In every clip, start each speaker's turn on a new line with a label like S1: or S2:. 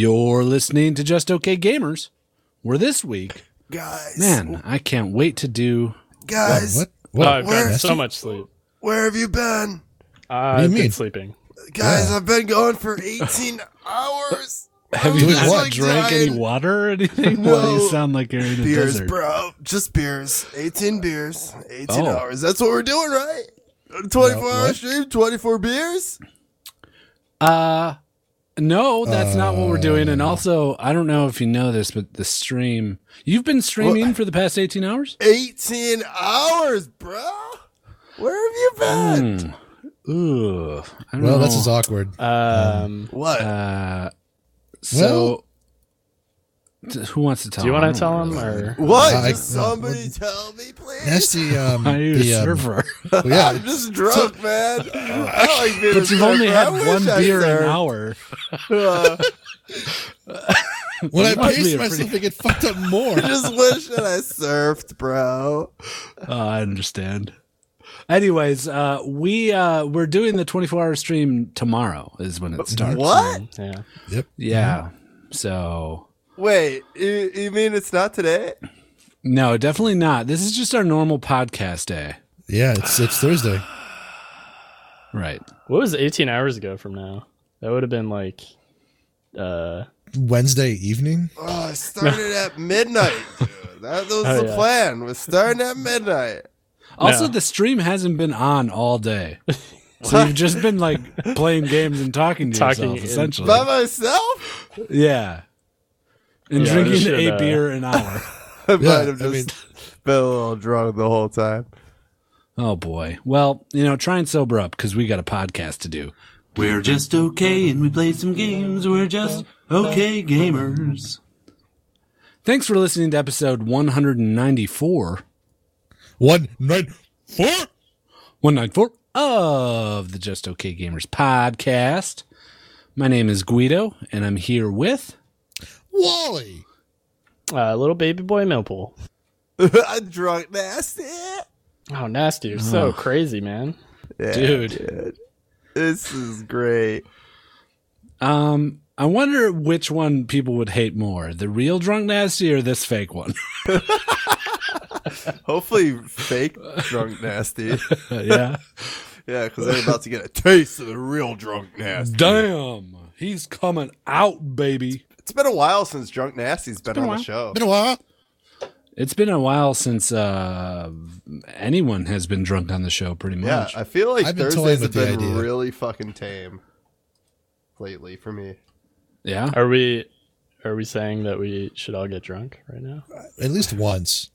S1: You're listening to Just Okay Gamers, where this week,
S2: Guys,
S1: man, I can't wait to do.
S2: guys,
S3: What?
S4: Oh,
S3: What?
S4: I've gotten
S2: where-
S4: so much sleep. Uh,
S2: where have you been?
S4: I've
S3: mean?
S4: been sleeping.
S2: Guys,
S3: Yeah.
S2: I've been gone for 18 hours.
S1: Have
S2: I'm
S1: you
S2: just,
S1: not
S2: like,
S1: drank any
S2: dying.
S1: water or anything?
S2: No.
S1: Well, you sound like you're in a
S2: Beers,
S1: desert.
S2: bro. Just beers. 18 beers. 18
S1: Oh.
S2: hours. That's what we're doing, right? 24
S3: Well,
S2: hour
S3: what?
S2: stream, 24 beers.
S1: Uh, no, that's not what we're doing.
S3: Uh.
S1: And also, I don't know if you know this, but the stream you've been streaming for the past eighteen hours.
S2: 18 hours, bro. Where have you been?
S1: Mm. Ooh, I don't
S3: Well,
S1: know.
S3: this is awkward.
S4: Um,
S2: What?
S1: Uh, so, t- who wants to tell?
S4: do you
S1: him?
S4: want
S1: I
S4: to tell
S1: don't
S4: him
S1: really-
S4: or?
S2: what?
S3: I-
S2: Just somebody tell me, please.
S3: That's the um,
S1: Are you a
S3: the, um,
S1: server?
S3: well, yeah.
S2: I'm just drunk, man.
S3: uh,
S2: I don't like being a
S1: but you've only
S2: surfer.
S1: had
S2: I wish
S1: one
S2: I
S1: beer an
S2: surfed.
S1: hour.
S2: Uh,
S3: When I
S1: must be
S3: pace
S1: a
S3: myself,
S1: pretty-
S3: I get fucked up more.
S2: I just wish that I surfed, bro.
S1: Oh, I understand. Anyways, uh, we uh, we're doing the 24 hour stream tomorrow is when it starts.
S2: What?
S4: Yeah.
S3: yep.
S1: Yeah. So
S2: Wait, you, you mean it's not today?
S1: no, definitely not. This is just our normal podcast day,
S3: Yeah. It's it's Thursday.
S1: right?
S4: What was 18 hours ago from now? That would have been like, uh,
S3: Wednesday e-, evening.
S2: Oh, I started at midnight. Dude. That was
S4: Oh,
S2: the
S4: yeah.
S2: plan. Was starting at midnight.
S1: Also,
S4: No.
S1: the stream hasn't been on all day, so you've just been like playing games and talking to
S4: Talking
S1: yourself,
S4: in-
S1: essentially.
S2: By myself,
S1: yeah, and
S4: Yeah,
S1: drinking
S4: we should,
S1: a
S4: uh,
S1: beer an hour.
S2: I
S3: Yeah,
S2: might have
S3: I
S2: just
S3: mean-
S2: been a little drunk the whole time.
S1: oh boy. Well, you know, try and sober up because we got a podcast to do.
S5: We're just okay and we play some games. We're just okay gamers.
S1: Thanks for listening to episode 194.
S3: One night four.
S1: 194 of the Just Okay Gamers podcast. My name is Guido, and I'm here with.
S3: Wally.
S4: uh, little baby boy Millpool.
S2: I'm drunk, nasty.
S4: Oh, nasty. You're so crazy, man.
S2: Yeah,
S1: Dude.
S2: this is great.
S1: Um, I wonder which one people would hate more the real Drunk Nasty or this fake one?
S2: Hopefully, fake drunk nasty.
S1: yeah.
S2: Yeah, because they're about to get a taste of the real drunk nasty.
S1: Damn. He's coming out, baby.
S2: It's been a while since drunk nasty's been, on the show.
S3: Been a while.
S1: It's been a while since uh, anyone has been drunk on the show, pretty
S2: Yeah,
S1: much.
S2: I feel like
S3: I've been toying
S2: Thursdays have
S3: with
S2: been
S3: the idea.
S2: really fucking tame lately for me.
S1: Yeah.
S4: Are we? Are we saying that we should all get drunk right now?
S3: At least once.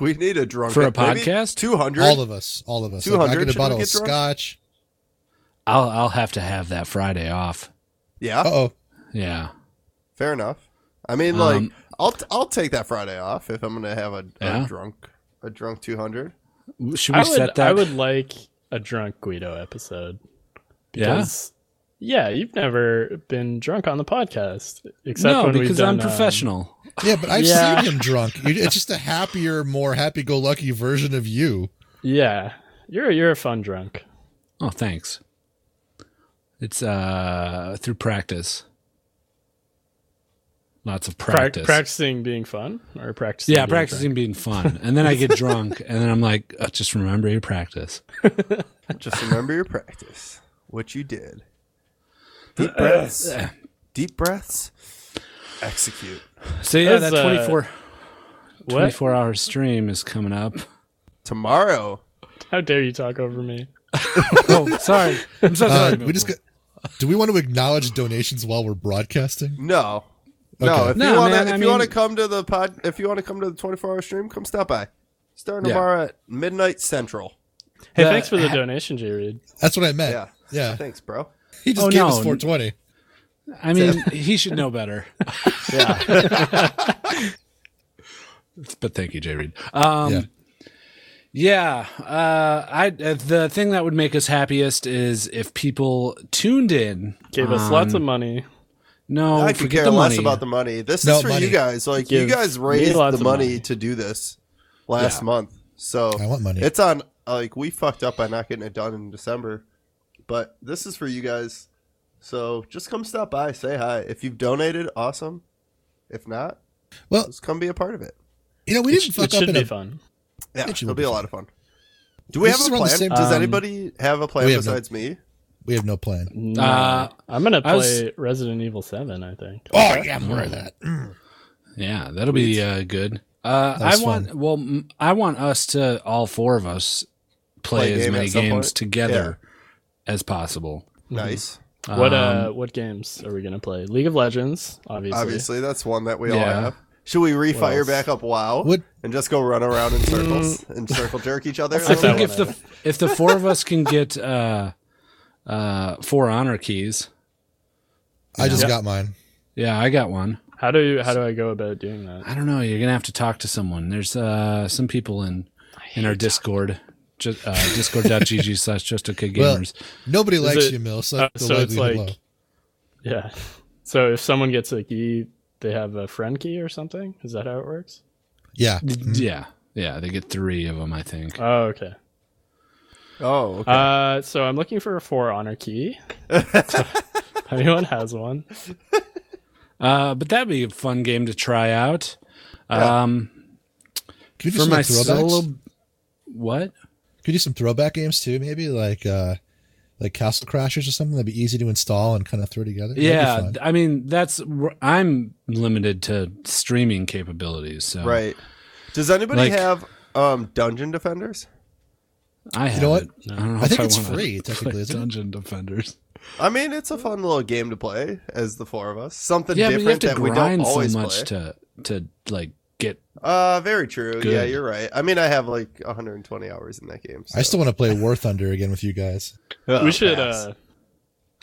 S2: we need a drunk
S1: For a podcast?
S2: Two
S3: All
S2: hundred.
S3: of us. All of us. Like, I
S2: 200,
S3: get
S2: should
S3: a
S2: we
S3: bottle
S2: get
S3: of
S2: drunk?
S3: scotch.
S1: I'll, I'll have to have that Friday off.
S2: Yeah,
S3: Uh oh.
S1: Yeah.
S2: fair enough. I mean, like,
S1: Um,
S2: I'll t- I'll take that Friday off if I'm gonna have a,
S1: Yeah.
S2: a drunk a drunk two hundred.
S1: Should we
S4: I
S1: set
S4: would.
S1: that?
S4: I would like a drunk Guido episode.
S1: yeah.
S4: Because- Yeah, you've never been drunk on the podcast except
S1: no,
S4: when
S1: because
S4: we've done,
S1: I'm
S4: um,
S1: professional.
S3: Yeah, but I've
S4: Yeah.
S3: seen him drunk. You- It's just a happier, more happy-go-lucky version of you.
S4: yeah, you're you're a fun drunk.
S1: Oh, thanks. It's uh through practice. Lots of
S4: Prac-
S1: practice.
S4: practicing being fun or practicing.
S1: yeah,
S4: being
S1: practicing being fun. And then I get drunk and then I'm like, "Uh, just remember your practice.
S2: Just remember your practice, what you did.
S1: Uh,
S2: Deep breaths. Deep breaths. Execute.
S1: So yeah,
S4: That's,
S1: that
S4: uh,
S1: 24,
S4: drunk. What?
S1: 24 hour stream is coming up.
S2: Tomorrow.
S4: How dare you talk over me?
S1: Oh, sorry. I'm so
S3: Uh,
S1: sorry.
S3: we just got, do we want to acknowledge donations while we're broadcasting?
S2: No. No,
S3: Okay.
S2: if you
S1: No,
S2: want to,
S1: man,
S2: if
S1: I
S2: you want to
S1: mean-
S2: come to the pod, if you want to come to the twenty four hour stream, come stop by. Starting
S1: Yeah.
S2: tomorrow at midnight central.
S4: Hey,
S1: The-
S4: thanks for the donation, Jared.
S3: That's what I meant.
S2: Yeah.
S3: Yeah.
S2: Thanks, bro.
S3: He just
S1: Oh,
S3: gave
S1: no.
S3: us 420.
S1: I mean, he should know better.
S2: Yeah,
S1: But thank you, Jay Reed. Um,
S3: yeah.
S1: Yeah, uh, I uh, the thing that would make us happiest is if people tuned in.
S4: Gave us lots of money.
S1: No,
S2: I could
S1: forget
S2: care
S1: the
S2: less
S1: money.
S2: about the money. This
S3: No,
S2: is for
S3: money.
S2: you guys. Like
S4: Give
S2: you guys
S4: me
S2: raised the
S4: lots
S2: money,
S4: of money.
S2: to do this last
S1: Yeah.
S2: month, so
S3: I want money.
S2: it's on. Like we fucked up by not getting it done in December, but this is for you guys. So just come stop by, say hi. If you've donated, awesome. If not,
S3: Well-
S2: just come be a part of it.
S3: You know, we
S4: It,
S3: didn't
S4: sh-
S3: fuck
S4: it
S3: up
S4: should
S3: in
S4: be
S3: a.
S4: fun.
S2: Yeah,
S3: It should
S2: it'll
S3: be
S2: be a
S3: fun.
S2: lot of fun. Do we
S3: This
S2: have
S3: is
S2: a
S3: around the
S2: plan?
S3: same-
S2: Does
S4: Um,
S2: anybody have a plan
S3: we have no-
S2: besides me?
S3: We have no plan.
S4: No.
S1: Uh,
S4: I'm gonna
S1: I
S4: play
S1: was-
S4: Resident Evil Seven. I think.
S3: Oh yeah, more of that.
S1: Yeah, that'll be uh, good. Uh, I
S3: That's
S1: want well, m- I want us to all four of us play,
S2: Play a
S1: as
S2: game
S1: many
S2: at some
S1: games
S2: point?
S1: together as possible.
S2: Nice.
S1: Um,
S4: What uh? What games are we gonna play? League of Legends, obviously.
S2: Obviously, that's one that we all
S1: Yeah.
S2: have. Should we refire
S4: else?
S2: back up WoW
S3: What-
S2: and just go run around in circles and circle jerk each other? a
S1: Mm. I
S2: little
S1: think
S4: that
S2: bit?
S1: if
S4: one
S1: the if the four of us can get uh, uh, four honor keys,
S3: I just
S4: Yeah.
S3: got mine.
S1: yeah, I got one.
S4: How do you, how do I go about doing that?
S1: I don't know. You're gonna have to talk to someone. There's uh, some people in in our Discord, just, uh, discord.gg slash just okay
S3: Well,
S1: gamers.
S3: Nobody likes
S4: it-
S3: you, Mill. So,
S4: Uh,
S3: the
S4: so it's
S3: likelihood
S4: like, yeah. So if someone gets a key, they have a friend key or something. Is that how it works?
S3: low. Yeah.
S1: Yeah, yeah, they get three of them. I think.
S4: Oh, okay.
S2: oh, okay.
S4: Uh, so I'm looking for a four honor key. If anyone has one?
S1: Uh, but that'd be a fun game to try out.
S2: Yeah.
S1: Um,
S3: Could you do
S1: for
S3: some
S1: my
S3: like, throwbacks?
S1: solo, what?
S3: Could you do some throwback games too? Maybe like uh like Castle Crashers or something. That'd be easy to install and kind of throw together. That'd be
S1: yeah,
S3: fun.
S1: th- I mean that's wh- I'm limited to streaming capabilities, so
S2: right. Does anybody
S1: like-
S2: have um, dungeon defenders?
S1: I have
S3: know what?
S1: it. I don't know.
S3: I
S1: if
S3: think
S1: I
S3: it's
S1: wanna
S3: free, technically,
S1: play
S3: isn't it?
S1: Dungeon Defenders.
S2: I mean, it's a fun little game to play as the four of us. Something
S1: Yeah, but you have
S2: different
S1: to
S2: that we don't
S1: grind so
S2: always
S1: much
S2: play.
S1: to to like get.
S2: uh, very true. Yeah,
S1: Good.
S2: you're right. I mean, I have like 120 hours in that game. So.
S3: I still want to play War Thunder again with you guys.
S2: Uh,
S4: we should.
S2: pass.
S4: uh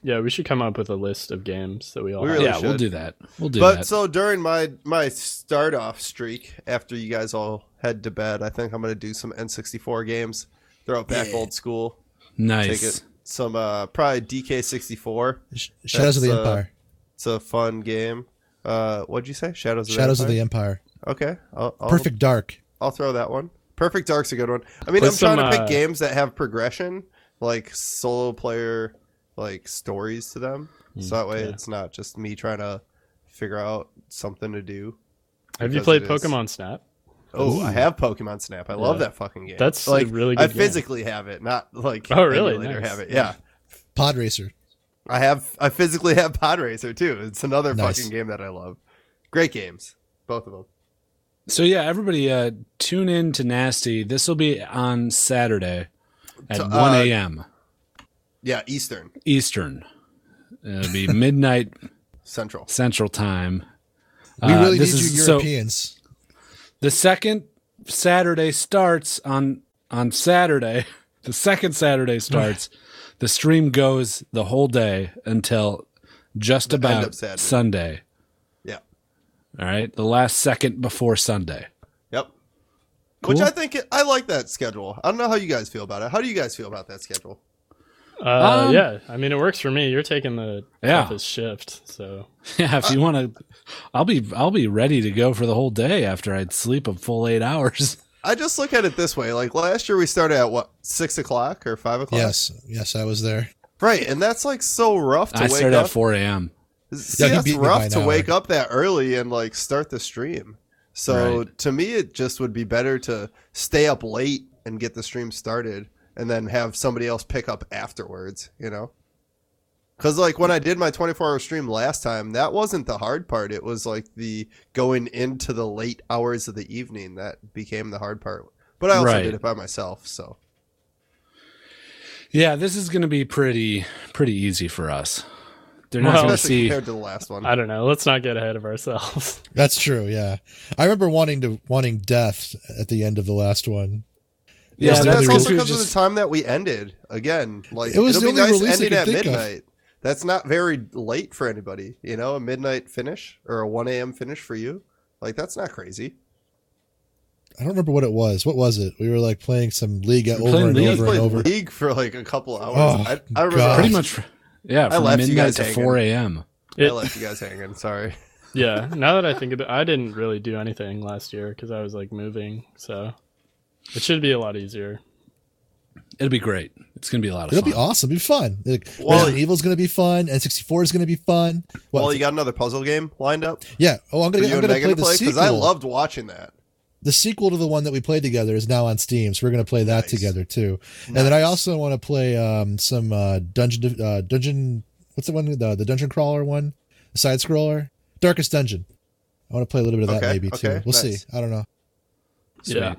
S4: Yeah, we should come up with a list of games that we all.
S2: We
S4: have.
S2: really
S1: yeah, we'll
S2: should.
S1: do that. We'll do
S2: but
S1: that.
S2: so during my my start off streak, after you guys all head to bed, I think I'm gonna do some N64 games. Throw it back old school. Take
S1: nice.
S2: it some uh probably DK64.
S3: Sh- Shadows of the
S2: That's, uh,
S3: Empire.
S2: It's a fun game. Uh, what'd you say? Shadows of
S3: Shadows
S2: the
S3: of the Empire.
S2: Okay, I'll, I'll,
S3: Perfect Dark.
S2: I'll throw that one. Perfect Dark's a good one. I mean,
S4: Put
S2: I'm trying
S4: some,
S2: to pick
S4: uh,
S2: games that have progression, like solo player, like stories to them. so that way,
S4: Mm, yeah.
S2: it's not just me trying to figure out something to do.
S4: Have you
S2: because
S4: played
S2: it is.
S4: Pokemon Snap?
S2: Oh, I have Pokemon Snap. I love
S4: Yeah.
S2: that fucking game.
S4: That's a
S2: like
S4: really
S2: I
S4: good game.
S2: physically have it, not like
S4: Oh, really?
S2: emulator
S4: Nice.
S2: have it. Yeah,
S3: Pod Racer.
S2: I have. I physically have Podracer too. It's another
S3: Nice.
S2: fucking game that I love. Great games, both of them.
S1: So yeah, everybody, uh, tune in to Nasty. This will be on Saturday at
S2: So, uh,
S1: one a.m.
S2: Yeah, Eastern
S1: Eastern. It'll be midnight
S2: Central.
S1: Central Time.
S3: We
S1: Uh,
S3: really need
S1: this
S3: you
S1: is- so-
S3: Europeans.
S1: The second Saturday starts on on Saturday. The second Saturday starts. the stream goes the whole day until just
S2: end
S1: about
S2: of Saturday.
S1: Sunday.
S2: Yeah.
S1: All right, the last second before Sunday.
S2: Yep. Which
S1: Cool.
S2: I think I like that schedule. I don't know how you guys feel about it. How do you guys feel about that schedule?
S4: Uh,
S1: Um,
S4: yeah, I mean it works for me. You're taking the
S1: Yeah.
S4: toughest shift, so
S1: Yeah, if you want to, I'll be I'll be ready to go for the whole day after I'd sleep a full eight hours.
S2: I just look at it this way. Like last year, we started at what six o'clock or five o'clock.
S3: Yes, yes, I was there.
S2: Right, and that's like so rough to
S1: I
S2: wake
S1: started
S2: up.
S1: at four a.m.
S2: See,
S3: Yeah, he
S2: that's
S3: beat me by
S2: rough
S3: an
S2: to
S3: hour.
S2: wake up that early and like start the stream. So to me, it just would be better to stay up late and get the stream started, and then have somebody else pick up afterwards. You know, because like when I did my 24 hour stream last time, that wasn't the hard part. It was like the going into the late hours of the evening that became the hard part. But I also
S1: Right.
S2: did it by myself, so
S1: Yeah, this is going to be pretty pretty easy for us. They're not
S4: Well,
S1: going to
S2: especially
S1: see.
S2: compared to the last one.
S4: I don't know. Let's not get ahead of ourselves.
S3: That's true. Yeah, I remember wanting to wanting death at the end of the last one.
S1: Yeah,
S3: It was
S2: Yeah,
S3: the
S2: that's
S3: only
S2: also
S3: reason-
S2: because of the time that we ended. Again, like
S3: It was
S2: it'll
S3: the
S2: be
S3: only
S2: nice
S3: release I
S2: ending
S3: could
S2: at
S3: think of.
S2: midnight. That's not very late for anybody. You know, a midnight finish or a one a.m. finish for you. Like that's not crazy.
S3: I don't remember what it was. What was it? We were like playing some league over
S1: playing
S3: and
S1: League.
S2: We
S3: over and
S2: played
S3: over.
S2: League for like a couple hours.
S3: Oh,
S2: I, I remember
S3: God.
S1: pretty much yeah from
S2: left you
S1: midnight
S2: guys
S1: to
S2: hanging.
S1: 4 a.m
S2: I
S4: It-
S2: left you guys hanging. Sorry.
S4: yeah. Now that I think about, I didn't really do anything last year because I was like moving, so it should be a lot easier.
S1: It'll be great. It's gonna be a lot of
S3: It'll
S1: fun.
S3: be awesome. It'll be fun. Like,
S2: Well-
S3: Resident Evil's going to be fun. N64 is going to be fun. What?
S2: Well, you got another puzzle game lined up for
S3: yeah. Oh, I'm going
S2: you
S3: to I'm
S2: and
S3: going to play
S2: Megan to
S3: the
S2: play because
S3: sequel.
S2: I loved watching that.
S3: the sequel to the one that we played together is now on Steam, so we're going to play that
S2: Nice.
S3: together too. And then I also want to play um, some uh, dungeon uh, dungeon. What's the one? The, the dungeon crawler one, the side scroller, Darkest Dungeon. I want to play a little bit of that
S2: Okay,
S3: maybe too.
S2: okay,
S3: we'll
S2: nice.
S3: see. I don't know.
S4: Yeah.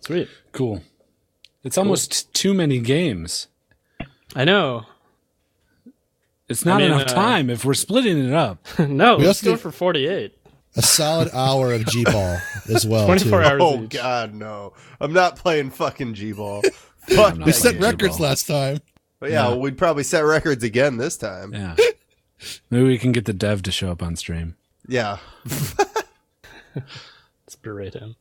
S4: Sweet.
S1: Cool. It's almost too many games.
S4: I know.
S1: It's not
S4: I mean,
S1: enough
S4: uh,
S1: time if we're splitting it up.
S4: no,
S3: We
S4: let's
S3: also
S4: go
S3: did-
S4: for 48.
S3: A solid hour of G ball as well.
S4: 24
S3: too.
S4: hours
S2: Oh
S4: each.
S2: God, no! I'm not playing fucking G-ball. Fuck
S1: not
S3: We
S2: that
S3: set
S2: game.
S1: G-ball.
S3: records last time.
S2: But yeah, we'd probably set records again this time. Yeah,
S1: Yeah. Maybe we can get the dev to show up on stream.
S4: Let's berate him.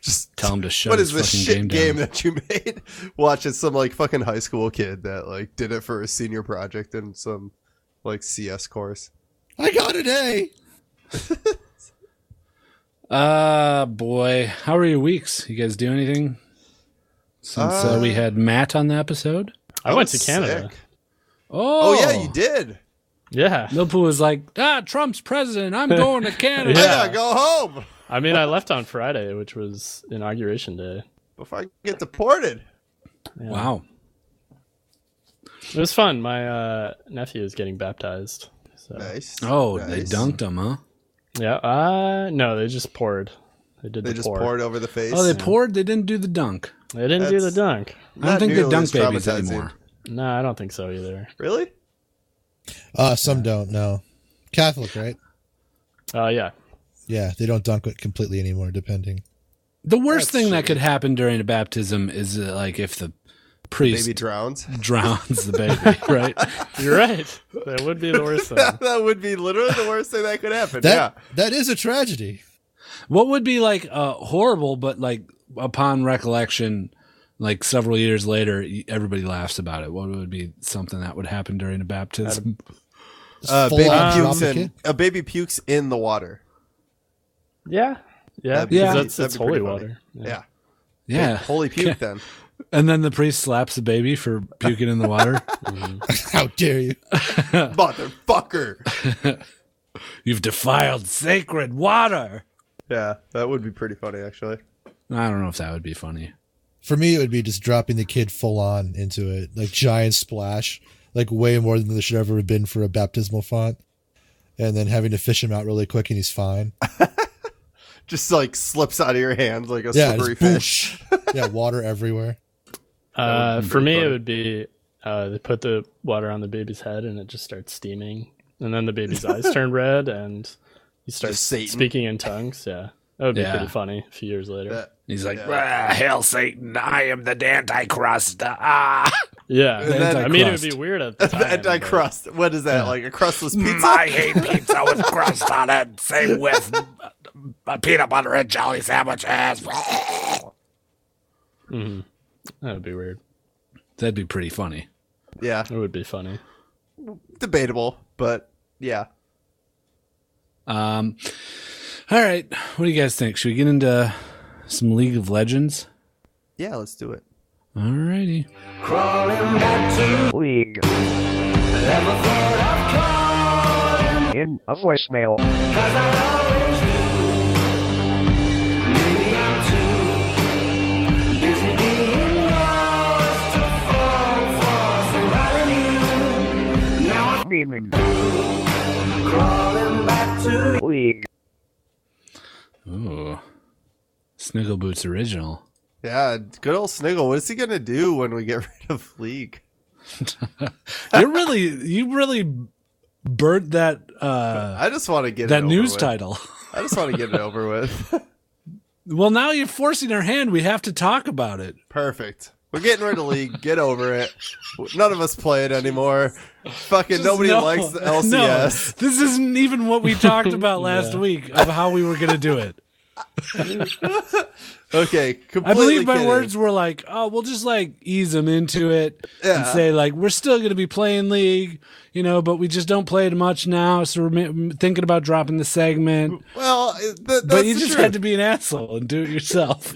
S2: just
S1: Tell him to shut
S2: what
S1: his
S2: is this
S1: fucking game
S2: shit game,
S1: down.
S2: that you made? Watching some like fucking high school kid that like did it for a senior project and some like CS course.
S3: I got eh? an A.
S1: Uh boy. How are your weeks? You guys do anything? Since uh, we had Matt on the episode?
S4: I,
S2: That
S4: went to
S2: was
S4: Canada.
S2: sick.
S1: Oh,
S2: Oh, yeah, you did.
S4: Yeah.
S1: Millpool was like, ah, Trump's president. I'm going to Canada.
S4: Yeah.
S2: Yeah, go home
S4: I mean, I left on Friday, which was inauguration day.
S2: before I get deported.
S4: Yeah.
S1: Wow.
S4: It was fun. My uh, nephew is getting baptized. So.
S2: Nice.
S1: Oh, they
S2: Nice.
S1: dunked him, huh?
S4: Yeah. Uh, no, they just poured. They did
S2: They
S4: the
S2: just
S4: pour.
S2: poured over the face.
S1: Oh, they poured. They didn't do the dunk.
S4: They didn't do the
S2: That's-
S4: dunk.
S1: I don't
S2: Not
S1: think they
S2: nearly
S1: dunk
S2: as
S1: babies
S2: traumatizing.
S1: anymore.
S4: No, I don't think so either.
S2: Really?
S3: Uh, some don't. No, Catholic, right?
S4: Uh, yeah.
S3: Yeah, they don't dunk it completely anymore. Depending.
S1: The worst
S2: That's
S1: thing that
S2: shitty.
S1: could happen during a baptism is uh, like if the priest
S2: Baby drowns.
S1: drowns the baby, right?
S4: You're right. That would be the worst thing.
S2: that would be literally the worst thing that could happen.
S3: That that is a tragedy.
S1: What would be like uh, horrible, but like upon recollection, like several years later, y- everybody laughs about it. What would be something that would happen during a baptism?
S2: yeah. Uh,
S3: Full
S2: baby
S3: on
S2: pukes
S3: dropkick
S2: in,
S3: it.
S2: a baby pukes in the water.
S4: Yeah. Yeah.
S2: That'd be
S4: Because
S1: pretty-
S4: that's
S2: that'd
S4: it's
S2: be pretty
S4: holy
S2: funny.
S4: water.
S2: Yeah.
S1: Yeah,
S2: Holy puke then.
S1: and then the priest slaps the baby for puking in the water.
S3: How dare you?
S2: Motherfucker.
S1: You've defiled sacred water.
S2: Yeah, that would be pretty funny actually.
S1: I don't know if that would be funny.
S3: For me, it would be just dropping the kid full on into it, like giant splash, like way more than there should ever have been for a baptismal font, and then having to fish him out really quick, and he's fine.
S2: Just like slips out of your hands like a
S3: Yeah,
S2: slippery
S3: just
S2: fish.
S3: boosh. yeah, water everywhere.
S4: Uh,
S1: be
S4: for me,
S1: pretty
S4: it would be uh, they put the water on the baby's head and it just starts steaming, and then the baby's eyes turn red and he starts
S2: Just Satan.
S4: speaking in tongues. Yeah, that would be
S1: Yeah.
S4: pretty funny a few years later.
S2: Yeah.
S1: He's like,
S2: Yeah.
S1: "Ah, "Hail Satan! I am the Antichrist." Ah,
S4: Yeah,
S2: And then-
S4: I mean it would
S1: Antichrist.
S4: be weird at the time. but-
S2: Anti-crust. What is that? Like a crustless pizza?
S6: Mm, I hate pizza with crust on it. Same with uh, peanut butter and jelly sandwiches.
S4: Mhm. That would be weird.
S1: that'd be pretty funny.
S2: Yeah,
S4: It would be funny.
S2: debatable, but yeah.
S1: Um, all right, what do you guys think? Should we get into some League of Legends?
S2: Yeah, let's do it.
S1: All righty.
S6: Crawling back to league. Never thought I'd call in a voicemail. Cause I always do. Maybe I'm too busy being lost to fall for surrounding you. Now I'm feeling crawling back to league.
S1: Ooh, Sniggle Boots original.
S2: Yeah, good old Sniggle. What is he gonna do when we get rid of League?
S1: You're really, you really burnt that uh,
S2: I just want to get it
S1: that
S2: over
S1: news
S2: with.
S1: title.
S2: I just want to get it over with.
S1: Well, now you're forcing our hand. We have to talk about it.
S2: Perfect. We're getting rid of League. Get over it. None of us play it anymore. Fucking nobody
S1: No,
S2: likes the
S1: no.
S2: LCS.
S1: this isn't even what we talked about last week of how we were going to do it.
S2: Okay,
S1: I
S2: completely.
S1: believe my
S2: kidding.
S1: words were like, "Oh, we'll just like ease them into it and
S2: Yeah.
S1: say like we're still going to be playing League, you know, but we just don't play it much now, so we're m- thinking about dropping the segment."
S2: Well, uh, th- that's
S1: But you
S2: the
S1: just
S2: truth.
S1: had to be an asshole and do it yourself.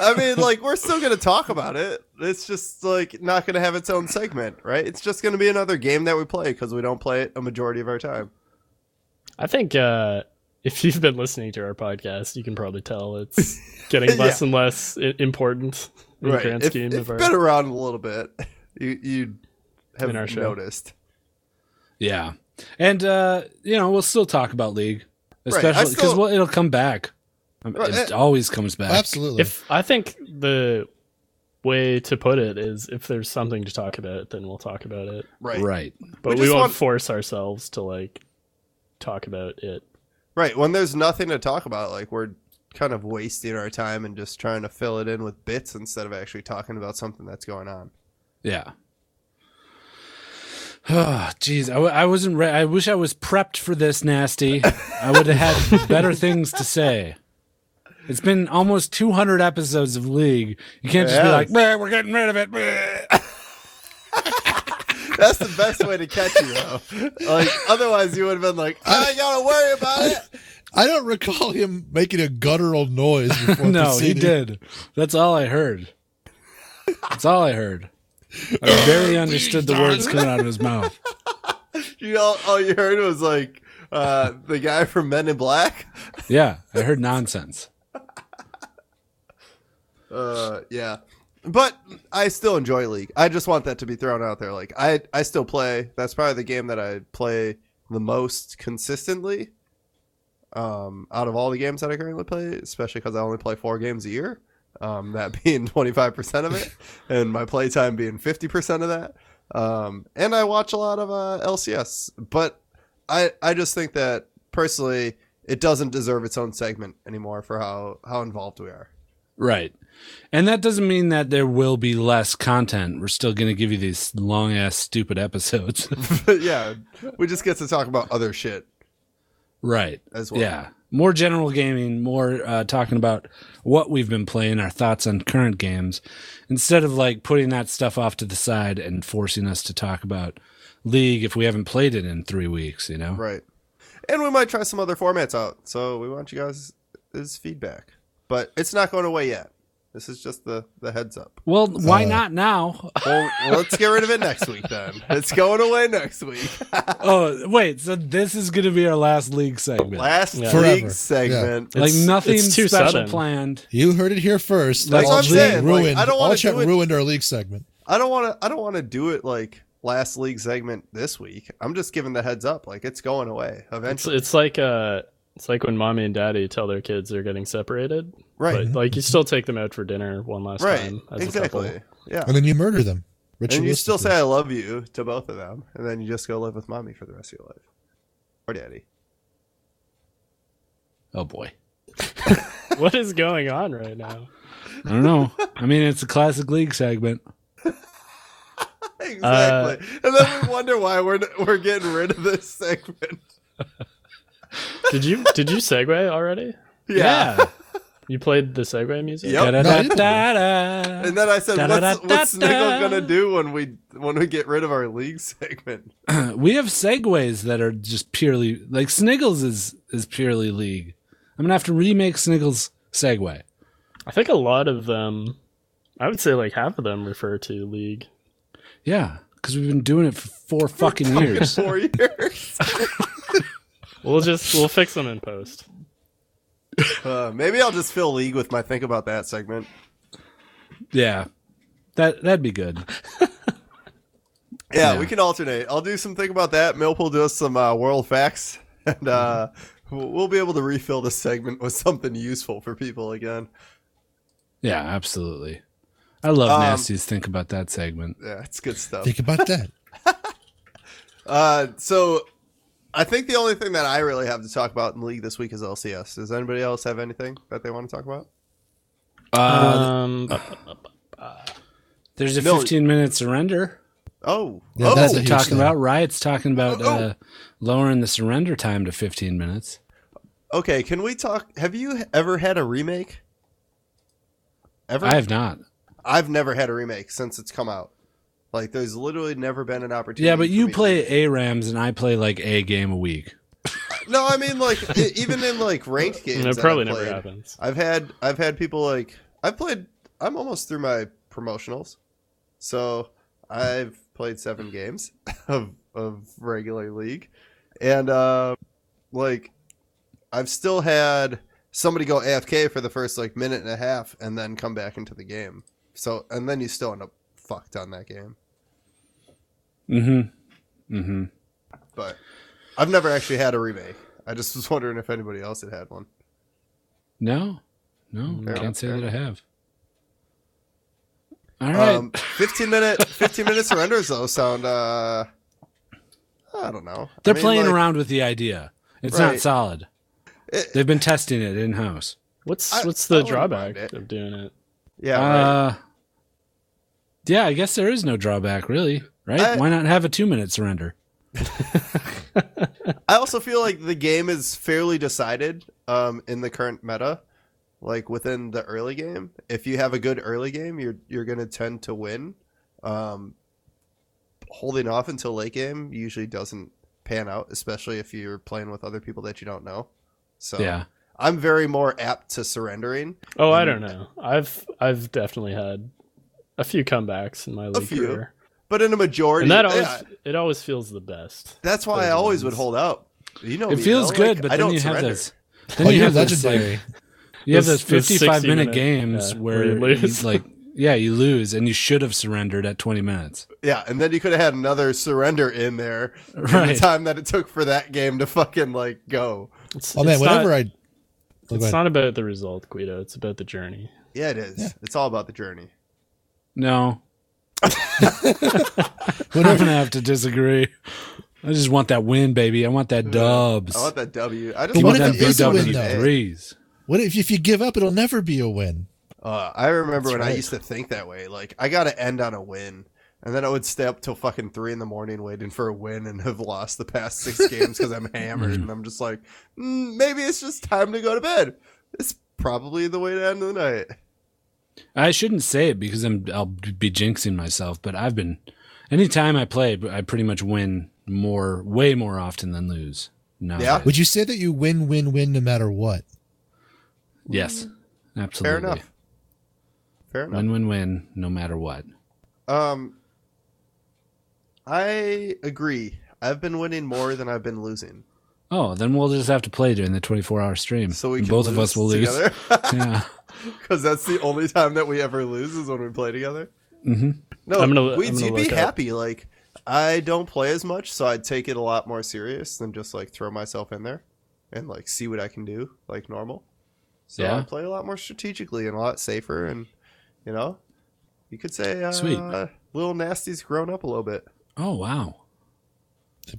S2: I mean, like we're still gonna talk about it. It's just like not gonna have its own segment, right? It's just gonna be another game that we play because we don't play it a majority of our time.
S4: I think uh, if you've been listening to our podcast, you can probably tell it's getting less and less I- important in the grand
S2: if,
S4: scheme
S2: if
S4: of our.
S2: been around a little bit, you you have
S4: In our show.
S2: noticed.
S1: Yeah, and uh, you know we'll still talk about League,
S2: I
S1: especially because
S2: still-
S1: well, it'll come back. Um,
S2: Right,
S1: It
S2: eh.
S1: always comes back.
S3: Absolutely.
S4: If I think the way to put it is, if there's something to talk about, then we'll talk about it.
S2: Right. right.
S1: Right.
S4: But we,
S2: just
S4: won't
S2: want-
S4: force ourselves to like talk about it.
S2: When there's nothing to talk about, like we're kind of wasting our time and just trying to fill it in with bits instead of actually talking about something that's going on.
S1: Yeah. Oh, jeez. I, w- I wasn't re- I wish I was prepped for this nasty. I would have had better things to say. It's been almost 200 episodes of League. You can't just be
S2: Yeah.
S1: like, "Meh, we're getting rid of it. meh."
S2: That's the best way to catch you though. Like otherwise you would have been like, I ain't gotta worry about it.
S3: I don't recall him making a guttural noise before
S1: no, he
S3: proceeding.
S1: did. That's all I heard. That's all I heard. I barely understood the words coming out of his mouth.
S2: You all, all you heard was like uh, the guy from Men in Black.
S1: Yeah, I heard nonsense.
S2: Uh, yeah, but I still enjoy League. I just want that to be thrown out there. Like I, I still play. That's probably the game that I play the most consistently. Um, out of all the games that I currently play, especially because I only play four games a year. Um, that being twenty five percent of it, and my playtime being fifty percent of that. Um, and I watch a lot of uh, LCS, but I, I just think that personally, it doesn't deserve its own segment anymore for how how involved we are.
S1: Right. And that doesn't mean that there will be less content. We're still going to give you these long ass stupid episodes.
S2: But yeah, we just get to talk about other shit.
S1: right.
S2: As well.
S1: Yeah. More general gaming, more uh, talking about what we've been playing, our thoughts on current games, instead of like putting that stuff off to the side and forcing us to talk about League if we haven't played it in three weeks, you know?
S2: Right. And we might try some other formats out. So we want you guys' feedback. But it's not going away yet. This is just the, the heads up.
S1: Well, why
S3: Uh,
S1: not now?
S2: Well, let's get rid of it next week then. It's going away next week.
S1: oh, wait. So this is going to be our last League segment.
S2: Last
S4: Yeah.
S3: Forever.
S2: league segment.
S1: like
S4: It's-
S1: nothing
S4: it's too
S1: special
S4: sudden.
S1: planned.
S3: You heard it here first.
S1: That's
S3: All
S1: what I'm
S3: Chat
S2: saying, like,
S3: Ruined.
S2: I don't wanna
S3: All Chat
S2: do it-
S3: ruined our league segment.
S2: I don't want to. I don't want to do it like last league segment this week. I'm just giving the heads up. Like it's going away
S4: It's
S2: eventually.
S4: it's like uh it's like when mommy and daddy tell their kids they're getting separated.
S2: right.
S4: But like you still take them out for dinner one last
S2: right.
S4: time. As A couple.
S2: Exactly. Yeah.
S3: And then you murder them.
S2: And you still
S3: ritualistically.
S2: say I love you to both of them, and then you just go live with mommy for the rest of your life. Or daddy.
S1: Oh, boy.
S4: what is going on right now?
S1: I don't know. I mean, it's a classic league segment. Uh,
S2: Exactly. and then we wonder why we're we're getting rid of this segment.
S4: Did you did you segue already?
S2: Yeah.
S4: You played the segue music?
S2: Yep.
S1: Da-da-da-da-da.
S2: And then I said, what's,
S1: Da-da-da-da-da.
S2: what's Sniggle gonna do when we when we get rid of our league segment?
S1: Uh, we have segues that are just purely like Sniggles is is purely league. I'm gonna have to remake Sniggles segue.
S4: I think a lot of them I would say like half of them refer to league.
S1: Yeah, because we've been doing it for four fucking years.
S2: Four years.
S4: We'll just we'll fix them in post.
S2: Uh, maybe I'll just fill league with my think about that segment.
S1: Yeah, that that'd be good.
S2: Yeah,
S1: Yeah.
S2: we can alternate. I'll do some think about that. Milp will do us some uh, world facts, and uh, we'll we'll be able to refill the segment with something useful for people again.
S1: Yeah, absolutely. I love
S2: Um,
S1: Nasty's think about that segment.
S2: Yeah, it's good stuff.
S3: Think about that.
S2: Uh, so I think the only thing that I really have to talk about in the league this week is LCS. Does anybody else have anything that they want to talk about?
S1: Uh,
S4: um
S1: there's a
S2: Millie.
S1: 15 minute surrender.
S2: Oh,
S3: Yeah,
S2: oh,
S3: that's
S1: They're
S3: Huge
S1: talking
S3: thing.
S1: about riots. Talking about
S2: Oh, oh.
S1: uh, lowering the surrender time to 15 minutes.
S2: okay. Can we talk? Have you ever had a remake? Ever?
S1: I have not.
S2: I've never had a remake since it's come out. Like, there's literally never been an opportunity.
S1: Yeah, but
S2: for
S1: you
S2: me to-
S1: play A Rams and I play like a game a week.
S2: No, I mean like e- even in like ranked games.
S4: it
S2: that
S4: probably
S2: I've
S4: never
S2: played,
S4: happens.
S2: I've had I've had people like I played. I'm almost through my promotionals, so I've played seven games of of regular league, and uh, like I've still had somebody go AFK for the first like minute and a half, and then come back into the game. So and then you still end up fucked on that game.
S1: Mm-hmm. Mm-hmm.
S2: But I've never actually had a remake. I just was wondering if anybody else had had one.
S1: No, no, I can't say
S2: fair
S1: that I have. All right.
S2: Um, 15 minute 15 minute surrenders though sound uh I don't know. I
S1: They're
S2: mean,
S1: playing
S2: like,
S1: around with the idea. It's not
S2: Right. Eh.
S1: solid.
S2: It-
S1: They've been testing it in house.
S4: What's
S2: I-
S4: what's
S2: I
S4: the
S2: wouldn't mind
S4: drawback
S2: it.
S4: of doing it?
S2: Yeah, right.
S1: Uh, yeah, I guess there is no drawback, really, right?
S2: I-
S1: Why not have a two minute surrender?
S2: I also feel like the game is fairly decided um in the current meta like within the early game. If you have a good early game, you're you're going to tend to win. Um holding off until late game usually doesn't pan out, especially if you're playing with other people that you don't know. So
S1: Yeah.
S2: I'm very more apt to surrendering
S4: Oh, I
S2: Um,
S4: don't know. I've I've definitely had a few comebacks in my league
S2: few.
S4: career,
S2: But in a majority,
S4: and that always
S2: yeah,
S4: it always feels the best.
S2: that's why I
S4: those ones.
S2: always would hold out. You know,
S1: It
S2: me,
S1: feels
S2: though,
S1: good,
S2: like,
S1: but
S2: I
S1: then
S2: don't
S1: you have
S2: surrender.
S1: those. Then
S3: Oh,
S1: you
S3: you're
S1: have this, like,
S3: legendary.
S1: you have
S4: Those-
S1: those
S4: those
S1: 55 minute,
S4: 60-minute,
S1: games
S4: yeah,
S1: where
S4: where you lose.
S1: you like yeah you lose and you should have surrendered at 20 minutes
S2: Yeah, and then you could have had another surrender in there from the
S1: Right.
S2: time that it took for that game to fucking like go.
S4: It's,
S3: Oh man,
S4: it's
S3: whenever
S4: not,
S3: I Oh, go
S4: it's
S3: ahead.
S4: not about the result, Guido. It's about the journey.
S2: Yeah, it is. It's all about the journey.
S1: no i'm gonna have to disagree i just want that win baby i want that dubs
S2: I want that E. W. I just
S1: I
S3: But
S2: want
S3: what
S1: want that
S3: if it is a win,
S1: bw
S3: though?
S2: that
S1: threes
S3: What if, if you give up? It'll never be a win.
S2: Uh, I remember when I
S3: right.
S2: used to think that way. Like I got to end on a win, and then I would stay up till fucking three in the morning waiting for a win, and have lost the past six games because I'm hammered, and I'm just like, mm, maybe it's just time to go to bed. It's probably the way to end the night.
S1: I shouldn't say it because I'm I'll be jinxing myself, but I've been anytime I play, I pretty much win more, way more often than lose. No,
S2: Yeah?
S3: Would you say that you win, win, win, no matter what?
S1: yes, absolutely.
S2: Fair enough. Fair enough.
S1: Win, win, win, no matter what.
S2: Um, I agree. I've been winning more than I've been losing,
S1: Oh, then we'll just have to play during the 24 hour stream.
S2: so we
S1: And
S2: can
S1: both of us will lose. yeah.
S2: lose because that's the only time that we ever lose is when we play together.
S1: hmm
S2: No,
S4: I'm gonna-
S2: we'd
S4: I'm gonna
S2: you'd be
S4: look up.
S2: happy. Like I don't play as much, so I'd take it a lot more serious than just like throw myself in there and like see what I can do, like normal. So
S1: Yeah.
S2: I play a lot more strategically and a lot safer, and you know, you could say uh,
S1: Sweet.
S2: Little Nasty's grown up a little bit.
S1: Oh wow.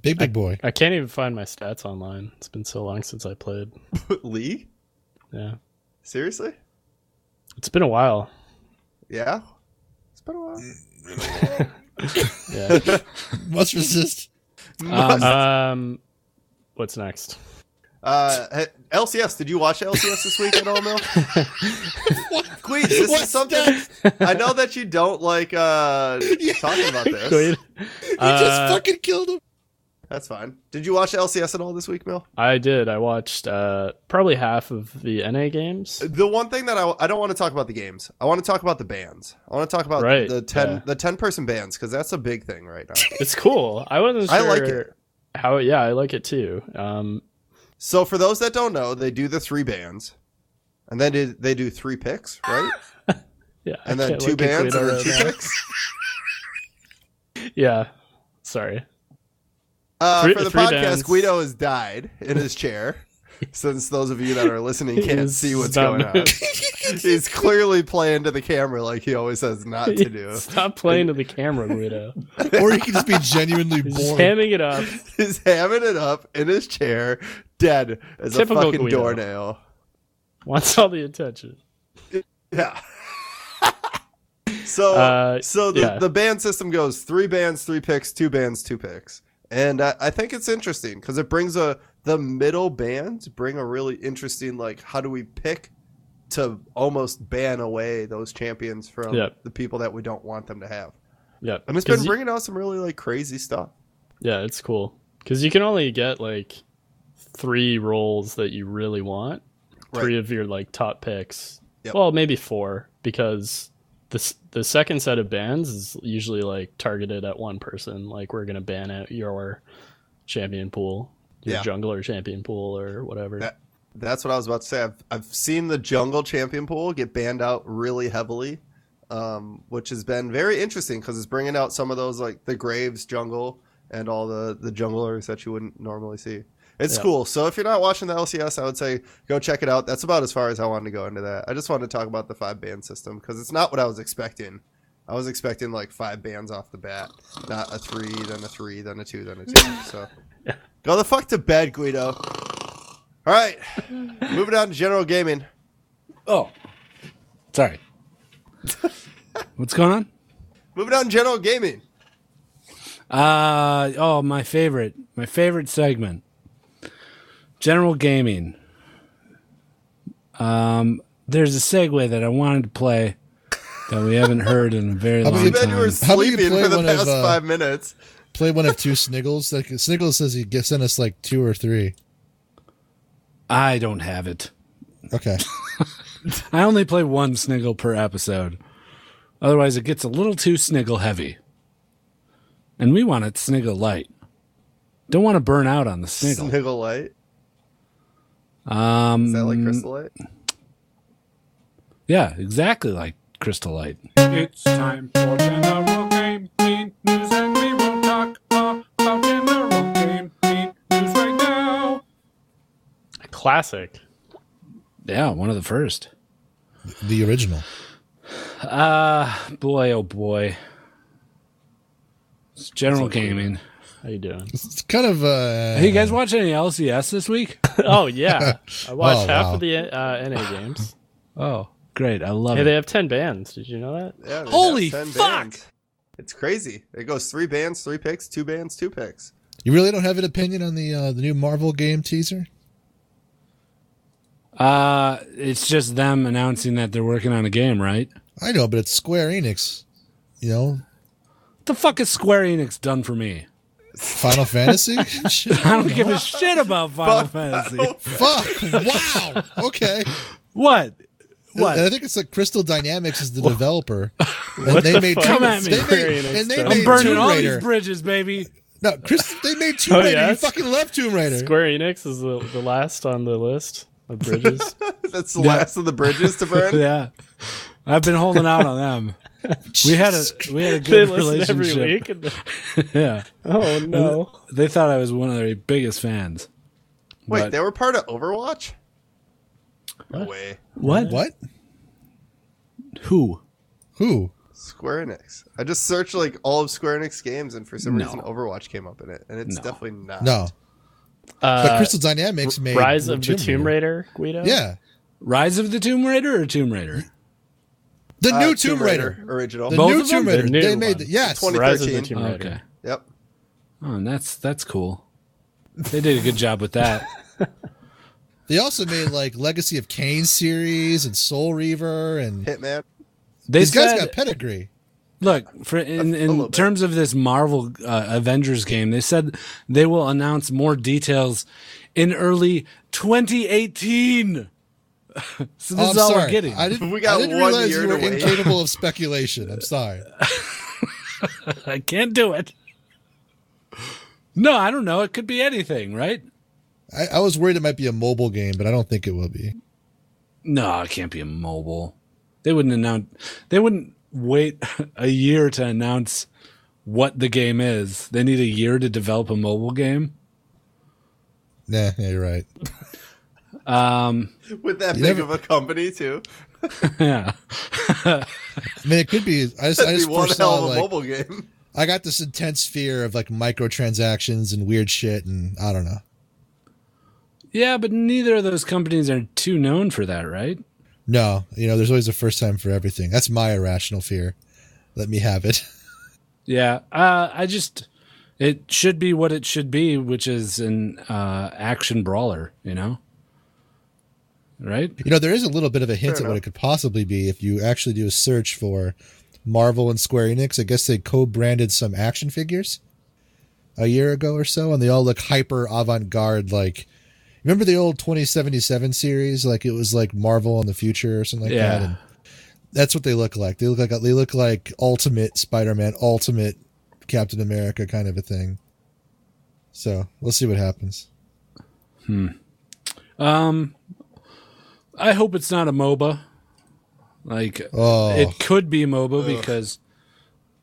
S3: Big big boy.
S4: I can't even find my stats online. It's been so long since I played.
S2: Lee,
S4: Yeah,
S2: seriously?
S4: it's been a while.
S2: Yeah, it's been a while.
S4: Yeah.
S3: Must resist.
S1: Um,
S4: um, what's next?
S2: Uh, hey, LCS, did you watch LCS this week at all, Mil? Queens, this is
S3: What's
S2: something. I know that you don't like uh, talking about this.
S4: Guido-
S3: You just
S4: Uh,
S3: fucking killed him.
S2: That's fine. Did you watch LCS at all this week, Mil?
S4: I did. I watched uh, probably half of the NA games.
S2: The one thing that I, I don't want to talk about the games. I want to talk about the bands. I want to talk about
S4: Right,
S2: the ten
S4: yeah.
S2: the ten person bands because that's a big thing right now.
S4: It's cool. I wasn't sure
S2: I like it.
S4: how. Yeah, I like it too. Um,
S2: So for those that don't know, they do the three bands, and then they, they do three picks, right?
S4: yeah, I
S2: And then
S4: can't
S2: two
S4: look at
S2: bands and
S4: Guido
S2: then two
S4: right
S2: picks.
S4: now. Yeah, sorry.
S2: Uh,
S4: Three-
S2: for the
S4: three
S2: podcast,
S4: dance.
S2: Guido has died in his chair. Since those of you that are listening can't
S4: He's
S2: see what's
S4: not
S2: going on, he's clearly playing to the camera like he always says not to do.
S4: Stop playing to the camera, Guido.
S3: Or you can just be genuinely
S4: He's just
S3: bored.
S4: hamming it up.
S2: He's having it up in his chair, dead as
S4: Typical
S2: a fucking
S4: Guido.
S2: doornail.
S4: Wants all the attention.
S2: Yeah. so,
S4: Uh,
S2: so the,
S4: yeah.
S2: the band system goes three bands, three picks, two bands, two picks, and I, I think it's interesting because it brings a the middle bands bring a really interesting like how do we pick to almost ban away those champions from
S4: Yep.
S2: the people that we don't want them to have,
S4: Yeah,
S2: and it's
S4: 'Cause
S2: been
S4: you-
S2: bringing out some really like crazy stuff.
S4: Yeah, it's cool because you can only get like three roles that you really want. Three of your like top picks.
S2: Yep.
S4: Well, maybe four, because the s- the second set of bans is usually like targeted at one person. Like we're gonna ban out your champion pool, your
S2: Yeah.
S4: jungler champion pool, or whatever.
S2: That- That's what I was about to say. I've, I've seen the jungle champion pool get banned out really heavily, um, which has been very interesting because it's bringing out some of those like the Graves jungle and all the the junglers that you wouldn't normally see. It's
S4: Yeah.
S2: cool. So if you're not watching the LCS, I would say go check it out. That's about as far as I wanted to go into that. I just wanted to talk about the five band system because it's not what I was expecting. I was expecting like five bands off the bat, not a three, then a three, then a two, then a two. So go the fuck to bed, Guido. All right, moving on to general gaming.
S1: Oh, sorry. What's going on?
S2: Moving on to general gaming.
S1: Uh oh, my favorite, my favorite segment. General gaming. Um, there's a segue that I wanted to play that we haven't heard in a very
S3: How about
S1: long
S3: you
S2: You bet you were
S1: time.
S3: How about you
S2: sleeping
S3: play
S2: for the
S3: one of,
S2: past
S3: uh,
S2: five minutes.
S3: Play one of two Sniggles. Like Sniggles says he get- sent us like two or three.
S1: I don't have it.
S3: Okay.
S1: I only play one sniggle per episode. Otherwise, it gets a little too sniggle heavy. And we want it sniggle light. Don't want to burn out on the sniggle.
S2: Sniggle light.
S1: Um,
S2: Is that like crystal light?
S1: Yeah, exactly like Crystal Light.
S7: It's time for general game news, and we will talk about general game news right now.
S4: A classic.
S1: Yeah, one of the first.
S3: the original.
S1: Boy, oh boy. It's general gaming.
S4: How you doing?
S3: It's kind of uh
S1: Hey, you guys watch any LCS this week?
S4: oh yeah, I watched
S3: Oh,
S4: half
S3: wow.
S4: of the uh, NA games.
S1: Oh, great. I love
S4: Hey, they
S1: it.
S4: have ten bands. Did you know that?
S2: Yeah, they
S1: Holy
S2: got 10
S1: fuck!
S2: bands. It's crazy. It goes three bands, three picks, two bands, two picks.
S3: You really don't have an opinion on the uh, the new Marvel game teaser?
S1: Uh, it's just them announcing that they're working on a game, right?
S3: I know, but it's Square Enix. You know,
S1: What the fuck is Square Enix done for me?
S3: Final Fantasy. Shit.
S1: I don't give a shit about Final Fantasy.
S3: Fuck! Wow. Okay.
S1: What?
S3: And I
S1: What?
S3: think it's like Crystal Dynamics is the developer, and they made
S4: fuck?
S3: Tomb-
S1: Come at me,
S3: They
S4: Square
S3: made,
S4: Enix
S3: and they
S4: stuff.
S1: I'm
S3: made
S1: burning
S3: Tomb
S1: all
S3: Raider.
S1: these bridges, baby.
S3: no, Chris, they made Tomb
S4: Oh,
S3: Raider. You
S4: yes?
S3: fucking love Tomb Raider.
S4: Square Enix is the, the last on the list of bridges.
S2: That's the last of the bridges to burn.
S1: Yeah. I've been holding out on them. We had a we had a
S4: they
S1: good relationship.
S4: listen every week. and they-
S1: Yeah.
S4: oh no.
S1: They thought I was one of their biggest fans.
S2: Wait,
S1: But-
S2: they were part of Overwatch? No way.
S1: What?
S3: What?
S1: Who?
S3: Who?
S2: Square Enix. I just searched like all of Square Enix games, and for some
S1: No.
S2: reason, Overwatch came up in it, and it's
S1: No.
S2: definitely not.
S3: No. but Crystal Dynamics made
S4: Uh, Rise of the Tomb Raider, Guido.
S3: Yeah,
S1: Rise of the Tomb Raider or Tomb Raider?
S3: the
S2: Uh,
S3: new Tomb, Raider.
S2: original.
S3: The
S1: Both
S3: new
S1: of them?
S3: Tomb Raider.
S4: The new
S3: they made the,
S4: one.
S3: yes.
S2: Twenty-
S4: Rise of the
S2: 2013.
S4: Tomb Raider.
S1: Okay.
S2: yep.
S1: Oh, and that's that's cool. They did a good job with that.
S3: They also made like Legacy of Kain series and Soul Reaver and
S2: Hitman.
S1: They
S3: these guys
S1: said,
S3: got pedigree.
S1: look, for in,
S2: little
S1: in
S2: bit.
S1: terms of this Marvel uh, Avengers game, they said they will announce more details in early 2018.
S3: Oh,
S1: so this is
S3: I'm
S1: all
S3: sorry.
S1: we're getting.
S3: I didn't,
S2: We got
S3: I didn't
S2: one
S3: realize
S2: year
S3: you were
S2: to wait.
S3: incapable of speculation. I'm sorry.
S1: I can't do it. No, I don't know. It could be anything, right?
S3: I, I was worried it might be a mobile game, but I don't think it will be.
S1: No, it can't be a mobile. They wouldn't announce. They wouldn't wait a year to announce what the game is. They need a year to develop a mobile game.
S3: Nah, yeah, you're right.
S2: With that
S3: You
S2: big
S3: never-
S2: of a company,
S1: Um,
S2: too.
S1: Yeah,
S3: I mean, it could be. I just, I
S2: That'd
S3: just
S2: be one
S3: foresaw,
S2: hell of a
S3: like,
S2: mobile game.
S3: I got this intense fear of like microtransactions and weird shit, and I don't know.
S1: yeah, but neither of those companies are too known for that, right?
S3: No, you know, there's always a first time for everything. That's my irrational fear. Let me have it.
S1: Yeah, uh, I just it should be what it should be, which is an uh, action brawler, you know, right?
S3: You know, there is a little bit of a hint
S2: Fair
S3: at
S2: enough.
S3: what it could possibly be if you actually do a search for Marvel and Square Enix. I guess they co-branded some action figures a year ago or so, and they all look hyper avant-garde. Like, remember the old 2077 series? Like it was like Marvel in the future or something like
S1: Yeah.
S3: that. And That's what they look like. They look like they look like ultimate Spider-Man, ultimate Captain America kind of a thing. So we'll see what happens.
S1: Um, I hope it's not a MOBA. Like
S3: Oh,
S1: it could be MOBA because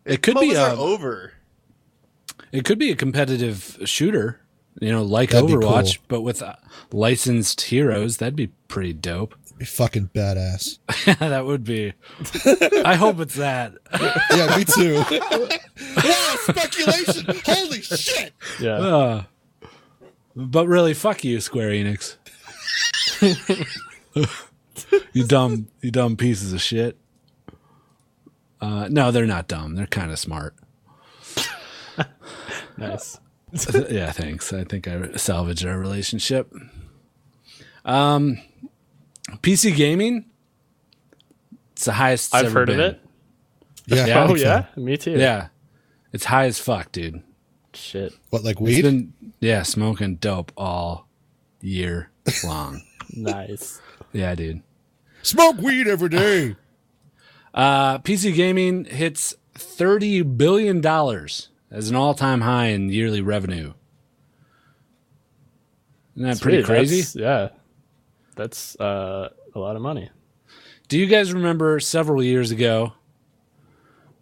S1: it could be um,
S2: MOBAs are
S1: a
S2: over.
S1: it could be a competitive shooter. You know, like
S3: That'd be
S1: Overwatch,
S3: cool.
S1: but with uh, licensed heroes. That'd be pretty dope.
S3: be fucking badass.
S1: that would be. I hope it's that.
S3: yeah, me too. wow,
S6: Ah,
S3: speculation. Holy shit.
S4: Yeah.
S1: Uh, but really, fuck you, Square Enix. you dumb, you dumb pieces of shit. Uh, no, they're not dumb. They're kind of smart.
S4: nice.
S1: yeah, thanks. I think I salvaged our relationship. Um, PC gaming. It's the highest. it's
S4: I've
S1: ever
S4: heard of
S1: been.
S4: it.
S3: Yeah. I
S4: Oh
S3: think so.
S4: yeah, me too.
S1: Yeah, it's high as fuck, dude.
S4: Shit.
S3: What like
S1: It's
S3: weed?
S1: been yeah, smoking dope all year long.
S4: Nice.
S1: yeah, dude.
S3: Smoke weed every day.
S1: Uh, PC gaming hits thirty billion dollars as an all-time high in yearly revenue. Isn't that pretty
S4: Sweet,
S1: crazy?
S4: that's- yeah. That's uh, a lot of money.
S1: Do you guys remember several years ago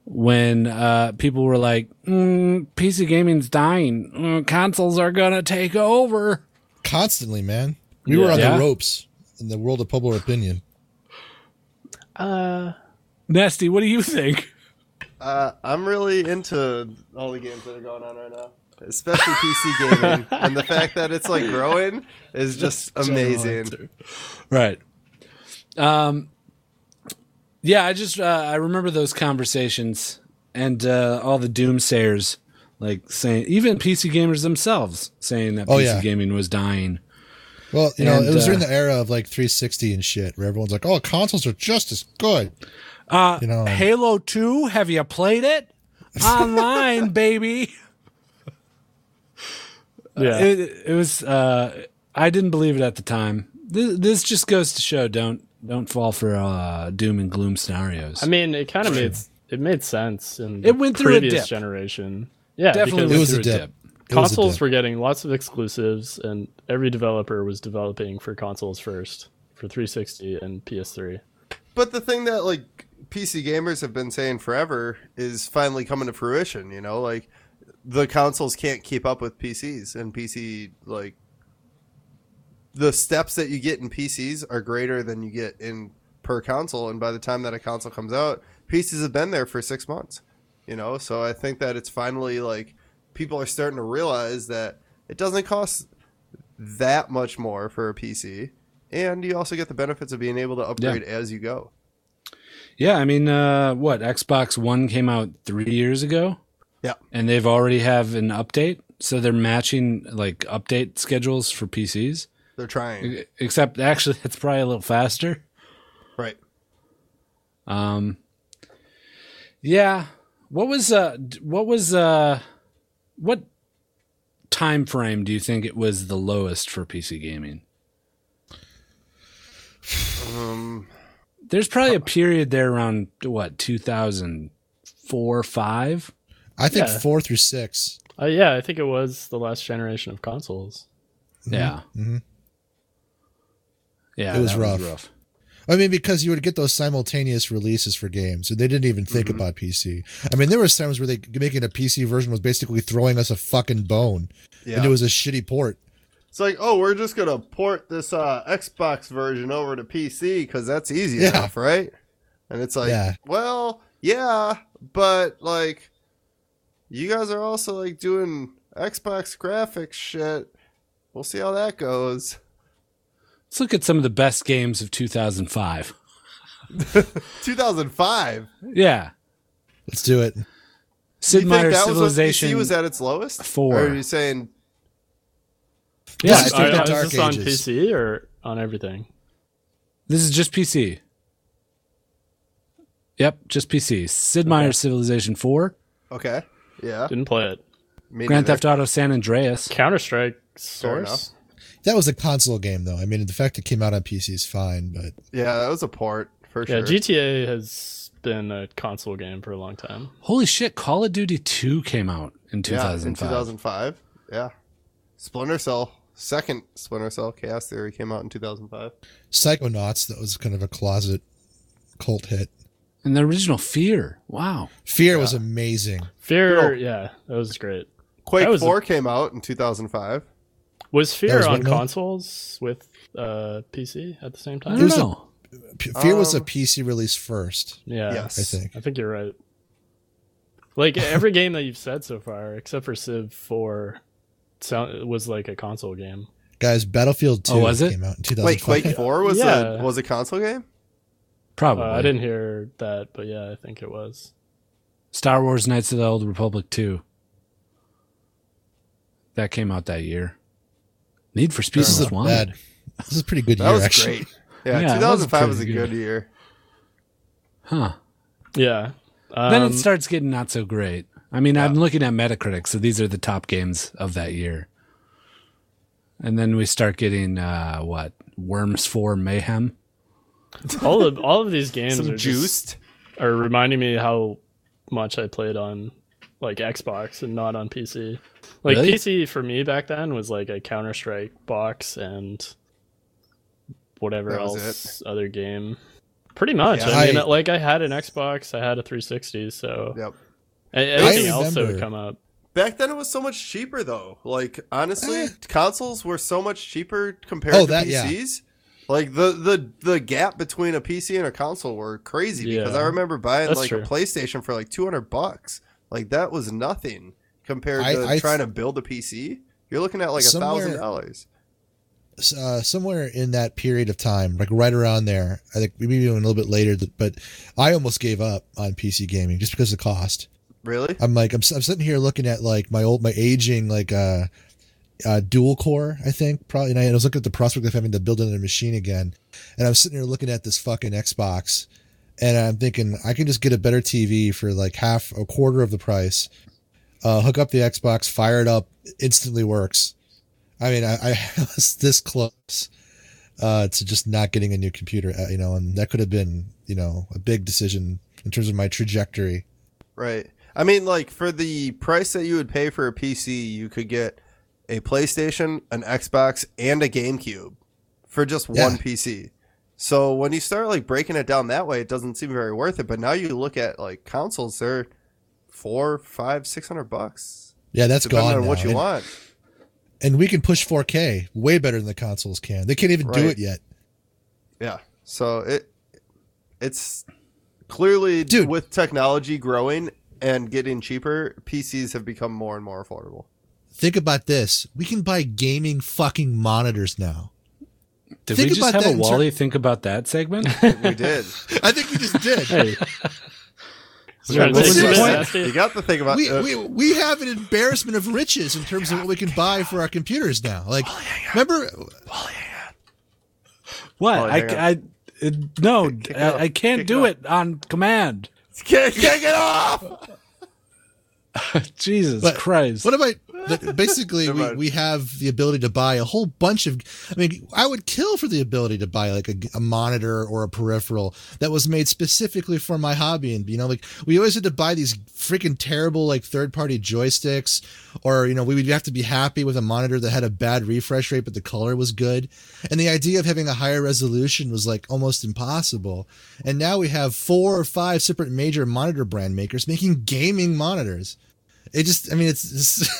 S1: when uh, people were like, mm, "PC gaming's dying. Mm, consoles are gonna take over."
S3: Constantly, man. We
S4: Yeah.
S3: were on
S1: Yeah.
S3: the ropes in the world of public opinion.
S4: Uh,
S1: Nasty, what do you think?
S2: Uh, I'm really into all the games that are going on right now, especially PC gaming, and the fact that it's like growing is just amazing.
S1: Right. Um. Yeah, I just uh, I remember those conversations and uh, all the doomsayers like saying even PC gamers themselves saying that
S3: Oh,
S1: PC
S3: yeah.
S1: gaming was dying.
S3: Well, you know,
S1: And,
S3: it was during
S1: uh,
S3: the era of like 360 and shit, where everyone's like, "Oh, consoles are just as good."
S1: Uh,
S3: You know.
S1: Halo Two, have you played it online, baby?
S4: yeah.
S1: It, it was. Uh, I didn't believe it at the time. This, this just goes to show don't don't fall for uh, doom and gloom scenarios.
S4: I mean, it kind of made it made sense in
S1: It went
S4: the
S1: through a
S4: previous
S1: dip.
S4: generation. Yeah,
S1: definitely
S4: because
S1: went
S3: was a
S1: through a
S3: dip.
S1: dip.
S3: It was a
S4: consoles
S3: dip.
S4: were getting lots of exclusives, and every developer was developing for consoles first, for 360 and PS3.
S2: But the thing that like PC gamers have been saying forever is finally coming to fruition. You know, like the consoles can't keep up with PCs, and PC like the steps that you get in PCs are greater than you get in per console. And by the time that a console comes out, PCs have been there for six months. You know, so I think that it's finally like people are starting to realize that it doesn't cost that much more for a PC. And you also get the benefits of being able to upgrade as you go.
S1: Yeah, I mean, uh, what Xbox One came out three years ago.
S2: Yeah.
S1: and they've already have an update, so they're matching like update schedules for PCs.
S2: They're trying.
S1: Except actually, it's probably a little faster.
S2: Right.
S1: Um, yeah. What was uh? d- What was uh? What time frame do you think it was the lowest for PC gaming?
S2: Um,
S1: There's probably a period there around what 2004, five.
S3: I think
S4: Yeah.
S3: four through six.
S4: Uh, yeah, I think it was the last generation of consoles.
S1: Yeah. Mm-hmm.
S3: mhm.
S1: Yeah,
S3: It was
S1: that
S3: rough. I mean, because you would get those simultaneous releases for games, and they didn't even think
S1: Mm-hmm.
S3: about PC. I mean, there were times where they making a PC version was basically throwing us a fucking bone,
S2: yeah.
S3: and it was a shitty port.
S2: it's like, oh, we're just going to port this uh, Xbox version over to PC because that's easy
S3: Yeah.
S2: enough, right? And it's like,
S3: Yeah.
S2: well, yeah, but like, you guys are also like doing Xbox graphics shit. We'll see how that goes.
S1: Let's look at some of the best games of 2005.
S2: 2005.
S1: Yeah,
S3: Let's do it.
S1: Sid
S2: you think
S1: Meier's
S2: that was when
S1: Civilization.
S2: PC was at its lowest?
S1: four.
S2: Or are you saying
S3: This
S1: yeah, I
S3: is
S1: think
S3: the
S1: that-
S4: is
S3: Dark
S4: this on
S3: Ages.
S4: PC or on everything?
S1: this is just PC. Yep, just PC. Sid Meier's Civilization 4,
S2: Okay. Yeah.
S4: Didn't play it.
S2: Me
S1: Grand
S2: neither.
S1: Theft Auto San Andreas.
S4: Counter Strike
S2: enough.
S4: Source.
S3: That was a console game, though. I mean, the fact it came out on PC is fine, but
S2: Yeah, that was a port for
S4: Yeah,
S2: sure.
S4: GTA has been a console game for a long time.
S1: Holy shit! Call of Duty Two came out in two
S2: Yeah, in
S1: thousand five.
S2: 2005. Yeah. Splinter Cell, second Splinter Cell Chaos Theory came out in 2005.
S3: Psychonauts, that was kind of a closet cult hit.
S1: and the original Fear. Wow.
S3: Fear was amazing.
S4: Fear,
S2: Cool.
S4: yeah, that was great. That
S2: Quake
S4: was a-
S2: 4 came out in 2005.
S4: Was Fear
S3: was
S4: on
S3: what now?
S4: consoles with uh, PC at the same
S1: I don't
S4: time?
S3: There's a-
S1: know.
S3: P- Fear was a
S2: Um,
S3: PC release first.
S4: Yeah,
S2: Yes.
S3: I think.
S4: I think you're right. Like every game that you've said so far, except for Civ Four, sound was like a console game.
S3: Guys, Battlefield 2
S1: Oh, was it?
S3: came out in
S2: Wait,
S3: 2005.
S2: Quake 4 was
S4: Yeah.
S2: a was a console game?
S4: Uh,
S1: Probably.
S4: I didn't hear that, but yeah, I think it was.
S1: Star Wars: Knights of the Old Republic Two. That came out that year. Need for Speed
S3: This is
S1: was
S3: a
S1: one.
S3: bad. This is a pretty good
S2: That
S3: year,
S2: was
S3: actually.
S2: great. Yeah,
S1: Yeah, that was
S2: 2005 was, a
S1: pretty
S2: good,
S1: good.
S2: year.
S1: Huh.
S4: Yeah. Um,
S1: then it starts getting not so great. I mean, I'm looking at Metacritic, so these are the top games of that year. And then we start getting uh, what Worms Four Mayhem.
S4: all of all of these games are
S2: Some
S4: just-
S2: juiced.
S4: are reminding me how much I played on like Xbox and not on PC. Like
S1: Really?
S4: PC for me back then was like a Counter Strike box and whatever
S2: That was
S4: else other game. Pretty much.
S2: Yeah,
S4: I mean,
S3: I-
S4: like I had an Xbox, I had a 360, so
S2: Yep.
S4: a- anything else that would
S3: remember-
S4: come up.
S2: Back then it was so much cheaper though. Like honestly,
S3: Eh.
S2: consoles were so much cheaper compared
S3: Oh,
S2: to
S3: that- yeah.
S2: PCs. Like the, the the gap between a PC and a console were crazy because
S4: Yeah.
S2: I remember buying
S4: That's
S2: like a
S4: true.
S2: PlayStation for like 200 bucks. Like that was nothing compared
S3: I-
S2: to
S3: I-
S2: trying to build a PC. You're looking at like a
S3: Somewhere-
S2: thousand dollars.
S3: S- Uh, somewhere in that period of time, like right around there, I think maybe even a little bit later, th- but I almost gave up on PC gaming just because of the cost.
S2: Really?
S3: I'm like, I'm, s- I'm sitting here looking at like my old, my aging, like, uh, uh, dual core, I think, probably. And I, and I was looking at the prospect of having to build another machine again. And I'm sitting here looking at this fucking Xbox and I'm thinking, I can just get a better TV for like half, a quarter of the price, uh, hook up the Xbox, fire it up, instantly works. I mean, I, I was this close uh, to just not getting a new computer, uh, you know, and that could have been, you know, a big decision in terms of my trajectory.
S2: Right. I mean, like for the price that you would pay for a PC, you could get a PlayStation, an Xbox, and a GameCube for just
S3: Yeah.
S2: one PC. So when you start like breaking it down that way, it doesn't seem very worth it. But now you look at like consoles, they're four, five, six hundred bucks,
S3: Yeah, that's
S2: depending
S3: gone.
S2: on
S3: now.
S2: what you
S3: And-
S2: want.
S3: and we can push 4K way better than the consoles can. They can't even do
S2: Right.
S3: it yet.
S2: Yeah. So it it's clearly
S3: Dude.
S2: with technology growing and getting cheaper, PCs have become more and more affordable.
S3: Think about this: we can buy gaming fucking monitors now.
S1: Did
S3: Think
S1: we just
S3: about
S1: have
S3: that
S1: a
S3: in ter-
S1: Wally think about that segment?
S2: We did.
S3: I think we just did.
S4: Hey. I'm trying to
S1: What
S4: take
S1: was
S4: a
S1: your
S4: bit
S1: point?
S4: nasty.
S2: You got to think about
S3: We,
S2: uh,
S3: we we have an embarrassment of riches in terms of what we can buy for our computers now. Like, remember?
S1: What?
S2: Oh, hang on.
S1: I, I, it, no,
S2: Kick it off.
S1: I, I can't
S2: Kick it
S1: do
S2: off.
S1: it, on command.
S2: Can't kick it off.
S1: Jesus
S3: But
S1: Christ.
S3: What am I? but Basically,
S2: Never
S3: we,
S2: mind.
S3: we have the ability to buy a whole bunch of. I mean, I would kill for the ability to buy like a, a monitor or a peripheral that was made specifically for my hobby. And you know, like we always had to buy these freaking terrible like third party joysticks, or you know, we would have to be happy with a monitor that had a bad refresh rate but the color was good. And the idea of having a higher resolution was like almost impossible. And now we have four or five separate major monitor brand makers making gaming monitors it just i mean it's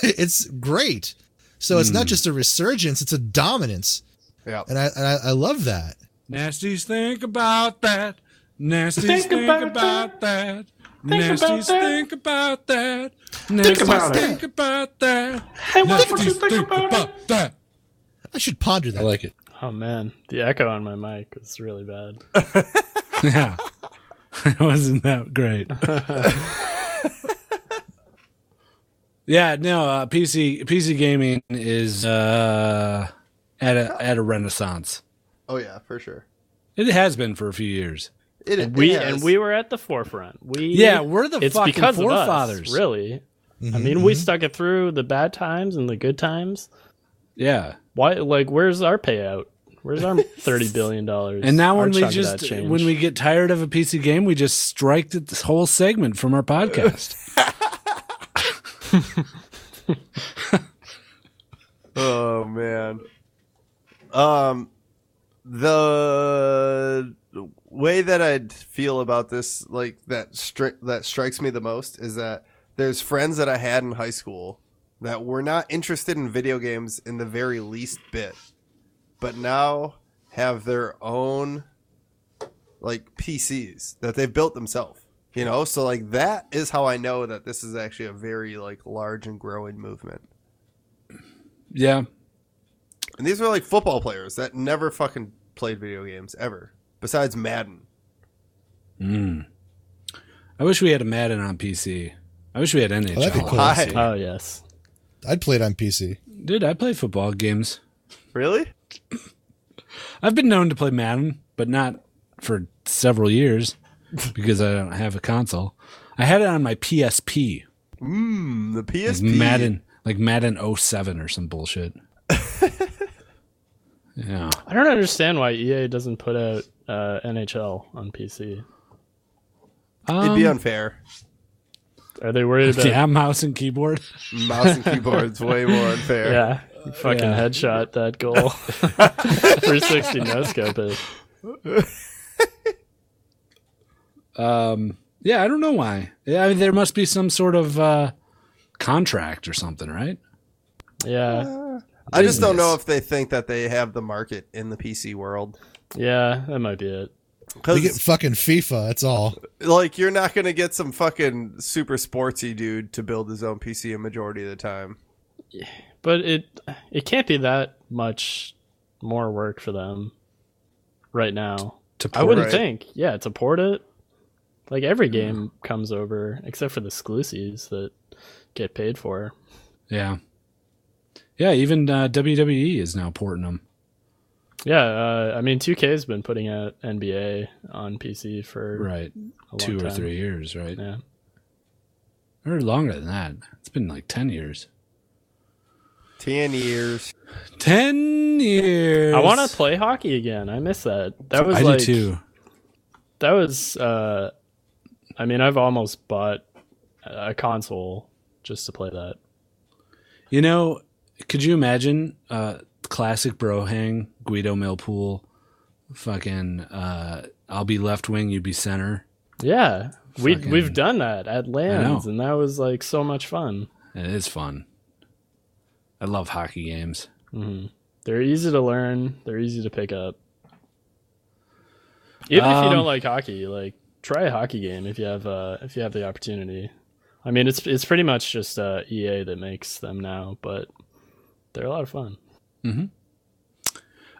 S3: it's, it's great so it's not just a resurgence it's a dominance
S2: Hmm. Yeah.
S3: and i and i, I love that
S1: Nasties think about that. Nasties think, about, that. Nasties think about that. Nasties
S5: about it.
S1: think about that.
S5: Hey, why
S1: Nasties
S5: don't you think about it?
S1: that.
S3: i should ponder that
S1: like it.
S4: Oh man, the echo on my mic was really bad.
S1: Yeah. it wasn't that great. yeah, no, uh, PC PC gaming is uh, at a at a renaissance.
S2: Oh yeah, for sure.
S1: It has been for a few years.
S2: It, it
S4: And we
S2: has.
S4: and we were at the forefront. We
S1: Yeah, we're the
S4: it's
S1: fucking
S4: because of us,
S1: forefathers.
S4: really. I mean, we stuck it through the bad times and the good times.
S1: Yeah.
S4: Why? Like, where's our payout? Where's our thirty billion dollars?
S1: And now
S4: Our
S1: when we
S4: chunk of that
S1: just
S4: change.
S1: when we get tired of a PC game, we just strike this whole segment from our podcast.
S2: Oh man. Um the way that I feel about this like that stri- that strikes me the most is that there's friends that I had in high school that were not interested in video games in the very least bit but now have their own like PCs that they've built themselves you know so like that is how I know that this is actually a very like large and growing movement
S1: yeah.
S2: and these were like football players that never fucking played video games ever, besides Madden.
S1: Mm. I wish we had a Madden on PC. I wish we had NHL.
S3: that'd be cool.
S2: Why?
S4: Oh yes.
S3: I'd play it on PC.
S1: Dude, I play football games.
S2: Really?
S1: I've been known to play Madden, but not for several years because I don't have a console. I had it on my PSP.
S2: Mmm, the
S1: Like
S2: PSP.
S1: Madden, like Madden 07 or some bullshit. yeah.
S4: I don't understand why EA doesn't put out uh, NHL on PC.
S2: It'd be
S1: Um,
S2: unfair.
S4: Are they worried about?
S1: yeah, mouse and keyboard.
S2: Mouse and keyboard's way more unfair.
S4: Yeah, you fucking
S1: Yeah.
S4: headshot that goal. 360 no scope it.
S1: Um, yeah, I don't know why. Yeah, I mean, there must be some sort of uh, contract or something, right?
S4: Yeah,
S2: Uh, I just don't know
S1: Business.
S2: if they think that they have the market in the PC world.
S4: yeah, that might be it.
S3: We
S2: Because,
S3: get fucking FIFA. That's all.
S2: like, you're not going to get some fucking super sportsy dude to build his own PC a majority of the time.
S4: But it it can't be that much more work for them right now.
S1: To
S4: I wouldn't
S2: Right.
S4: think. Yeah, to port it. Like every game comes over, except for the exclusives that get paid for.
S1: Yeah. Yeah, even uh, WWE is now porting them.
S4: Yeah, uh, I mean, 2K's been putting out NBA on PC for
S1: Right.
S4: a long
S1: Two or
S4: time.
S1: three years, right?
S4: Yeah.
S1: Or longer than that. It's been like 10 years.
S2: 10 years.
S1: 10 years.
S4: I want to play hockey again. I miss that. That was
S1: I
S4: like
S1: do too.
S4: that was. Uh, I mean, I've almost bought a console just to play that.
S1: You know, could you imagine uh, classic bro hang, Guido Millpool, fucking uh, I'll be left wing, you be center.
S4: Yeah, we
S1: Fucking-
S4: we've done that at Lands,
S1: know.
S4: and that was like so much fun.
S1: It is fun. I love hockey games. Mm-hmm.
S4: hmm They're easy to learn. They're easy to pick up. Even if
S1: Um,
S4: you don't like hockey, like try a hockey game if you have uh, if you have the opportunity. I mean, it's it's pretty much just uh, EA that makes them now, but they're a lot of fun.
S1: Mm-hmm.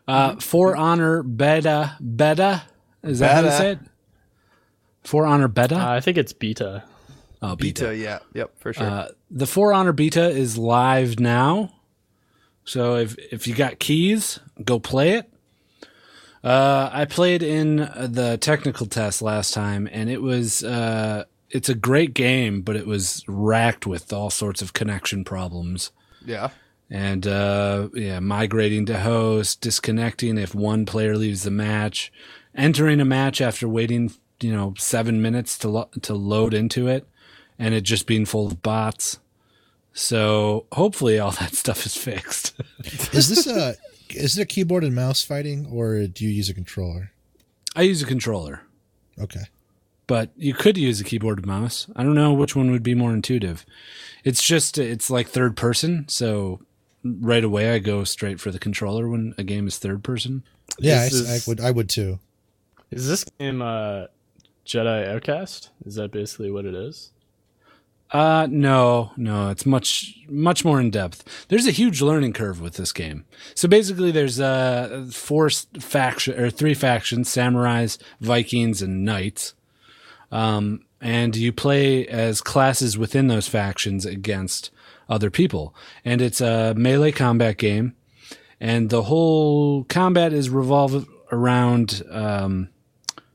S1: Uh, For Honor Beta Beta is that how
S2: Beta.
S1: you say it? For Honor Beta.
S4: Uh, I think it's beta.
S1: oh,
S2: Beta, yeah. Yep, for sure.
S1: Uh, the For Honor Beta is live now. So if if you got keys, go play it. Uh, I played in uh, the technical test last time, and it was uh, it's a great game, but it was racked with all sorts of connection problems
S2: yeah.
S1: and uh, yeah, migrating to host, disconnecting if one player leaves the match, entering a match after waiting you know seven minutes to lo- to load into it, and it just being full of bots. So hopefully all that stuff is fixed.
S3: Is this a is it a keyboard and mouse fighting or do you use a controller?
S1: I use a controller,
S3: Okay.
S1: but you could use a keyboard and mouse. I don't know which one would be more intuitive. It's just it's like third person, so right away I go straight for the controller when a game is third person.
S3: Yeah, I,
S4: This
S3: I
S4: is-
S3: would. I would too.
S4: Is this game uh, Jedi Outcast? Is that basically what it is?
S1: Uh no, no, it's much much more in depth. There's a huge learning curve with this game. So basically there's uh four s- faction or three factions, samurais, vikings and knights. Um and you play as classes within those factions against other people. And it's a melee combat game and the whole combat is revolved around um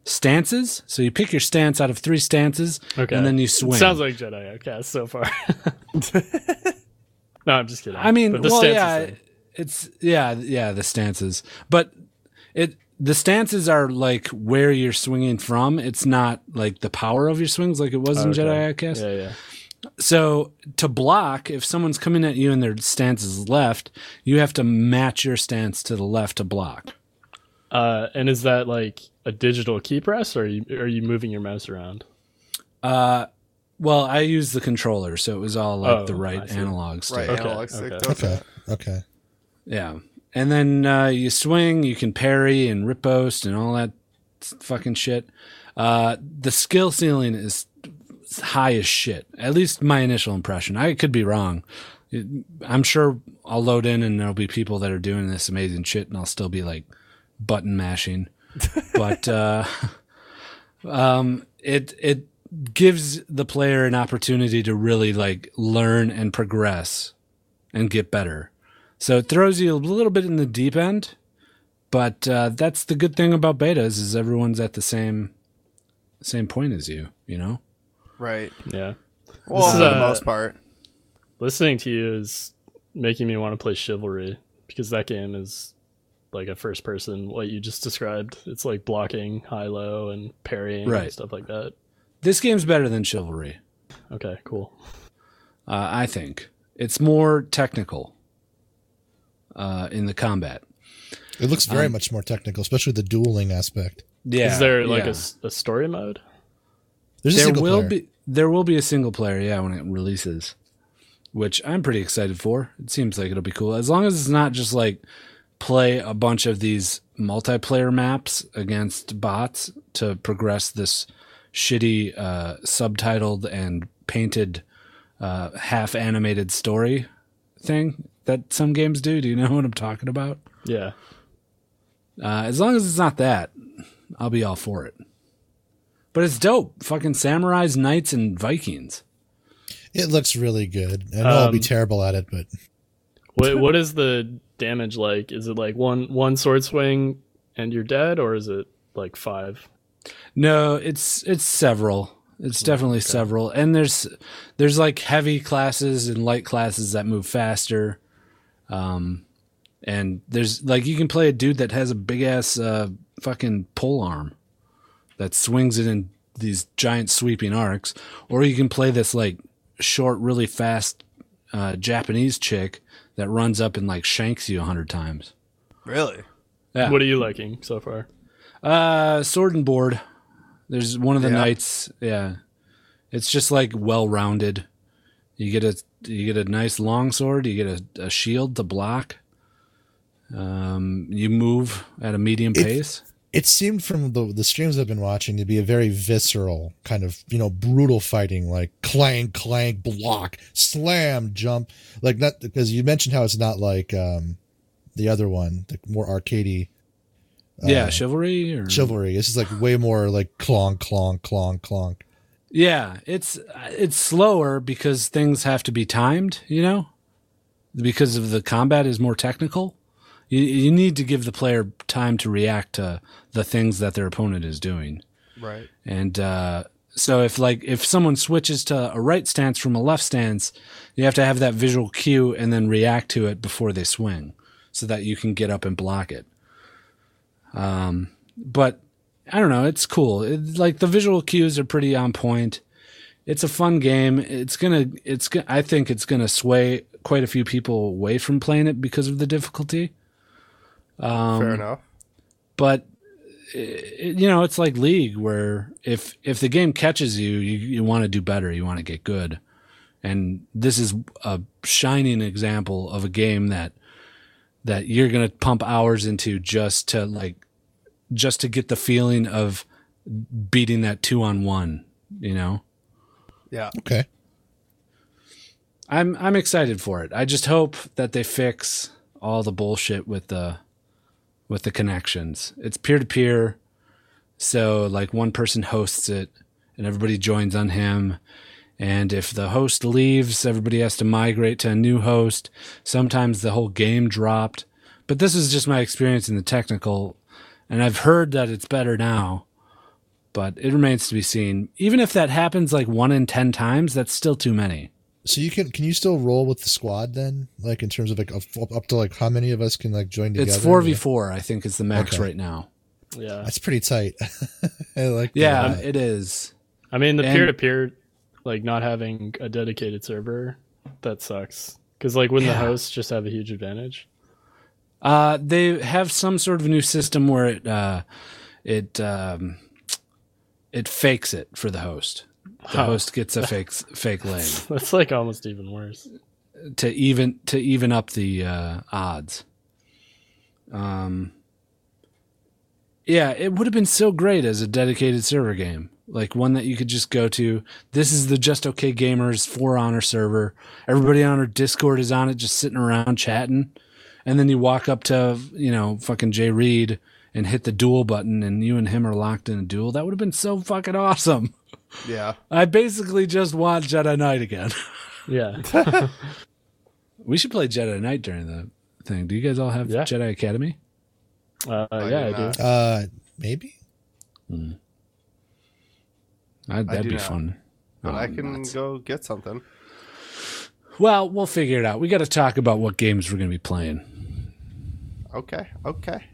S1: stances. So you pick your stance out of three stances
S4: Okay.
S1: and then you
S4: It
S1: swing.
S4: sounds like Jedi Outcast so far. no, I'm just kidding.
S1: I mean,
S4: But the
S1: well,
S4: stance is
S1: yeah,
S4: the-
S1: it's yeah, yeah, the stances, but it the stances are like where you're swinging from. It's not like the power of your swings like it was in
S4: Oh, Okay.
S1: Jedi Outcast.
S4: Yeah, yeah.
S1: So to block, if someone's coming at you and their stance is left, you have to match your stance to the left to block.
S4: Uh, and is that like a digital key press, or are you, are you moving your mouse around?
S1: Uh, Well, I used the controller, so it was all like
S4: Oh,
S1: the
S4: I
S1: right
S4: see.
S1: analog stuff.
S2: Right,
S4: Okay,
S2: analog stick.
S4: okay.
S2: does
S3: Okay.
S2: that.
S3: Okay.
S1: Yeah. And then uh, you swing, you can parry and rip post and all that s- fucking shit. Uh, the skill ceiling is high as shit. At least my initial impression. I could be wrong. It- I'm sure I'll load in and there'll be people that are doing this amazing shit and I'll still be like button mashing. but uh, um, it it gives the player an opportunity to really like learn and progress and get better. So it throws you a little bit in the deep end, but uh, that's the good thing about betas is everyone's at the same same point as you. You know,
S2: Right.
S4: Yeah.
S2: Well,
S4: is
S2: for the
S4: a-
S2: most part.
S4: Listening to you is making me want to play Chivalry because that game is like a first person, what you just described. It's like blocking high low and parrying
S1: Right.
S4: and stuff like that.
S1: this game's better than Chivalry,
S4: Okay, cool.
S1: uh, I think. It's more technical uh, in the combat. Uh,
S3: It looks very much more technical, especially the dueling aspect.
S1: Yeah,
S4: is there like a
S1: yeah.
S4: s a a, story mode?
S3: There's a
S1: there
S3: single
S1: will
S3: player.
S1: be there will be a single player yeah when it releases which i'm pretty excited for it seems like it'll be cool as long as it's not just like play a bunch of these multiplayer maps against bots to progress this shitty uh, subtitled and painted uh, half animated story thing that some games do do you know what i'm talking about
S4: Yeah.
S1: uh, as long as it's not that, I'll be all for it. But it's dope. Fucking samurais, knights, and Vikings.
S3: It looks really good. I know I'll be
S4: Um,
S3: terrible at it, but
S4: What what is the damage like? Is it like one one sword swing and you're dead, or is it like five?
S1: No, it's it's several. It's definitely several. And there's there's like heavy classes and light classes that move faster. Um, and there's like you can play a dude that has a big ass uh, fucking pole arm that swings it in these giant sweeping arcs, or you can play this like short, really fast uh, Japanese chick that runs up and like shanks you a hundred times.
S2: Really?
S1: Yeah.
S4: What are you liking so far?
S1: Uh, sword and board. There's one of the
S2: Yeah.
S1: knights. Yeah, it's just like well rounded. You get a you get a nice long sword. You get a, a shield to block. Um, you move at a medium
S3: It-
S1: pace.
S3: it seemed from the the streams I've been watching to be a very visceral kind of you know brutal fighting, like clang, clang, block, slam, jump. Like not because you mentioned how it's not like um the other one, the more arcadey uh,
S1: yeah, chivalry or
S3: chivalry. This is like way more like clonk, clonk, clonk, clonk.
S1: yeah. It's it's slower because things have to be timed. You know, because of the combat is more technical. You you need to give the player time to react to the things that their opponent is doing.
S2: Right.
S1: And uh, so if like if someone switches to a right stance from a left stance, you have to have that visual cue and then react to it before they swing, so that you can get up and block it. Um, but I don't know. It's cool. It, like the visual cues are pretty on point. It's a fun game. It's gonna. It's. go- I think it's gonna sway quite a few people away from playing it because of the difficulty. Um,
S2: Fair enough.
S1: but it, you know it's like league where if if the game catches you you, you want to do better you want to get good and this is a shining example of a game that that you're going to pump hours into just to like just to get the feeling of beating that 2 on 1 you know
S2: Yeah.
S3: Okay.
S1: I'm I'm excited for it. I just hope that they fix all the bullshit with the with the connections. It's peer to peer, so like one person hosts it and everybody joins on him. And if the host leaves, everybody has to migrate to a new host. Sometimes the whole game dropped. But this is just my experience in the technical, and I've heard that it's better now. But it remains to be seen. Even if that happens like one in ten times, that's still too many.
S3: So you can can you still roll with the squad then? Like in terms of like up, up to like how many of us can like join together?
S1: It's four v four. I think is the max
S3: Okay.
S1: right now.
S4: Yeah.
S3: That's pretty tight. I like that a
S1: Yeah,
S3: lot.
S1: it is.
S4: I mean, the
S1: And-
S4: peer to peer, like not having a dedicated server, that sucks. Because like, wouldn't
S1: Yeah.
S4: the hosts just have a huge advantage?
S1: Uh, they have some sort of new system where it uh, it um, it fakes it for the host. The host gets a fake fake lane
S4: That's like almost even worse.
S1: to even to even up the uh, odds. Um, yeah, it would have been so great as a dedicated server game, like one that you could just go to. This is the Just Okay Gamers for Honor server. Everybody on our Discord is on it, just sitting around chatting, and then you walk up to you know fucking Jay Reed and hit the duel button, and you and him are locked in a duel. That would have been so fucking awesome.
S2: Yeah.
S1: I basically just want Jedi Knight again.
S4: Yeah.
S1: We should play Jedi Knight during the thing. Do you guys all have
S4: Yeah.
S1: Jedi Academy?
S4: Uh, yeah,
S2: I do
S4: I
S2: not.
S4: do.
S3: Uh, maybe.
S1: I, Hmm. that'd
S2: do
S1: be
S2: not.
S1: fun.
S2: But
S1: Oh,
S2: I can
S1: nuts.
S2: go get something.
S1: Well, we'll figure it out. We got to talk about what games we're going to be playing.
S2: Okay. Okay.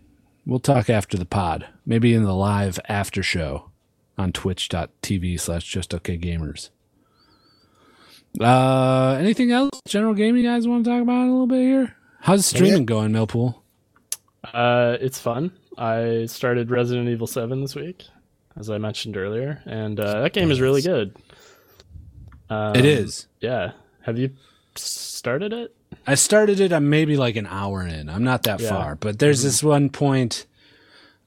S1: We'll talk after the pod, maybe in the live after show on twitch.tv slash just okay gamers. Uh, anything else? General gaming you guys want to talk about a little bit here? How's streaming going, Millpool?
S4: Uh, it's fun. I started Resident Evil Seven this week, as I mentioned earlier, and uh, that game is really good. Um,
S1: it is.
S4: Yeah. Have you started it?
S1: I started it. I'm maybe like an hour in. I'm not that
S4: Yeah.
S1: far, but there's this one point.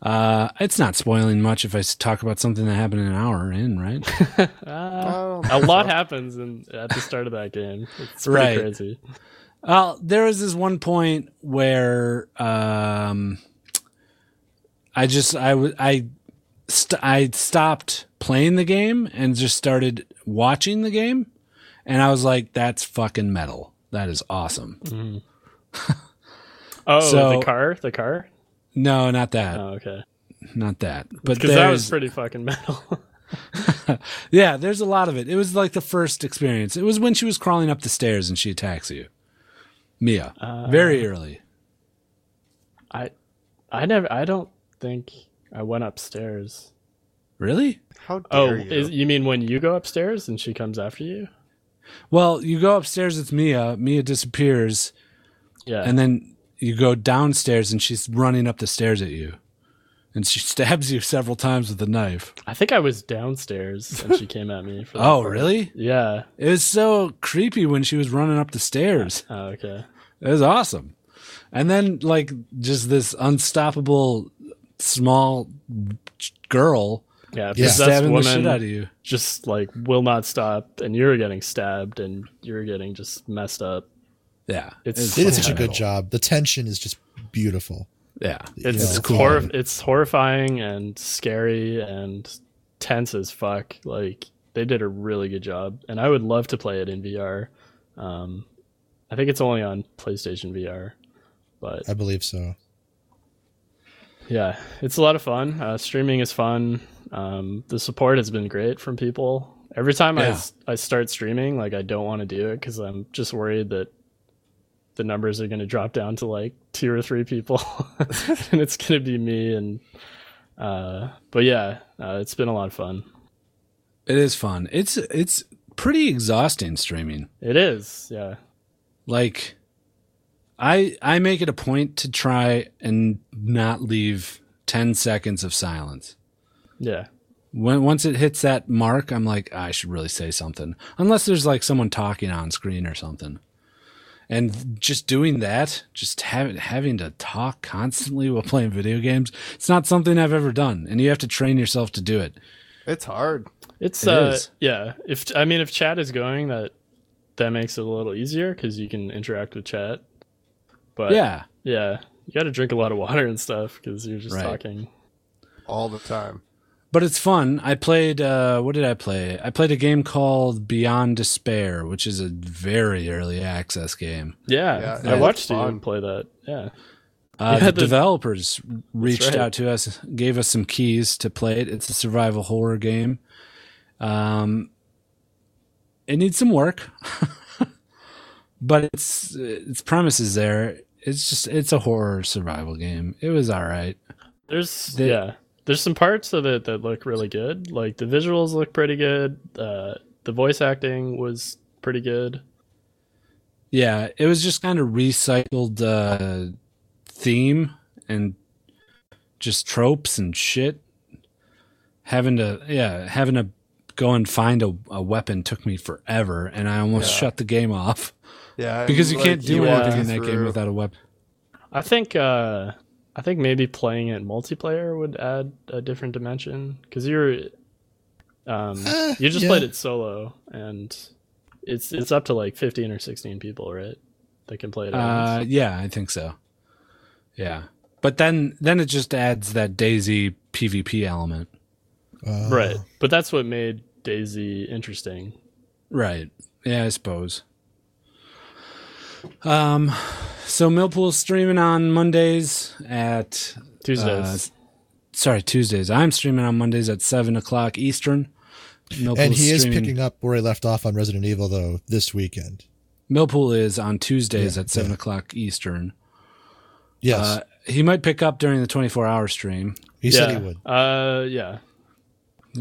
S1: Uh, it's not spoiling much if I s- talk about something that happened an hour in, right?
S4: Uh, a lot happens in, at the start of that game. It's pretty
S1: Right.
S4: crazy.
S1: Well, there was this one point where um, I just I w- I st- I stopped playing the game and just started watching the game, and I was like, "That's fucking metal. That is awesome."
S4: Mm. Oh,
S1: So-
S4: the car, the car.
S1: No, not that,
S4: Oh, okay.
S1: not that. But
S4: Because that was
S1: there's-
S4: pretty fucking metal.
S1: Yeah, there's a lot of it. It was like the first experience. It was when she was crawling up the stairs and she attacks you. Mia.
S4: Uh,
S1: very early.
S4: I, I never. I don't think I went upstairs.
S1: Really?
S2: How dare
S4: Oh,
S2: you?
S4: is, you mean when you go upstairs and she comes after you?
S1: Well, you go upstairs with Mia, Mia disappears,
S4: Yeah.
S1: and then you go downstairs and she's running up the stairs at you. And she stabs you several times with a knife.
S4: I think I was downstairs and she came at me. For that
S1: Oh,
S4: part.
S1: really?
S4: Yeah.
S1: It was so creepy when she was running up the stairs.
S4: Oh, okay.
S1: It was awesome. And then like just this unstoppable small girl
S4: Yeah.
S3: Yeah.
S4: possessed
S1: stabbing the
S4: woman
S1: shit out of you.
S4: Just like will not stop, and you're getting stabbed, and you're getting just messed up.
S1: Yeah,
S4: It's-
S3: They did
S1: fucking
S3: such a good
S1: metal.
S3: job. The tension is just beautiful.
S1: Yeah,
S4: It's
S3: Yeah.
S4: it's, horri- it's horrifying and scary and tense as fuck. Like they did a really good job, and I would love to play it in VR. Um, I think it's only on PlayStation VR, but
S3: I believe so.
S4: yeah, it's a lot of fun. Uh, streaming is fun. Um, the support has been great from people. Every time I
S1: Yeah.
S4: s I I, start streaming, like I don't want to do it because I'm just worried that the numbers are going to drop down to like two or three people, and it's going to be me. And uh, but yeah, uh, it's been a lot of fun.
S1: it is fun. It's it's pretty exhausting streaming.
S4: It is, yeah,
S1: Like, I I make it a point to try and not leave ten seconds of silence.
S4: yeah,
S1: When, once it hits that mark, I'm like, "Ah, I should really say something. Unless there's like someone talking on screen or something. And just doing that, just having having to talk constantly while playing video games, it's not something I've ever done. And you have to train yourself to do it.
S2: It's hard.
S4: it's
S1: It
S4: uh,
S1: is.
S4: yeah. If I mean, if chat is going, that that makes it a little easier because you can interact with chat. But
S1: yeah.
S4: Yeah, you got to drink a lot of water and stuff because you're just
S1: Right.
S4: talking.
S2: All the time.
S1: but it's fun. I played. Uh, what did I play? I played a game called Beyond Despair, which is a very early access game.
S4: Yeah,
S2: Yeah,
S4: I
S2: it's
S4: watched
S2: fun.
S4: you play that. Yeah,
S1: Uh,
S4: Yeah,
S1: the,
S4: the-
S1: developers reached
S4: right.
S1: out to us, gave us some keys to play it. It's a survival horror game. Um, it needs some work. but its its premise is there. It's just it's a horror survival game. It was all right.
S4: There's
S1: The-
S4: yeah, there's some parts of it that look really good. Like the visuals look pretty good. Uh, the voice acting was pretty good.
S1: Yeah, it was just kind of recycled uh, theme and just tropes and shit. Having to yeah, having to go and find a, a weapon took me forever, and I almost shut the game off
S2: Yeah,
S1: because you
S2: and, like,
S1: can't do
S4: you
S2: walk
S1: anything in
S2: you
S1: that game
S2: through-
S1: without a weapon.
S4: I think uh, I think maybe playing it multiplayer would add a different dimension because you're um,
S3: Eh,
S4: you just
S3: yeah.
S4: played it solo and it's it's up to like 15 or 16 people, right? That can play it. at once.
S1: Uh, yeah, I think so. Yeah, but then then it just adds that Daisy PvP element,
S3: Uh,
S4: Right. But that's what made Daisy interesting.
S1: right? Yeah, I suppose. Um, so Millpool's streaming on Mondays at uh,
S4: Tuesdays.
S1: sorry Tuesdays. I'm streaming on Mondays at seven o'clock Eastern. Millpool's
S3: And he is
S1: streaming-
S3: picking up where he left off on Resident Evil though this weekend.
S1: Millpool is on Tuesdays
S3: Yeah,
S1: at seven
S3: yeah.
S1: o'clock Eastern.
S3: Yes,
S1: Uh, he might pick up during the 24 hour stream.
S3: he
S4: yeah.
S3: said he would.
S4: Uh, yeah.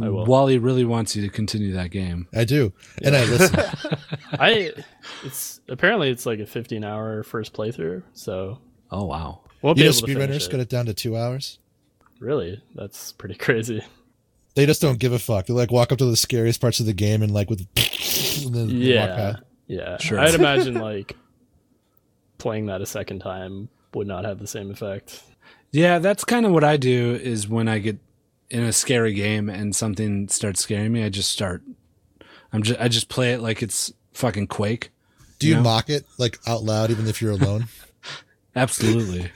S4: I will.
S1: Wally really wants you to continue that game.
S3: I do, and I listen.
S4: I it's apparently it's like a 15 hour first playthrough, so
S1: Oh wow.
S4: won't
S3: you
S4: be
S3: know,
S4: able to finish
S3: speedrunners
S4: it.
S3: got it down to two hours.
S4: Really, that's pretty crazy.
S3: They just don't give a fuck. They like walk up to the scariest parts of the game and like with and then walk
S4: Yeah,
S3: out.
S4: yeah.
S1: Sure.
S4: I'd imagine like playing that a second time would not have the same effect.
S1: Yeah, that's kind of what I do is when I get in a scary game and something starts scaring me, I just start I'm just I just play it like it's fucking Quake.
S3: Do you
S1: Yeah.
S3: mock it like out loud, even if you're alone?
S1: Absolutely.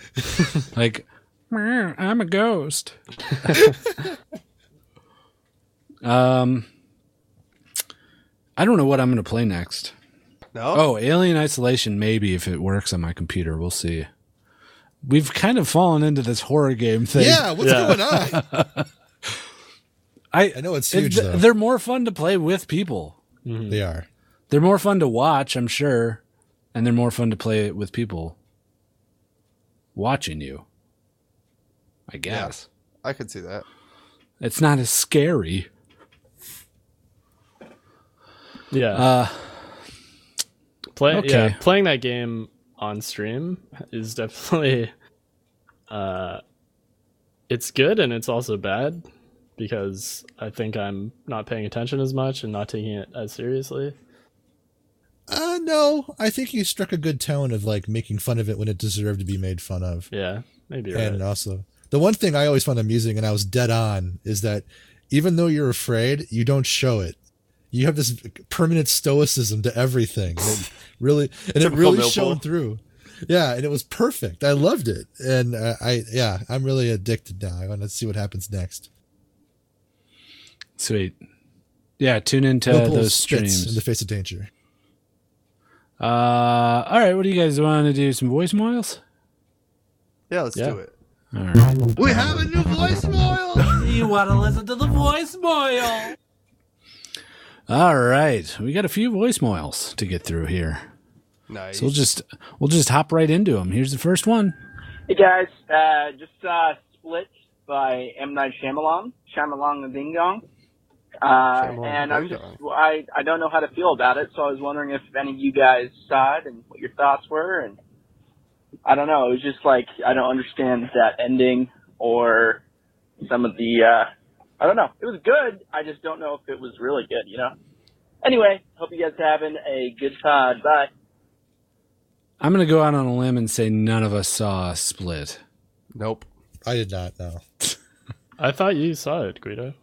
S1: like "Meow, I'm a ghost. um I don't know what I'm going to play next.
S2: No,
S1: Oh, Alien Isolation maybe if it works on my computer, we'll see. We've kind of fallen into this horror game thing.
S3: yeah, what's
S4: Yeah.
S3: going on?
S1: I
S3: I know it's
S1: It-
S3: huge
S1: th-
S3: though.
S1: They're more fun to play with people.
S3: They are.
S1: They're more fun to watch, I'm sure, and they're more fun to play with people watching you. I guess
S2: I could see that.
S1: it's not as scary.
S4: Yeah.
S1: Uh,
S4: Play,
S1: Okay.
S4: yeah, playing that game on stream is definitely uh it's good and it's also bad because I think I'm not paying attention as much and not taking it as seriously.
S3: Uh, no, I think you struck a good tone of like making fun of it when it deserved to be made fun of.
S4: Yeah, maybe you're
S3: and
S4: right.
S3: also, the one thing I always found amusing, and I was dead on, is that even though you're afraid, you don't show it. You have this permanent stoicism to everything. It really, and it
S2: Typical
S3: really
S2: Millpool.
S3: shone through. Yeah, and it was perfect. I loved it, and uh, I yeah, I'm really addicted now. I want to see what happens next.
S1: sweet. Yeah, tune into
S3: Millpool
S1: those
S3: spits in
S1: streams.
S3: the face of danger.
S1: uh, all right, what do you guys want to do? Some voicemails?
S2: Yeah, let's
S4: Yeah.
S2: do it.
S1: All right.
S2: We have a new voicemail.
S5: You want to listen to the voicemail?
S1: All right, we got a few voicemails to get through here,
S2: nice.
S1: so we'll just we'll just hop right into them. Here's the first one.
S8: Hey guys, uh, just uh, Split by M Night Shyamalan, Shyamalan the Ding Dong. Uh,
S2: Shyamalan
S8: and
S2: the
S8: I was
S2: Ding
S8: just, I, I don't know how to feel about it, so I was wondering if any of you guys saw it and what your thoughts were. And I don't know, it was just like I don't understand that ending or some of the. Uh, I don't know. It was good. I just don't know if it was really good. You know. Anyway, hope you guys are having a good time. Bye.
S1: I'm gonna go out on a limb and say none of us saw Split.
S2: nope.
S3: I did not know.
S4: I thought you saw it, Guido.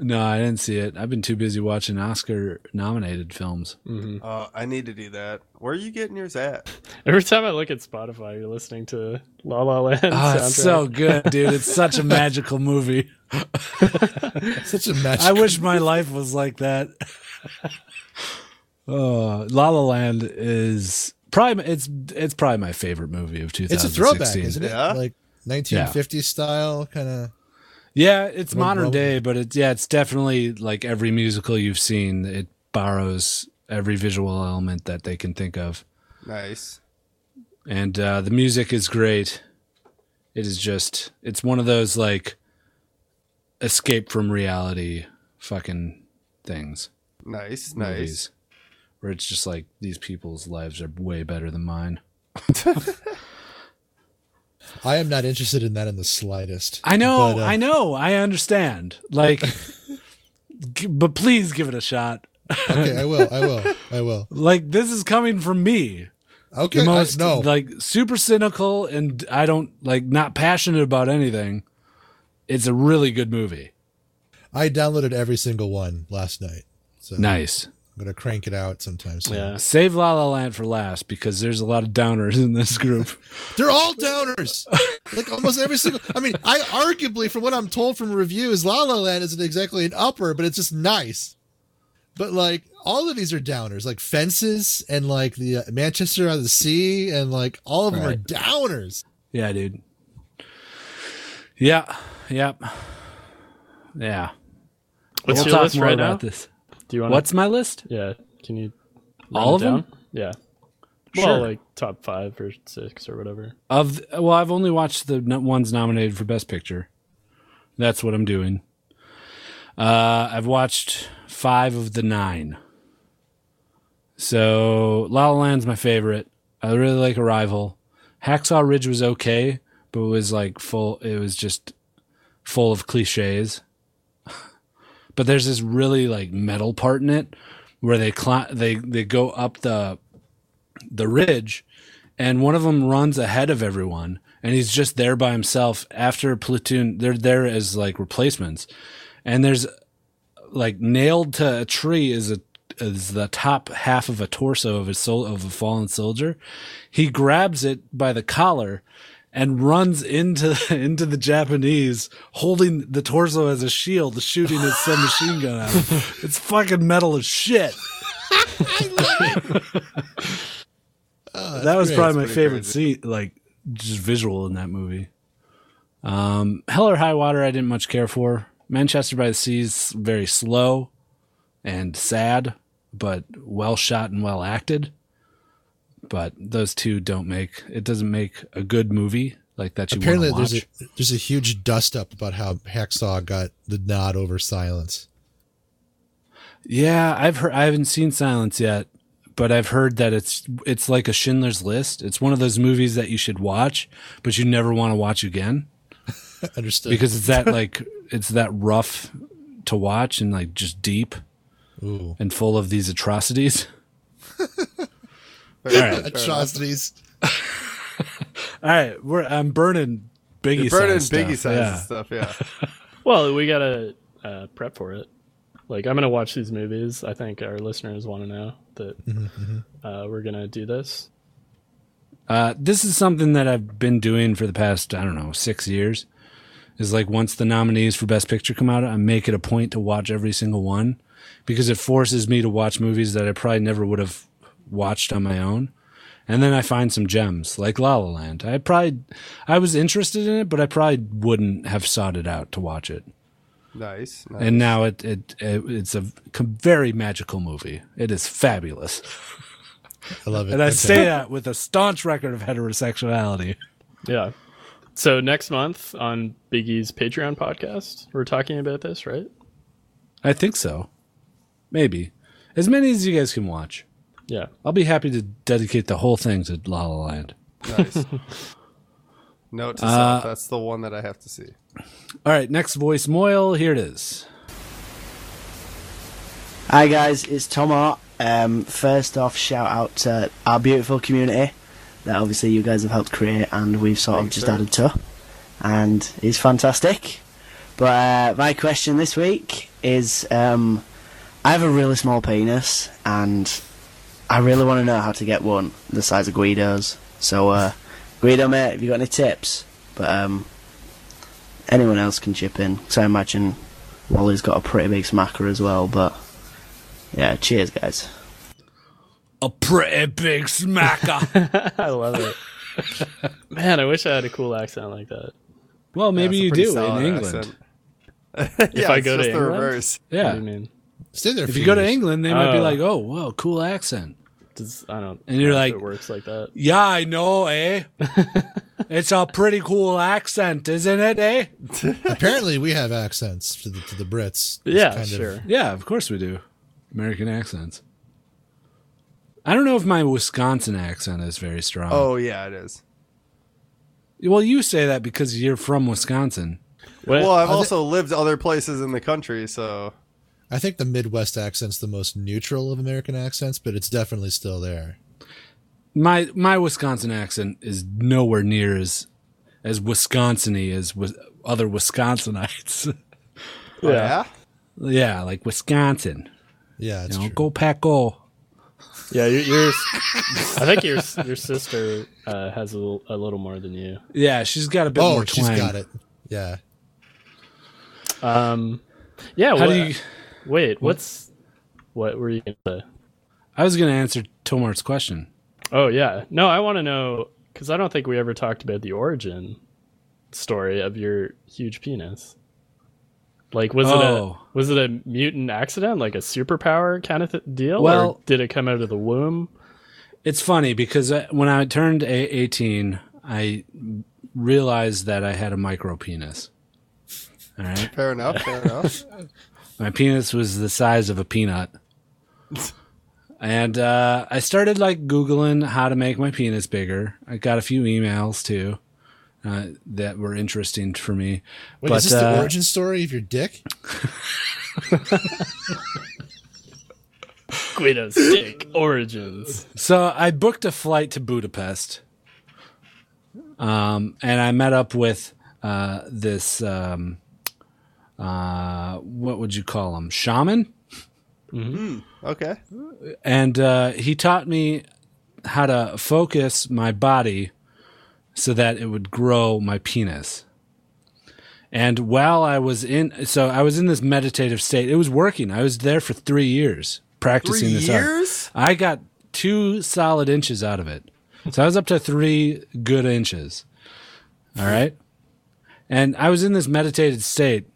S1: No, I didn't see it. I've been too busy watching Oscar nominated films.
S4: hmm
S2: Uh, I need to do that. Where are you getting yours at?
S4: Every time I look at Spotify, you're listening to La La Land.
S1: Oh, it's
S4: soundtrack.
S1: so good, dude. It's such a magical movie.
S3: Such a match.
S1: I wish my life was like that. Oh, La La Land is probably it's it's probably my favorite movie of 2016.
S3: it's a throwback, isn't it?
S2: Yeah.
S3: Like 1950s style kind of.
S1: Yeah, it's
S3: Well,
S1: modern
S3: well-
S1: day, but it's yeah, it's definitely like every musical you've seen. It borrows every visual element that they can think of.
S2: Nice.
S1: and uh, the music is great. It is just it's one of those like escape from reality fucking things.
S2: Nice. Nice.
S1: movies, where it's just like these people's lives are way better than mine.
S3: I am not interested in that in the slightest.
S1: I know,
S3: But, uh,
S1: I know, I understand. Like, g- but please give it a shot.
S3: Okay, I will. I will. I will.
S1: Like this is coming from me.
S3: Okay.
S1: The most
S3: I, no.
S1: like super cynical and I don't like not passionate about anything. It's a really good movie.
S3: I downloaded every single one last night. So
S1: Nice.
S3: I'm gonna crank it out sometime soon.
S4: Yeah.
S1: Save La La Land for last because there's a lot of downers in this group.
S3: They're all downers. like almost every single. I mean, I arguably, from what I'm told from reviews, La La Land isn't exactly an upper, but it's just nice. But like all of these are downers, like Fences and like the uh, Manchester on the Sea, and like all of them are
S1: Right.
S3: downers.
S1: yeah, dude. Yeah, yep, yeah.
S4: What's
S1: we'll
S4: your
S1: talk
S4: list
S1: more
S4: right now?
S1: about this.
S4: Do you want
S1: What's my list?
S4: Yeah. Can you run
S1: All
S4: it
S1: of them?
S4: down? Yeah.
S1: Sure.
S4: Well, like top five or six or whatever.
S1: Of well, I've only watched the no- ones nominated for Best Picture. That's what I'm doing. Uh, I've watched five of the nine. So La La Land's my favorite. I really like Arrival. Hacksaw Ridge was okay, but it was like full. It was just full of cliches. but there's this really like metal part in it where they cli- they they go up the the ridge and one of them runs ahead of everyone and he's just there by himself after platoon they're there as like replacements and there's like nailed to a tree is a is the top half of a torso of a soul of a fallen soldier he grabs it by the collar and runs into into the Japanese, holding the torso as a shield, shooting his submachine gun at him. It's fucking metal as shit.
S3: Oh, that's
S1: that was
S3: great.
S1: probably my
S2: That's
S1: favorite
S2: pretty
S1: scene, like just visual in that movie. Um, Hell or High Water, I didn't much care for. Manchester by the Sea is very slow and sad, but well shot and well acted. But those two don't make it doesn't make a good movie like that. You
S3: Apparently,
S1: wanna watch.
S3: there's a there's a huge dust up about how Hacksaw got the nod over Silence.
S1: Yeah, I've heard. I haven't seen Silence yet, but I've heard that it's it's like a Schindler's List. It's one of those movies that you should watch, but you never want to watch again
S3: Understood.
S1: because it's that like it's that rough to watch and like just deep
S3: Ooh.
S1: and full of these atrocities.
S2: Fair enough, fair enough.
S3: atrocities.
S1: All right, we're I'm burning Biggie.
S2: You're burning
S1: size
S2: Biggie
S1: stuff, yeah.
S2: size stuff. Yeah.
S4: Well, we gotta uh, prep for it. Like, I'm gonna watch these movies. I think our listeners want to know that
S2: Mm-hmm,
S4: uh, we're gonna do this.
S1: Uh, this is something that I've been doing for the past, I don't know, six years. Is like once the nominees for Best Picture come out, I make it a point to watch every single one because it forces me to watch movies that I probably never would have watched on my own. And then I find some gems like La La Land. I probably, I was interested in it, but I probably wouldn't have sought it out to watch it.
S2: Nice. nice.
S1: And now it, it, it it's a com- very magical movie. It is fabulous.
S3: I love it.
S1: And I
S3: Okay.
S1: say that with a staunch record of heterosexuality.
S4: Yeah. So next month on Biggie's Patreon podcast, we're talking about this, right?
S1: I think so. Maybe. As many as you guys can watch.
S4: Yeah.
S1: I'll be happy to dedicate the whole thing to La La Land.
S2: nice. Note to
S4: Uh,
S2: self: that's the one that I have to see.
S1: All right, next voice, Moyle. Here it is.
S9: Hi guys, it's Tom Art. Um, first off, shout out to our beautiful community that obviously you guys have helped create and we've sort of
S2: Thanks,
S9: just
S2: sir.
S9: added to. And it's fantastic. But uh, my question this week is um, I have a really small penis and I really want to know how to get one the size of Guido's. So, uh, Guido, mate, have you got any tips? But um, anyone else can chip in. So I imagine Wally's got a pretty big smacker as well, but. Yeah, cheers, guys.
S1: A pretty big smacker.
S4: I love it. Man, I wish I had a cool accent like that.
S1: well, maybe
S2: That's a
S1: you
S2: pretty
S1: do
S2: solid
S1: in England.
S2: accent. yeah,
S4: I
S2: it's
S4: go to
S2: just the
S4: England?
S2: reverse.
S4: What do
S1: Yeah.
S4: you mean?
S3: Stay there.
S1: If
S3: for
S1: you go to
S3: years.
S1: England, they might be
S4: Oh.
S1: like, oh, wow, cool accent.
S4: Does, I don't.
S1: And you're
S4: know if
S1: like-
S4: it works like that.
S1: Yeah, I know, eh? it's a pretty cool accent, isn't it, eh?
S3: Apparently, we have accents to the, to the Brits. It's
S4: Yeah,
S3: kind of-
S4: sure.
S1: Yeah, of course we do. American accents. I don't know if my Wisconsin accent is very strong.
S2: Oh yeah, it is.
S1: Well, you say that because you're from Wisconsin.
S4: What-
S2: Well, I've
S3: thi-
S2: also lived other places in the country, so
S3: I think the Midwest accent's the most neutral of American accents, but it's definitely still there.
S1: My my Wisconsin accent is nowhere near as as Wisconsin-y as Wis- other Wisconsinites.
S4: yeah. Oh, yeah,
S2: yeah.
S1: yeah, like Wisconsin.
S3: Yeah, it's
S1: You know,
S3: true.
S1: go pack go.
S4: You're, you're- I think your your sister uh, has a, l- a little more than you.
S1: Yeah, she's got a bit
S3: oh,
S1: more twang.
S3: she's got it. Yeah.
S4: Um, yeah.
S1: How
S4: what,
S1: do you?
S4: wait? What's what were you gonna say?
S1: I was going to answer Tomar's question.
S4: Oh yeah. No, I want to know because I don't think we ever talked about the origin story of your huge penis. Like was
S1: Oh.
S4: it a was it a mutant accident, like a superpower kind of th- deal? or
S1: Well-
S4: did it come out of the womb?
S1: It's funny because uh, when I turned a- 18, I realized that I had a micro penis. All right.
S2: Fair enough. Fair enough.
S1: My penis was the size of a peanut. And uh, I started like Googling how to make my penis bigger. I got a few emails too uh, that were interesting for me.
S3: Wait,
S1: But,
S3: is this the
S1: uh,
S3: origin story of your dick?
S4: Guido's dick origins.
S1: So I booked a flight to Budapest, um, and I met up with uh, this um, uh, what would you call him, shaman,
S2: Okay.
S1: and uh, he taught me how to focus my body so that it would grow my penis. And while I was in, so I was in this meditative state. It was working. I was there for three years practicing this art. I got two solid inches out of it. So I was up to three good inches. All right. And I was in this meditated state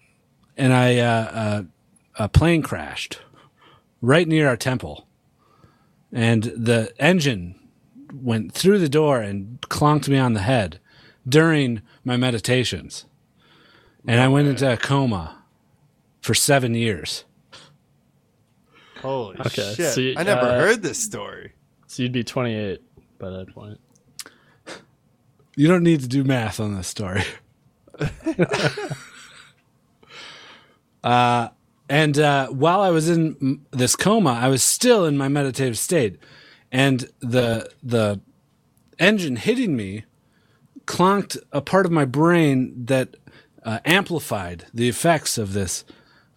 S1: and I, uh, uh, a plane crashed right near our temple. And the engine went through the door and clonked me on the head during my meditations. And I went into a coma for seven years.
S2: Holy
S4: Okay,
S2: shit!
S4: so you-
S2: I never
S4: uh,
S2: heard this story.
S4: So you'd be twenty eight by that point.
S1: You don't need to do math on this story. Uh, and uh, while I was in m- this coma, I was still in my meditative state, and the the engine hitting me clonked a part of my brain that uh, amplified the effects of this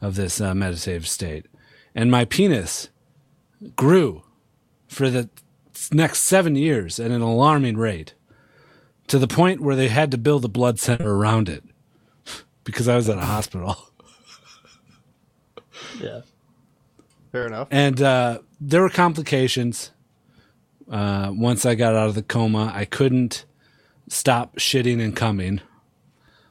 S1: of this uh, meditative state, and my penis grew for the next seven years at an alarming rate to the point where they had to build a blood center around it because I was at a hospital.
S4: Yeah.
S2: Fair enough.
S1: And uh, there were complications. Uh, once I got out of the coma, I couldn't stop shitting and coming.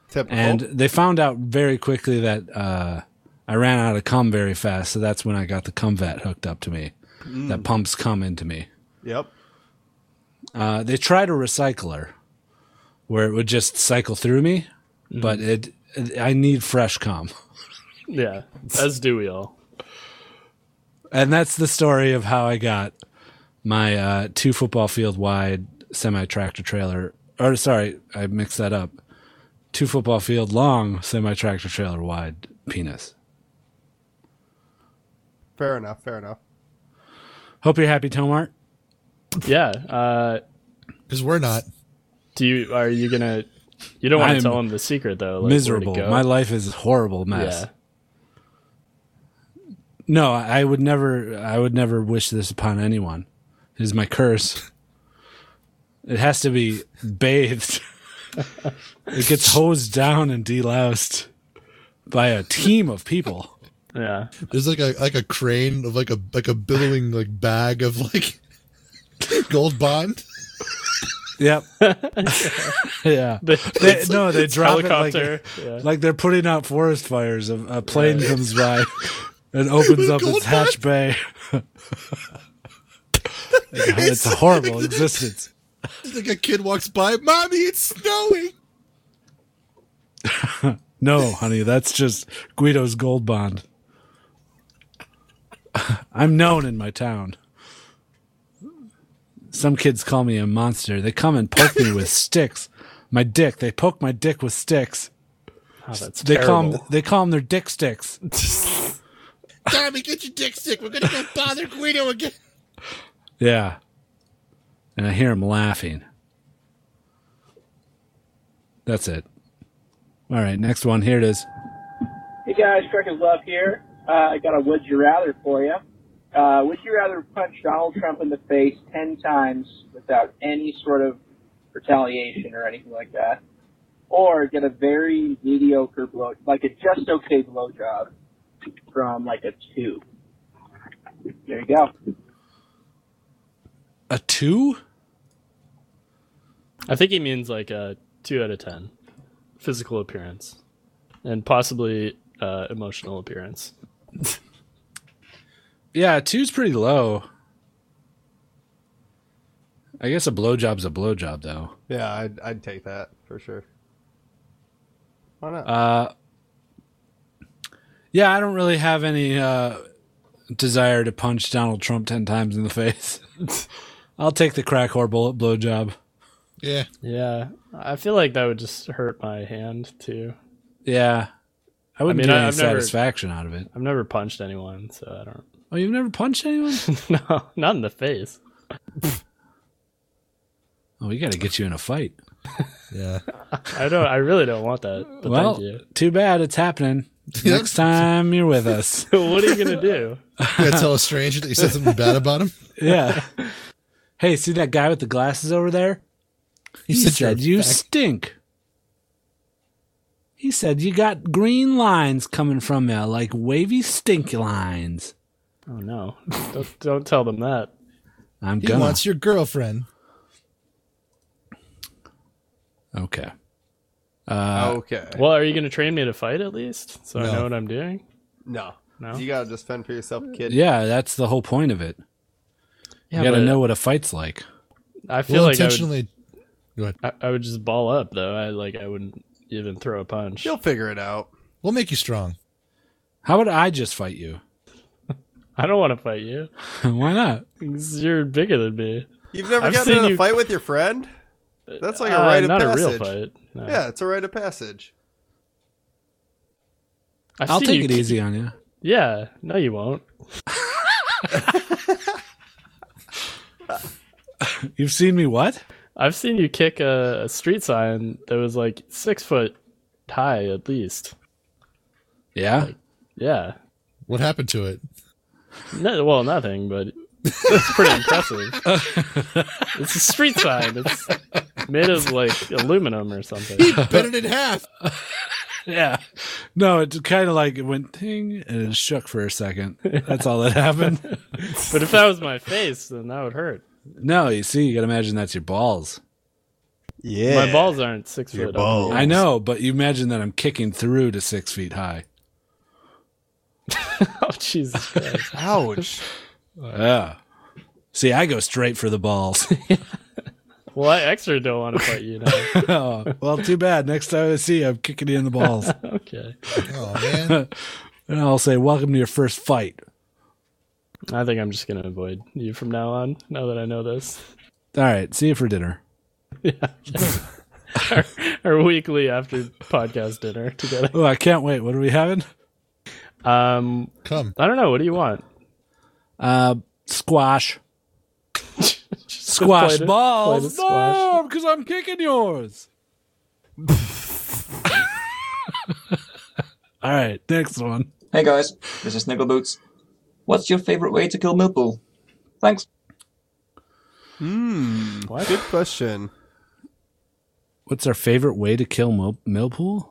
S2: Typical.
S1: And they found out very quickly that uh, I ran out of cum very fast. So that's when I got the cum vet hooked up to me
S2: Mm.
S1: that pumps cum into me.
S2: yep.
S1: Uh, they tried a recycler where it would just cycle through me, but it I need fresh cum.
S4: Yeah. As do we all.
S1: and that's the story of how I got my uh, two football field wide semi tractor trailer. Or sorry, I mixed that up. Two football field long semi tractor trailer wide penis.
S2: Fair enough. Fair enough.
S1: Hope you're happy, Tomart.
S4: Yeah. Uh
S3: Because we're not.
S4: do you are you gonna you don't want
S1: I'm
S4: to tell him the secret though. Like, where to
S1: Miserable.
S4: go?
S1: My life is a horrible mess.
S4: yeah.
S1: No, I would never. I would never wish this upon anyone. It is my curse. It has to be bathed. it gets hosed down and deloused by a team of people.
S4: Yeah.
S3: There's like a like a crane of like a like a billowing like bag of like gold bond.
S1: Yep. yeah. They, no, they drop it like,
S4: helicopter. yeah.
S1: like they're putting out forest fires. A, a plane comes by and opens up
S3: Gold
S1: its hatch bay. it's a horrible existence.
S3: It's like a kid walks by, mommy, it's snowing.
S1: No, honey, that's just Guido's gold bond. I'm known in my town. Some kids call me a monster. They come and poke me with sticks. My dick. They poke my dick with sticks.
S4: Oh, that's
S1: They call
S4: terrible.
S1: them, they call 'em their dick sticks.
S3: Tommy, get your dick sick. We're gonna go bother Guido again.
S1: Yeah. And I hear him laughing. That's it. All right, next one. Here it is.
S8: Hey guys, Trek is Love here. Uh, I got a would you rather for you. Uh, would you rather punch Donald Trump in the face ten times without any sort of retaliation or anything like that, or get a very mediocre blow, like a just okay blowjob from like a two? There you go.
S1: A two?
S4: I think he means like a two out of ten, physical appearance, and possibly uh, emotional appearance.
S1: Yeah, a two's pretty low. I guess a blowjob's a blowjob, though.
S2: Yeah, I'd, I'd take that for sure. Why not?
S1: Uh, yeah, I don't really have any uh, desire to punch Donald Trump 10 times in the face. I'll take the crack whore bullet blowjob.
S3: Yeah.
S4: Yeah, I feel like that would just hurt my hand too.
S1: Yeah. I wouldn't
S4: mean,
S1: get
S4: I-
S1: any
S4: I've never-
S1: satisfaction out of it.
S4: I've never punched anyone, so I don't.
S1: Oh, you've never punched anyone?
S4: no, not in the face.
S1: oh, we got to get you in a fight.
S3: Yeah.
S4: I don't. I really don't want that. But
S1: well,
S4: thank you.
S1: too bad it's happening. Next time you're with us.
S4: what are you gonna do?
S3: You gotta tell a stranger that you said something bad about him.
S1: Yeah. hey, see that guy with the glasses over there?
S3: You
S1: He
S3: you're
S1: said you
S3: back.
S1: stink. He said you got green lines coming from you, like wavy stink lines.
S4: Oh no! Don't don't tell them that.
S1: I'm
S3: He
S1: gonna.
S3: wants your girlfriend.
S1: okay. Uh,
S2: okay.
S4: Well, are you gonna train me to fight at least, so
S3: No.
S4: I know what I'm doing?
S2: No.
S4: No?
S2: You gotta just fend for yourself, kid.
S1: Yeah, that's the whole point of it.
S4: Yeah,
S1: you got to
S4: but
S1: know what a fight's like.
S4: I feel
S3: We'll
S4: like I would,
S3: intentionally.
S4: I, I would just ball up though. I like I wouldn't even throw a punch.
S2: You'll figure it out.
S3: We'll make you strong.
S1: How about I just fight you?
S4: I don't want to fight you.
S1: Why not?
S4: 'cause You're bigger than me.
S2: You've never
S4: I've
S2: gotten
S4: seen
S2: in a
S4: you-
S2: fight with your friend? That's like a
S4: Uh,
S2: rite of
S4: not
S2: passage.
S4: a real fight. No.
S2: Yeah, it's a rite of passage.
S4: I've
S1: I'll
S4: seen
S1: take
S4: you
S1: it
S4: ki-
S1: easy on you.
S4: Yeah, no, you won't.
S1: You've seen me what?
S4: I've seen you kick a, a street sign that was like six foot high at least.
S1: Yeah.
S4: Yeah.
S3: What happened to it?
S4: No, well, nothing, but it's pretty impressive. it's a street sign. It's made of like aluminum or something.
S3: Bent it in half.
S1: Yeah. No, it kind of like it went ting and it shook for a second. That's all that happened.
S4: But if that was my face, then that would hurt.
S1: no, you see, you got to imagine that's your balls.
S2: Yeah.
S4: My balls aren't six foot.
S2: balls.
S4: high.
S1: I know, but you imagine that I'm kicking through to six feet high.
S4: Oh Jesus Christ!
S2: Ouch.
S1: Yeah. See, I go straight for the balls.
S4: Well, I extra don't want to fight you now.
S1: Oh, well, too bad. Next time I see you, I'm kicking you in the balls.
S4: Okay.
S3: Oh man.
S1: And I'll say, Welcome to your first fight.
S4: I think I'm just gonna avoid you from now on. Now that I know this,
S1: All right. See you for dinner.
S4: our weekly after podcast dinner together.
S1: Oh, I can't wait. What are we having?
S4: Um,
S3: Come.
S4: I don't know. What do you want?
S1: Uh, squash.
S4: Play
S1: Squash
S4: to- play
S1: balls.
S4: to squash.
S1: No, because I'm kicking yours. All right. Next one.
S10: Hey guys, this is Nickel Boots. What's your favorite way to kill Millpool? Thanks.
S4: What?
S2: Hmm. Good question.
S1: What's our favorite way to kill Mil- Millpool?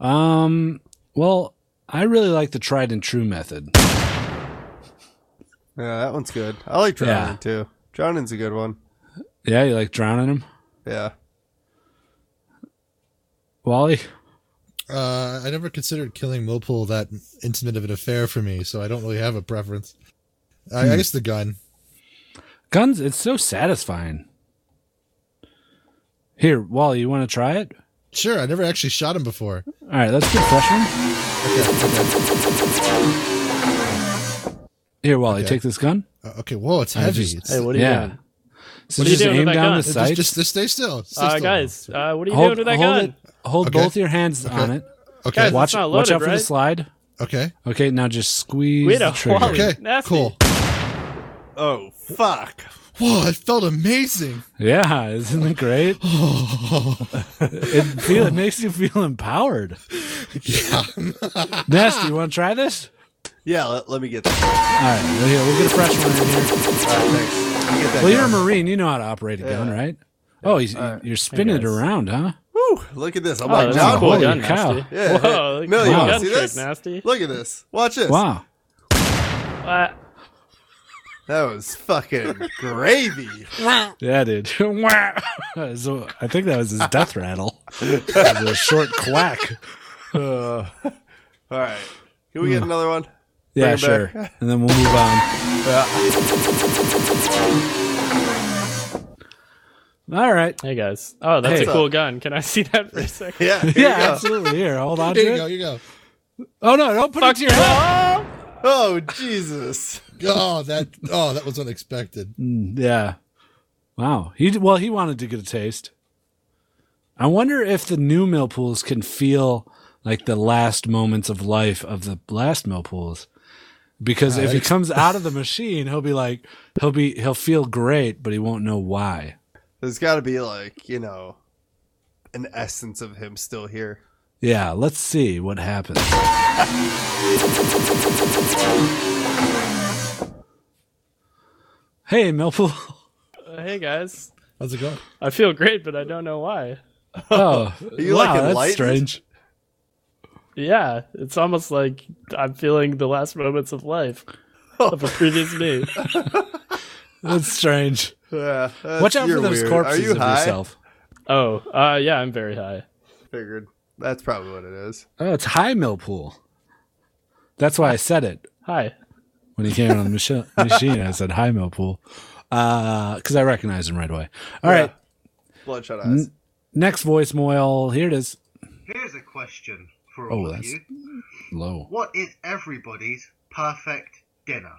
S1: Um, well, I really like the tried and true method.
S2: Yeah, that one's good. I like drowning
S1: Yeah.
S2: too. Drowning's a good one.
S1: Yeah, you like drowning him?
S2: Yeah.
S1: Wally?
S3: Uh, I never considered killing
S1: Hmm.
S3: Millpool that intimate of an affair for me, so I don't really have a preference. I, I guess the gun.
S1: Guns, it's so satisfying. Here, Wally, you want to try it?
S3: Sure, I never actually shot him before.
S1: All right, let's get fresh one. Here, Wally,
S3: Okay.
S1: take this gun.
S3: Uh, okay, whoa, it's
S1: I
S3: heavy.
S1: just-
S3: It's-
S4: Hey, what are you
S1: yeah.
S4: doing?
S1: So
S4: What are you
S1: just
S4: doing with
S1: aim
S4: that
S1: down
S4: gun?
S1: the
S4: Just-
S1: sight.
S3: Just, just stay still. Stay
S4: Uh,
S3: still.
S4: guys, uh, what are you doing with that
S1: hold
S4: gun?
S1: it- hold
S3: Okay.
S1: both your hands on it.
S3: Okay.
S4: Guys,
S1: Watch,
S4: it's not
S1: watch
S4: loaded,
S1: out for the
S4: right?
S1: slide.
S3: Okay.
S1: Okay, now just squeeze
S4: Wait
S1: the
S4: a-
S1: trigger.
S4: Wally.
S3: Okay.
S4: Nasty.
S3: Cool.
S2: Oh fuck!
S3: Whoa, it felt amazing.
S1: Yeah, isn't it great? it feel it makes you feel empowered.
S3: Yeah.
S1: Nasty, you want to try this?
S2: Yeah, let, let me get that.
S1: All right, well, here we'll get a fresh one in here.
S2: All right, thanks. You get that
S1: Well, you're a
S2: gun.
S1: marine. You know how to operate a gun, right? Oh, he's, you're spinning it
S4: guys.
S1: around, huh?
S2: Woo, look at this. I'm
S4: Oh,
S2: like
S4: that's
S2: John
S4: a cool
S2: Wick.
S4: gun,
S1: cow.
S4: nasty.
S2: Yeah.
S4: Whoa, look at
S2: Millie,
S4: the
S2: you
S1: Wow.
S4: gun
S2: see
S4: trick,
S2: this?
S4: nasty.
S2: Look at this. Watch this.
S1: Wow.
S4: Uh,
S2: That was fucking gravy.
S1: Yeah, dude. Wow. so I think that was his death rattle. That was a short quack. Uh,
S2: All right. Can we get another one?
S1: Yeah,
S2: Bring it
S1: sure.
S2: back.
S1: And then we'll move on. Uh, All right.
S4: hey guys. Oh, that's
S1: Hey.
S4: a cool gun. Can I see that for a second?
S2: Yeah. Here
S1: Yeah,
S2: yeah. Go.
S1: absolutely. Here, hold on to
S3: Here you go.
S1: it.
S3: You go.
S1: Oh no, don't put it to your head.
S2: Oh Jesus.
S3: Oh, that. Oh, that was unexpected.
S1: Mm, Yeah. Wow. He d- well, he wanted to get a taste. I wonder if the new Millpools can feel like the last moments of life of the last Millpools. Because if he
S3: ex-
S1: comes out of the machine, he'll be like he'll be he'll feel great, but he won't know why.
S2: There's got to be like you know, an essence of him still here.
S1: Yeah, let's see what happens.
S2: Mm.
S1: hey, Millpool.
S4: Uh, hey guys.
S3: How's it going?
S4: I feel great, but I don't know why.
S1: Oh,
S2: you, like,
S1: wow, that's
S2: enlightened?
S1: strange.
S4: Yeah, it's almost like I'm feeling the last moments of life
S2: Oh.
S4: of a previous me.
S1: That's strange.
S2: Yeah. that's-
S1: Watch out for
S2: you're
S1: those
S2: weird.
S1: corpses
S2: Are you
S1: of
S2: high?
S1: yourself.
S4: Oh, uh, yeah, I'm very high.
S2: Figured. That's probably what it is.
S1: Oh, it's high Millpool. That's why I said it
S4: Hi.
S1: when he came on the machi- machine. I said hi Millpool because I recognized him right away. All right,
S2: Bloodshot eyes.
S1: next voice Moyle. Here it is.
S11: Here's a question for
S1: Oh,
S11: all of
S1: that's-
S11: you.
S1: Low.
S11: What is everybody's perfect dinner?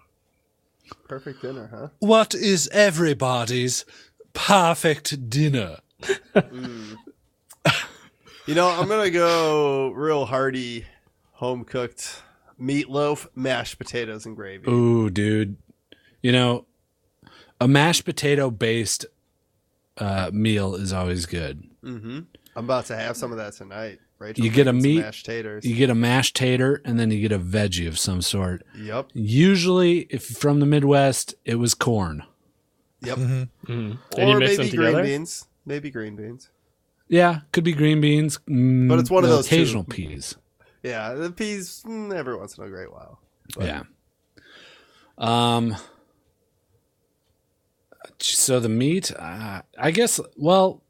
S2: Perfect dinner, huh?
S1: What is everybody's perfect dinner?
S2: You know, I'm gonna go real hearty, home cooked meatloaf, mashed potatoes, and gravy.
S1: Ooh, dude. You know, a mashed potato based uh, meal is always good.
S4: Mm-hmm.
S2: I'm about to have some of that tonight. Rachel,
S1: You get a
S2: making some
S1: meat-
S2: mashed taters.
S1: You get a mashed tater and then you get a veggie of some sort.
S2: Yep,
S1: Usually, if you're from the Midwest, it was corn.
S2: yep.
S1: Mm-hmm.
S4: Mm-hmm. And you
S2: or
S4: mix
S2: maybe
S4: them
S2: green
S4: together?
S2: beans. Maybe green beans.
S1: Yeah, could be green beans. mm,
S2: But it's one of
S1: the
S2: those two.
S1: occasional peas.
S2: Yeah, the peas mm, every once in a great while.
S1: Yeah. Um. So the meat, uh, I guess. Well,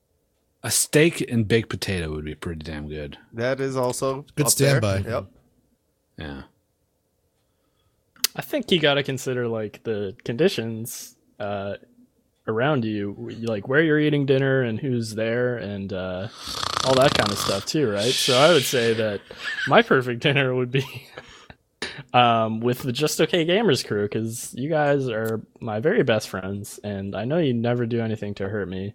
S1: a steak and baked potato would be pretty damn good.
S2: That is also
S3: Good
S2: up there.
S3: standby.
S2: Yep.
S1: Yeah.
S4: I think you got to consider like the conditions uh, around you, w- like where you're eating dinner and who's there and uh, all that kind of stuff too, right? So I would say that my perfect dinner would be um, with the Just Okay Gamers crew because you guys are my very best friends, and I know you never do anything to hurt me.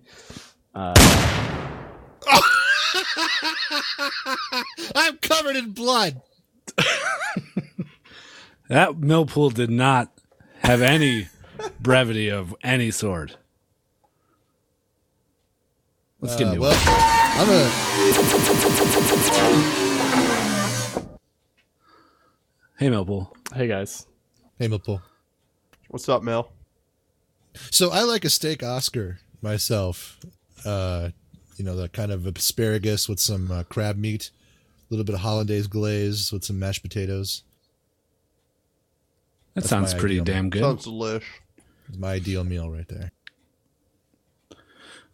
S4: Uh,
S3: I'm covered in blood.
S1: That millpool did not have any brevity of any sort. Let's get
S3: Uh,
S1: new.
S3: well, I'm a.
S1: hey, millpool.
S4: Hey guys,
S3: Hey, Maple.
S2: What's up, Mel?
S3: So I like a steak Oscar myself. Uh, you know, that kind of asparagus with some uh, crab meat, a little bit of hollandaise glaze with some mashed potatoes.
S1: That sounds
S3: my
S1: pretty
S3: ideal.
S1: damn good.
S2: Sounds delish.
S3: It's my ideal meal right there.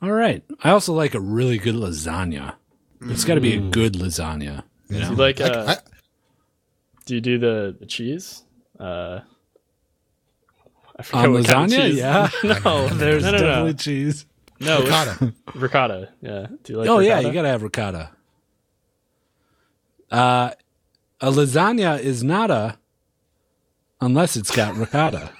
S1: All right. I also like a really good lasagna. It's got to be a good lasagna. You
S4: do
S1: know?
S4: you like?
S3: I-
S4: Uh,
S3: I-
S4: do you do the, the cheese? Uh, I forgot
S1: On
S4: what kind of
S1: lasagna?
S4: cheese.
S1: yeah.
S4: no,
S1: there's
S4: no, no, no.
S1: definitely cheese.
S4: No, it's-
S1: Ricotta.
S4: ricotta. Yeah. Do you like?
S1: oh yeah,
S4: ricotta?
S1: you gotta have ricotta. Uh, a lasagna is not a unless it's got ricotta.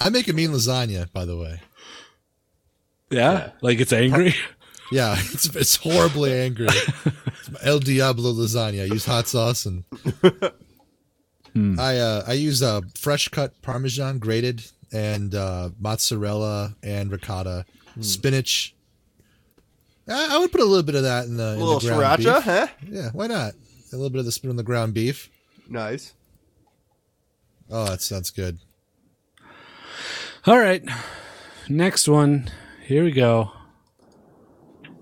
S3: I make a mean lasagna, by the way.
S1: Yeah, like it's angry.
S3: Yeah, it's, it's horribly angry. It's my El Diablo lasagna. I use hot sauce and
S1: Hmm.
S3: I uh, I use uh, fresh cut Parmesan grated and uh, mozzarella and ricotta,
S2: Hmm.
S3: spinach. I, I would put a little bit of that in the, in the
S2: little
S3: ground
S2: sriracha,
S3: beef.
S2: huh?
S3: Yeah, why not? A little bit of the spin on the ground beef.
S2: Nice.
S3: Oh, that sounds good.
S1: All right, next one. Here we go.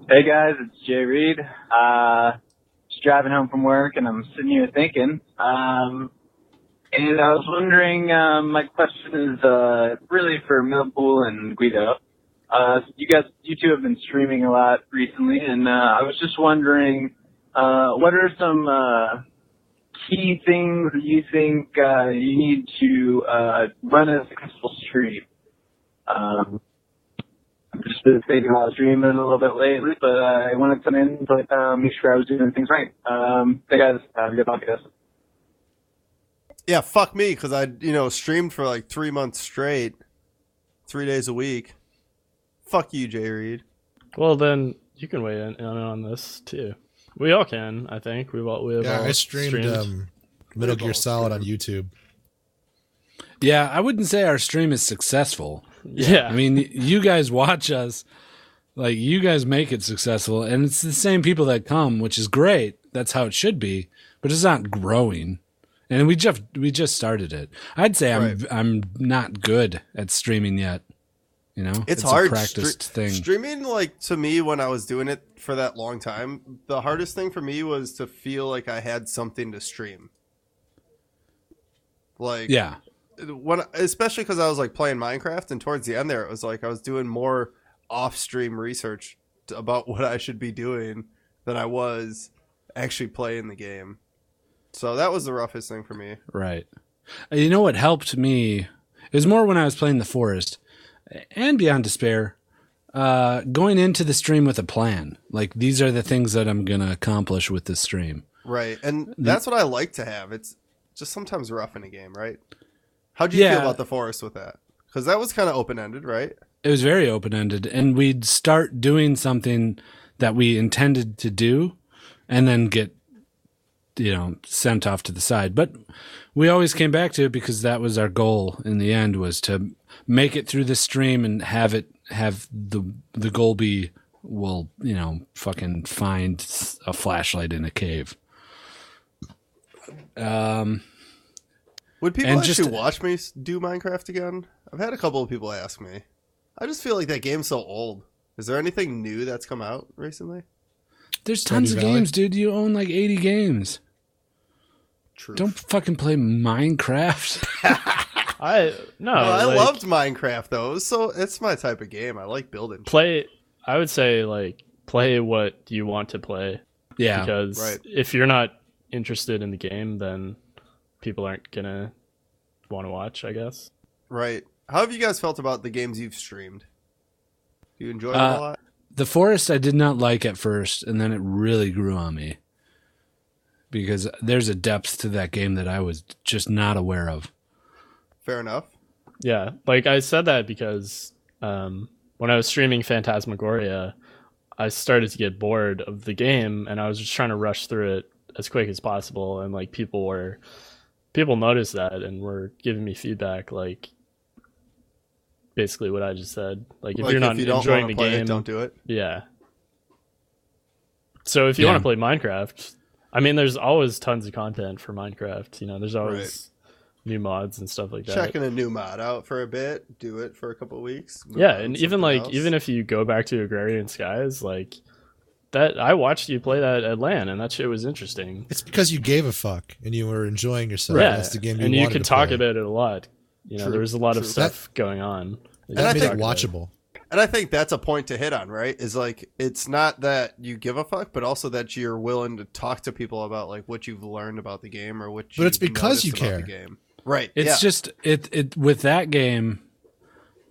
S8: Hey guys, it's Jay Reed. Uh, just driving home from work, and I'm sitting here thinking. Um, and I was wondering. Um, my question is uh, really for Millpool and Guido. Uh, you guys, you two have been streaming a lot recently, and uh, I was just wondering, uh, what are some uh, key things that you think uh, you need to uh, run a successful stream? Um, just been thinking about streaming a little bit lately, but uh, I wanted to come in but uh, make sure I was doing things right. Um, hey guys, have a good podcast.
S2: Yeah, fuck me, because I you know streamed for like three months straight, three days a week. Fuck you, Jay Reed.
S4: Well, then you can weigh in in on this too. We all can. I think we've all we have
S3: Yeah,
S4: all
S3: I streamed, um, Middle Gear Solid on YouTube.
S1: Yeah, I wouldn't say our stream is successful.
S4: Yeah.
S1: I mean, you guys watch us, like, you guys make it successful, and it's the same people that come, which is great. That's how it should be, but it's not growing. And we just we just started it. I'd say I'm I'm not good at streaming yet. You know,
S2: It's, hard.
S1: A practiced
S2: Stre-
S1: thing.
S2: Streaming, like to me, when I was doing it for that long time, the hardest thing for me was to feel like I had something to stream. Like
S1: Yeah.
S2: when especially because I was like playing Minecraft, and towards the end there, it was like I was doing more off-stream research t- about what I should be doing than I was actually playing the game. So that was the roughest thing for me.
S1: Right. Uh, You know what helped me? It was more when I was playing The Forest and Beyond Despair, uh, going into the stream with a plan. Like, these are the things that I'm going to accomplish with this stream.
S2: Right, and
S1: The-
S2: that's what I like to have. It's just sometimes rough in a game, right? How do you
S1: Yeah.
S2: feel about the forest with that? Because that was kind of open ended, right?
S1: It was very open ended, and we'd start doing something that we intended to do and then get, you know, sent off to the side. But we always came back to it because that was our goal in the end was to make it through the stream and have it have the the goal be we'll you know fucking find s- a flashlight in a cave. Um,
S2: Would people
S1: And
S2: actually
S1: just-
S2: watch me s- do Minecraft again? I've had a couple of people ask me. I just feel like that game's so old. Is there anything new that's come out recently?
S1: there's tons of
S2: Stardew Valley?
S1: games, dude. You own like 80 games.
S2: True.
S1: Don't fucking play Minecraft.
S4: I no.
S2: Well, I
S4: like,
S2: loved Minecraft though, so it's my type of game. I like building.
S4: play. I would say like play what you want to play.
S1: Yeah.
S4: Because
S2: Right.
S4: if you're not interested in the game, then people aren't gonna want to watch. I guess.
S2: Right. How have you guys felt about the games you've streamed? Do you enjoy them
S1: Uh,
S2: a lot?
S1: The forest I did not like at first, and then it really grew on me because there's a depth to that game that I was just not aware of.
S2: Fair enough.
S4: Yeah, like I said that because um, when I was streaming Phantasmagoria, I started to get bored of the game, and I was just trying to rush through it as quick as possible. And like people were, people noticed that and were giving me feedback, like basically what I just said. Like if
S2: Like,
S4: you're
S2: if
S4: not
S2: you don't
S4: enjoying the
S2: wanna play it,
S4: game,
S2: don't do it.
S4: Yeah. So if you
S1: Yeah.
S4: want to play Minecraft, I mean, there's always tons of content for Minecraft. You know, there's always new mods and stuff like that.
S2: Checking a new mod out for a bit, do it for a couple of weeks. move
S4: yeah
S2: on
S4: and
S2: to
S4: even
S2: something
S4: like
S2: else.
S4: even if you go back to agrarian skies like that i watched you play that at lan and that shit was interesting
S3: It's because you gave a fuck and you were enjoying yourself.
S4: yeah
S3: That's the game you
S4: and you
S3: wanted
S4: could
S3: to
S4: talk
S3: play.
S4: about it a lot you know
S3: True,
S4: there was a lot of
S3: true.
S4: stuff going on that
S3: That
S4: you
S3: made it
S4: could talk about.
S3: watchable.
S2: And I think that's a point to hit on, right? Is like it's not that you give a fuck, but also that you're willing to talk to people about like what you've learned about the game or what.
S3: But it's
S2: you've
S3: because you
S2: noticed about
S3: care.
S2: The game. Right.
S1: It's
S2: yeah.
S1: just it it with that game,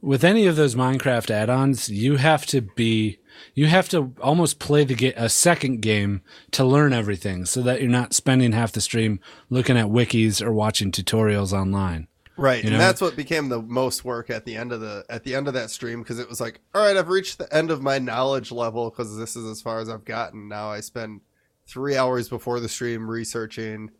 S1: with any of those Minecraft add-ons, you have to be you have to almost play the ga- a second game to learn everything, so that you're not spending half the stream looking at wikis or watching tutorials online.
S2: Right,
S1: You know?
S2: and that's what became the most work at the end of the at the end of that stream because it was like, all right, I've reached the end of my knowledge level because this is as far as I've gotten. Now I spend three hours before the stream researching,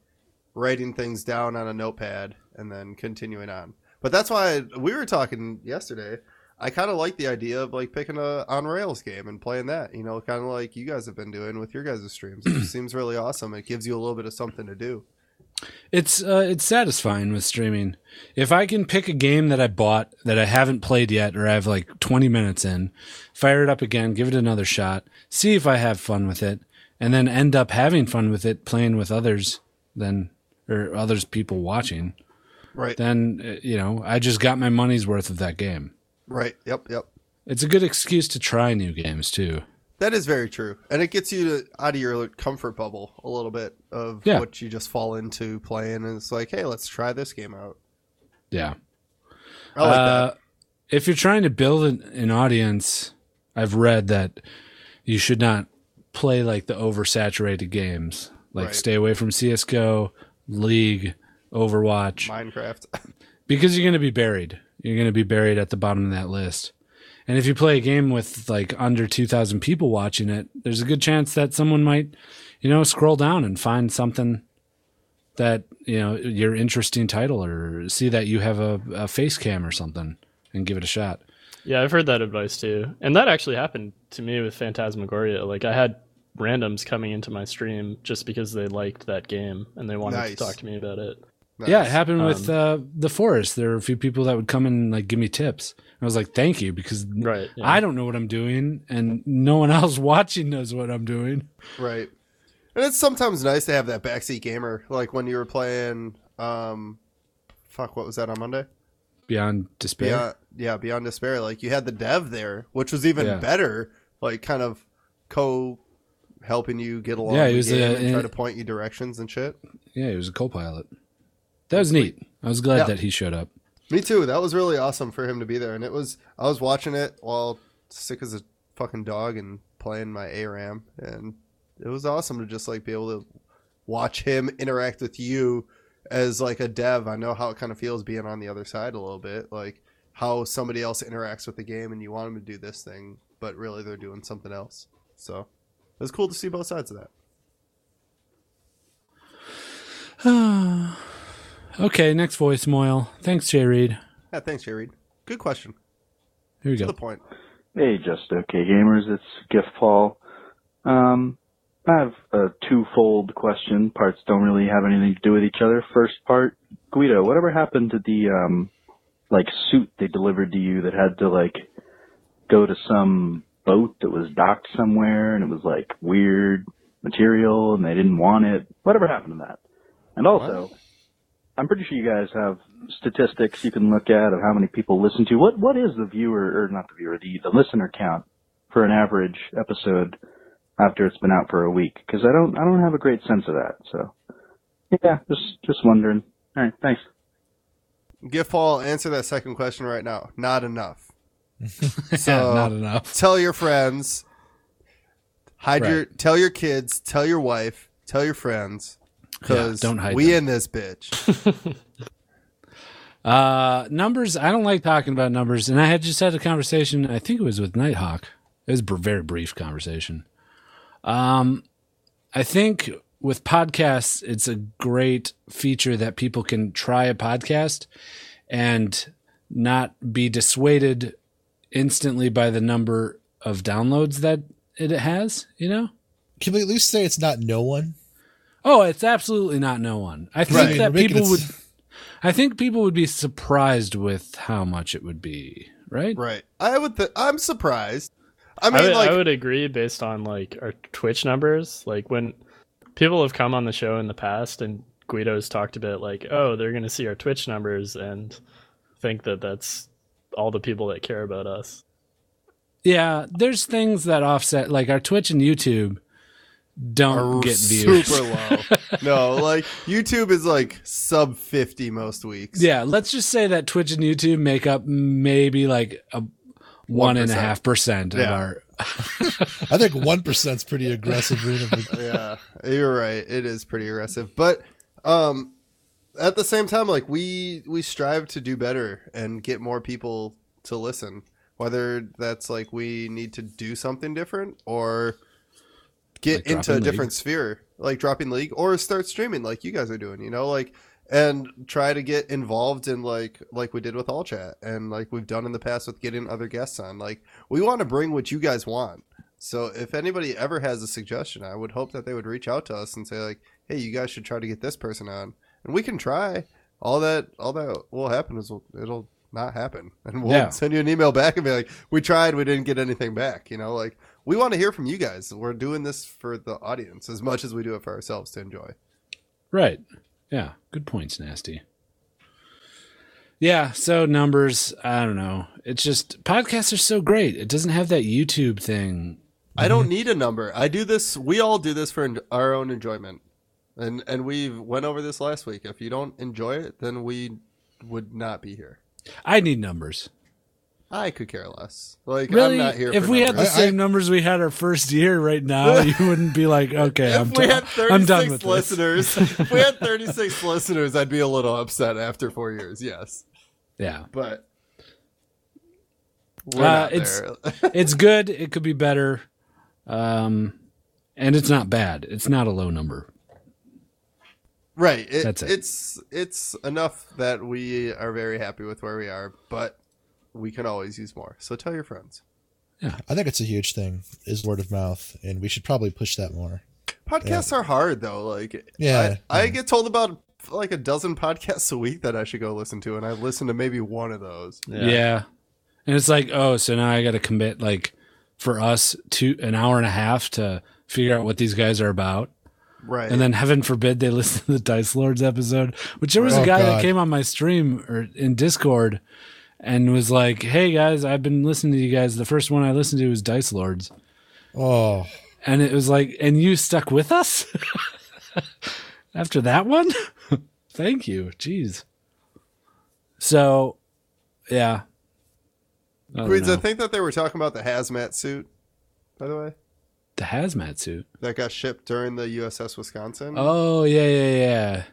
S2: writing things down on a notepad, and then continuing on. But that's why we were talking yesterday. I kind of like the idea of like picking a on rails game and playing that. You know, kind of like you guys have been doing with your guys' streams. It seems really awesome. It gives you a little bit of something to do.
S1: It's uh, it's satisfying with streaming. If I can pick a game that I bought that I haven't played yet, or I have like 20 minutes in, fire it up again, give it another shot, see if I have fun with it, and then end up having fun with it, playing with others, then or others people watching.
S2: Right.
S1: Then uh, you know I just got my money's worth of that game.
S2: Right. Yep. Yep.
S1: It's a good excuse to try new games too.
S2: That is very true, and it gets you to, out of your comfort bubble a little bit of
S1: Yeah.
S2: what you just fall into playing, and it's like, hey, let's try this game out.
S1: Yeah.
S2: I like
S1: that. If you're trying to build an, an audience, I've read that you should not play like the oversaturated games. Like
S2: Right.
S1: stay away from CS:GO, League, Overwatch,
S2: Minecraft.
S1: because you're going to be buried. You're going to be buried at the bottom of that list. And if you play a game with like under 2,000 people watching it, there's a good chance that someone might, you know, scroll down and find something that, you know, your interesting title or see that you have a, a face cam or something and give it a shot.
S4: Yeah, I've heard that advice too. And that actually happened to me with Phantasmagoria. Like I had randoms coming into my stream just because they liked that game and they wanted
S1: Nice.
S4: to talk to me about it.
S1: Yeah, it happened with
S4: Um,
S1: uh, the forest. There were a few people that would come in and like give me tips. I was like, "Thank you," because
S4: right,
S1: I don't know what I'm doing, and no one else watching knows what I'm doing.
S2: Right. And it's sometimes nice to have that backseat gamer, like when you were playing, um, fuck, what was that on Monday?
S1: Beyond despair.
S2: Beyond, yeah, Beyond Despair. Like you had the dev there, which was even
S1: Yeah.
S2: better. Like kind of co helping you get along.
S1: Yeah, he
S2: the
S1: was,
S2: game
S1: uh,
S2: and try
S1: in-
S2: to point you directions and shit.
S1: Yeah, he was a co-pilot. That was neat. I was glad
S2: Yeah.
S1: that he showed up.
S2: Me too. That was really awesome for him to be there, and it was. I was watching it while sick as a fucking dog and playing my ARAM, and it was awesome to just like be able to watch him interact with you as like a dev. I know how it kind of feels being on the other side a little bit, like how somebody else interacts with the game, and you want them to do this thing, but really they're doing something else. So it was cool to see both sides of that.
S1: okay, next voice, Moyle. Thanks, Jay Reed.
S2: Yeah, thanks, Jay Reed. Good question.
S1: Here we
S2: To
S1: go.
S2: the point.
S12: Hey, just okay gamers. It's Gift Paul. Um, I have a twofold question. Parts don't really have anything to do with each other. First part, Guido, whatever happened to the um, like suit they delivered to you that had to like go to some boat that was docked somewhere and it was like weird material and they didn't want it. Whatever happened to that? And also, I'm pretty sure you guys have statistics you can look at of how many people listen to. What what is the viewer or not the viewer the the listener count for an average episode after it's been out for a week? Because I don't I don't have a great sense of that. So yeah, just just wondering. All right, thanks.
S2: Give Paul answer that second question right now. Not enough. so
S1: Not enough.
S2: Tell your friends. Hide
S1: Right.
S2: your. Tell your kids. Tell your wife. Tell your friends. Because
S1: Yeah, don't hide
S2: we
S1: them.
S2: in this bitch.
S1: Uh, numbers. I don't like talking about numbers, and I had just had a conversation. I think it was with Nighthawk. It was a br- very brief conversation. Um, I think with podcasts, it's a great feature that people can try a podcast and not be dissuaded instantly by the number of downloads that it has. You know.
S3: Can we at least say it's not no one?
S1: Oh, it's absolutely not no one. I think
S3: Right.
S1: that
S3: We're making
S1: people
S3: it
S1: would.
S3: s-
S1: I think people would be surprised with how much it would be. Right.
S2: Right. I would. Th- I'm surprised.
S4: I
S2: I mean,
S4: would,
S2: like,
S4: I would agree based on like our Twitch numbers. Like when people have come on the show in the past, and Guido's talked about like, oh, they're going to see our Twitch numbers and think that that's all the people that care about us.
S1: Yeah, there's things that offset, like our Twitch and YouTube. don't
S2: are
S1: get views.
S2: Super low. no, like YouTube is like sub 50 most weeks.
S1: Yeah, let's just say that Twitch and YouTube make up maybe like a one and a
S2: 1%.
S1: half percent of
S2: Yeah.
S1: our.
S3: I think one percent's pretty aggressive. Rita, but-
S2: yeah, you're right. It is pretty aggressive, but um, at the same time, like we we strive to do better and get more people to listen. Whether that's like we need to do something different or get
S1: Like
S2: into a
S1: dropping
S2: different sphere, like dropping league or start streaming, like you guys are doing. You know, like and try to get involved in like like we did with all chat and like we've done in the past with getting other guests on like we want to bring what you guys want so if anybody ever has a suggestion i would hope that they would reach out to us and say like hey you guys should try to get this person on and we can try all that all that will happen is we'll- it'll not happen and we'll
S1: Yeah.
S2: send you an email back and be like we tried we didn't get anything back you know like we want to hear from you guys we're doing this for the audience as much as we do it for ourselves to enjoy
S1: Right. Yeah. Good points, Nasty. Yeah. So numbers, I don't know. It's just podcasts are so great. It doesn't have that YouTube thing.
S2: I
S1: Mm-hmm.
S2: don't need a number. I do this. We all do this for en- our own enjoyment, and and we went over this last week. If you don't enjoy it, then we would not be here.
S1: Mhm. I need numbers.
S2: I could care less. Like
S1: Really?
S2: I'm not here.
S1: if
S2: for
S1: we had the
S2: numbers.
S1: same numbers we had our first year right now, you wouldn't be like, okay, I'm,
S2: we
S1: do-
S2: had
S1: I'm done
S2: 36
S1: with this.
S2: listeners. if we had 36 listeners, I'd be a little upset after four years. Yes,
S1: Yeah.
S2: but we're
S1: Uh,
S2: not
S1: it's
S2: there.
S1: it's good. It could be better, um, and it's not bad. It's not a low number.
S2: Right. It,
S1: That's it.
S2: It's it's enough that we are very happy with where we are, but we can always use more. So tell your friends.
S3: I think it's a huge thing is word of mouth, and we should probably push that more.
S2: Podcasts are hard though. Like
S3: Yeah,
S2: I, I get told about like a dozen podcasts a week that I should go listen to, and I listen to maybe one of those.
S1: Yeah. and it's like, oh, so now I got to commit like for us to an hour and a half to figure out what these guys are about.
S2: Right.
S1: And then heaven forbid they listen to the Dice Lords episode, which there was
S2: Oh,
S1: a guy
S2: God.
S1: that came on my stream or in Discord and was like, "Hey guys, I've been listening to you guys. The first one I listened to was Dice Lords."
S3: Oh.
S1: And it was like, "And you stuck with us?" After that one? Thank you. Jeez. So, yeah. I don't
S2: Queens, I
S1: know.
S2: think that they were talking about the hazmat suit, by the way,
S1: the hazmat suit.
S2: that got shipped during the USS Wisconsin.
S1: Oh, yeah, yeah, yeah.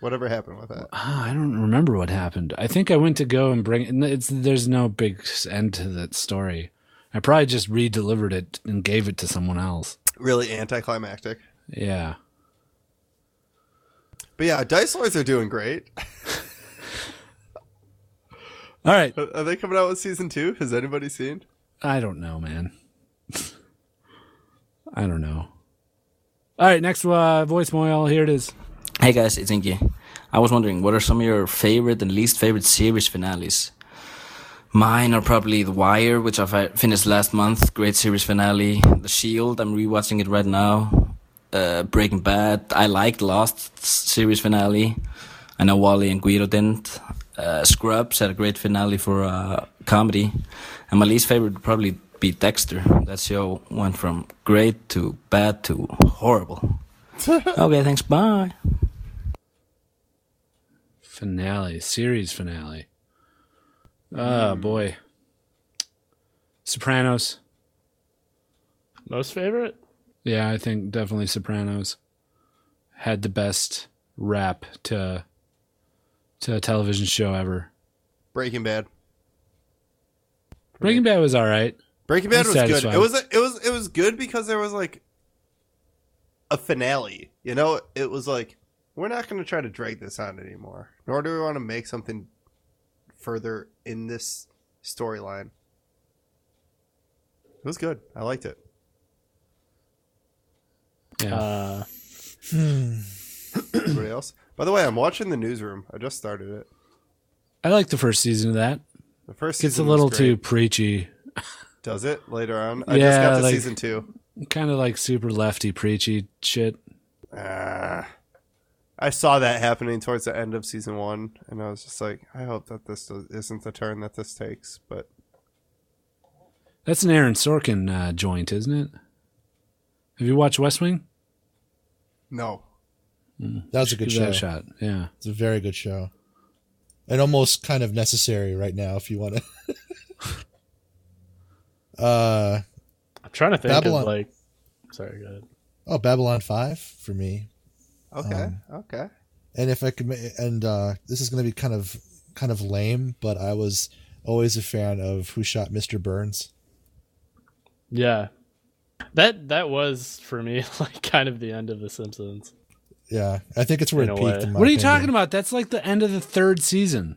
S2: Whatever happened with that?
S1: Ah, I don't remember what happened. I think I went to go and bring it. It's, there's no big s- end to that story. I probably just re-delivered it and gave it to someone else.
S2: Really anticlimactic.
S1: Yeah.
S2: But yeah, Dice Lords are doing great.
S1: All right.
S2: Are are they coming out with season two? Has anybody seen?
S1: I don't know, man. I don't know. All right, next uh, voicemail. Here it is.
S13: Hey guys, it's Inky. I was wondering, what are some of your favorite and least favorite series finales? Mine are probably The Wire, which I fi- finished last month. Great series finale. The Shield, I'm rewatching it right now. Uh, Breaking Bad, I liked Lost series finale. I know Wally and Guido didn't. Uh, Scrubs had a great finale for uh, comedy. And my least favorite would probably be Dexter. That show went from great to bad to horrible. okay, thanks. Bye.
S1: Finale, series finale. Ah, boy. Sopranos.
S4: Most favorite?
S1: Yeah, I think definitely Sopranos had the best rap to to a television show ever.
S2: Breaking Bad.
S1: Breaking Bad was all right.
S2: Breaking Bad
S1: I'm
S2: was
S1: satisfied.
S2: good. It was it was it was good because there was like a finale. You know, it was like we're not going to try to drag this on anymore. Nor do we want to make something further in this storyline. It was good. I liked it.
S1: Yeah.
S4: Uh,
S2: Everybody else? By the way, I'm watching the newsroom. I just started it.
S1: I like the first season of that.
S2: The first
S1: gets a
S2: season was
S1: little
S2: great.
S1: too preachy.
S2: Does it later on? I just got to season two.
S1: Kind of like super lefty preachy shit.
S2: Ah. I saw that happening towards the end of season one, and I was just like, I hope that this does, isn't the turn that this takes. But
S1: That's an Aaron Sorkin uh, joint, isn't it? Have you watched West Wing?
S2: No.
S1: Mm.
S3: That was a good
S1: Give that
S3: show.
S1: a shot. Yeah.
S3: It's a very good show. And almost kind of necessary right now if you want to. uh
S4: I'm trying to think
S3: Babylon.
S4: of like. Sorry, go ahead.
S3: oh, Babylon 5 for me.
S2: Okay.
S3: Um,
S2: okay.
S3: and if I could, ma- and uh, this is going to be kind of kind of lame, but I was always a fan of Who Shot Mr. Burns.
S4: Yeah, that that was for me like kind of the end of The Simpsons.
S3: Yeah, I think it's where
S4: In
S3: it
S4: a
S3: peaked.
S4: way.
S3: In my
S1: What are you
S3: opinion.
S1: talking about? That's like the end of the third season.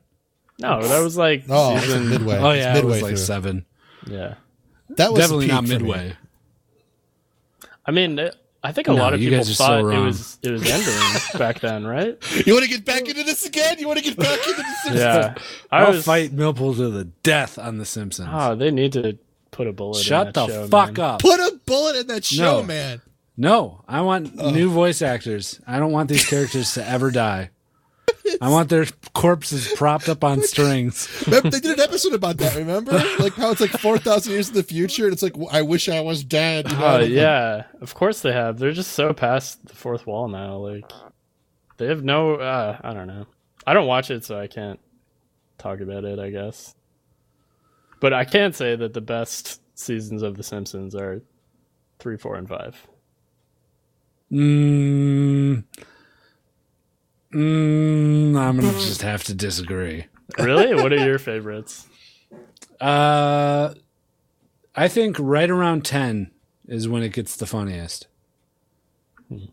S4: No, that was like
S3: Oh, it's midway.
S1: Oh
S3: It's
S1: yeah, it
S3: midway
S1: was like
S3: through.
S1: seven.
S4: Yeah,
S3: That was the
S1: definitely
S3: peak
S1: not
S3: for me.
S1: midway.
S4: I mean, it- I think a
S1: No,
S4: lot of
S1: you
S4: people
S1: guys are so
S4: thought it
S1: wrong.
S4: was it was ending back then, right?
S3: You want to get back into this again? You want to get back into the Simpsons?
S4: Yeah, Uh, I
S1: I'll
S4: was-
S1: fight Millpool to the death on The Simpsons.
S4: Oh, they need to put a bullet. in
S1: Shut
S4: that
S1: the
S4: show,
S1: fuck
S4: man.
S1: up.
S3: Put a bullet in that show,
S1: No.
S3: man.
S1: No, I want new voice actors. I don't want these characters to ever die. I want their corpses propped up on strings.
S3: Remember, they did an episode about that. Remember, like how it's like four thousand years in the future, and it's like I wish I was dead.
S1: Uh,
S3: you know?
S4: Oh
S3: Like,
S4: yeah, of course they have. They're just so past the fourth wall now. Like they have no. Uh, I don't know. I don't watch it, so I can't talk about it. I guess. But I can say that the best seasons of The Simpsons are three, four, and five.
S1: Mm, mm, I'm gonna just have to disagree.
S4: Really? what are your favorites?
S1: Uh, I think right around ten is when it gets the funniest.
S4: Hmm.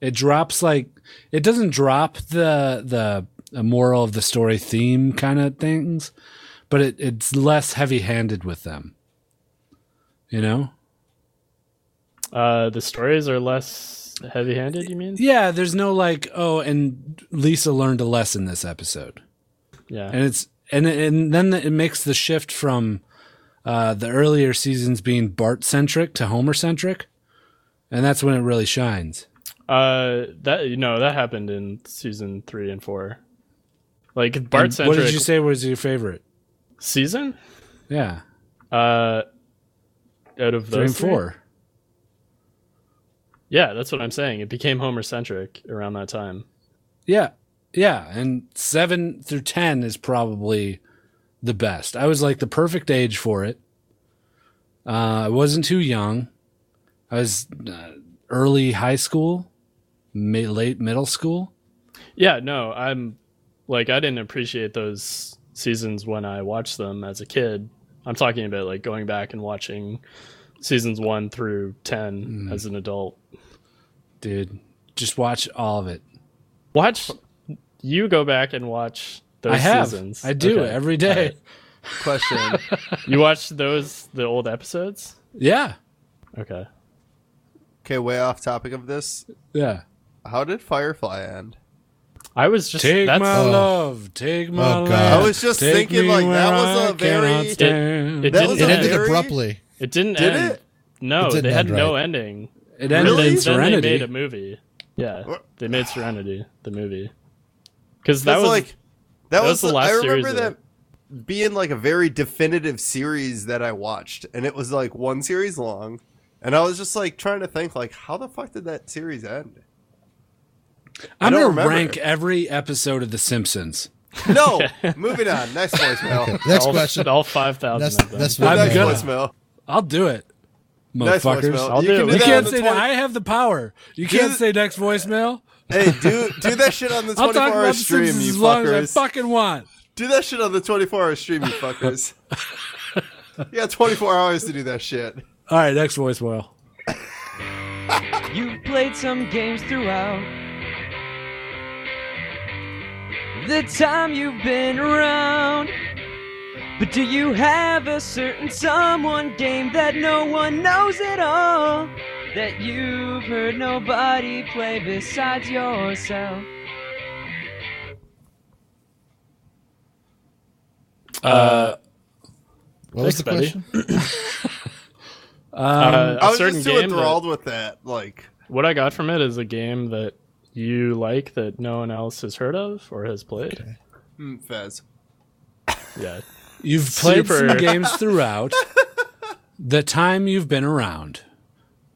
S1: It drops like it doesn't drop the the moral of the story theme kind of things, but it, it's less heavy handed with them. You know?
S4: Uh, the stories are less heavy-handed. You mean?
S1: Yeah, there's no like, oh, and Lisa learned a lesson this episode.
S4: Yeah.
S1: and it's and and then it makes the shift from uh, the earlier seasons being Bart centric to Homer centric, and that's when it really shines.
S4: Uh, that you know that happened in season three and four. Like Bart
S1: And What
S4: centric
S1: did you say was your favorite?
S4: season.
S1: Yeah,
S4: Uh, out of
S1: three and
S4: those
S1: four.
S4: Yeah, that's what I'm saying. It became Homer centric around that time.
S1: Yeah, yeah, and seven through ten is probably the best. I was like the perfect age for it. Uh, I wasn't too young. I was uh, early high school, mi- late middle school.
S4: Yeah, no, I'm like I didn't appreciate those seasons when I watched them as a kid. I'm talking about like going back and watching seasons one through ten
S1: Mm.
S4: as an adult.
S1: Dude, just watch all of it.
S4: Watch you go back and watch those
S1: I have.
S4: seasons.
S1: I do
S4: Okay.
S1: every day.
S4: Question. you watched those the old episodes?
S1: Yeah.
S4: Okay.
S2: Okay, way off topic of this.
S1: Yeah.
S2: How did Firefly end?
S4: I was just
S1: Take
S4: that's
S1: my
S4: Oh.
S1: love, take my
S4: Oh, God.
S1: love.
S2: I was just
S1: take
S2: thinking
S1: me
S2: like that
S1: where
S2: was
S1: I
S2: a very
S1: cannot stand.
S4: It didn't end.
S3: ended abruptly.
S4: It didn't
S2: Did
S4: end.
S2: it?
S4: No,
S3: It didn't
S4: they had
S3: end
S4: no
S3: right.
S4: ending.
S1: It ended
S4: Then-
S1: in
S4: then
S1: Serenity.
S4: They made a movie. Yeah, they made Serenity the movie. Because that
S2: That's
S4: was
S2: like- That, was,
S4: the last
S2: I remember
S4: series. of
S2: that being like a very definitive series that I watched, and it was like one series long, and I was just like trying to think like how the fuck did that series end? I
S1: I'm
S2: don't
S1: gonna
S2: remember.
S1: rank every episode of The Simpsons.
S2: No, moving on. Next voicemail.
S4: it. all, All five thousand of them.
S1: I'm
S2: next
S1: gonna.
S2: voicemail.
S1: I'll do it.
S2: Next
S1: Motherfuckers,
S2: voicemail. I'll You do can it. do
S1: You
S2: that
S1: can't
S2: on the
S1: say that.
S2: 20
S1: I have the power. You
S2: Do
S1: can't
S2: th-
S1: say next voicemail.
S2: Hey, do do that shit on the
S1: I'll talk
S2: 24
S1: about
S2: hour
S1: The
S2: stream,
S1: Simpsons
S2: you
S1: as long as I
S2: fuckers.
S1: fucking want.
S2: Do that shit on the 24 hour stream, you fuckers. you got 24 hours to do that shit.
S1: All right, next voicemail.
S14: You've played some games throughout the time you've been around. But do you have a certain someone game that no one knows at all? That you've heard nobody play besides yourself?
S4: Uh,
S3: What was the
S4: thanks,
S3: question?
S4: Betty.
S2: Um,
S4: Uh, a
S2: I was
S4: certain
S2: just too
S4: game that-
S2: enthralled with that. Like,
S4: What I got from it is a game that you like that no one else has heard of or has played.
S2: hmm, Fez.
S4: Yeah.
S1: You've played
S4: Super-
S1: some games throughout the time you've been around.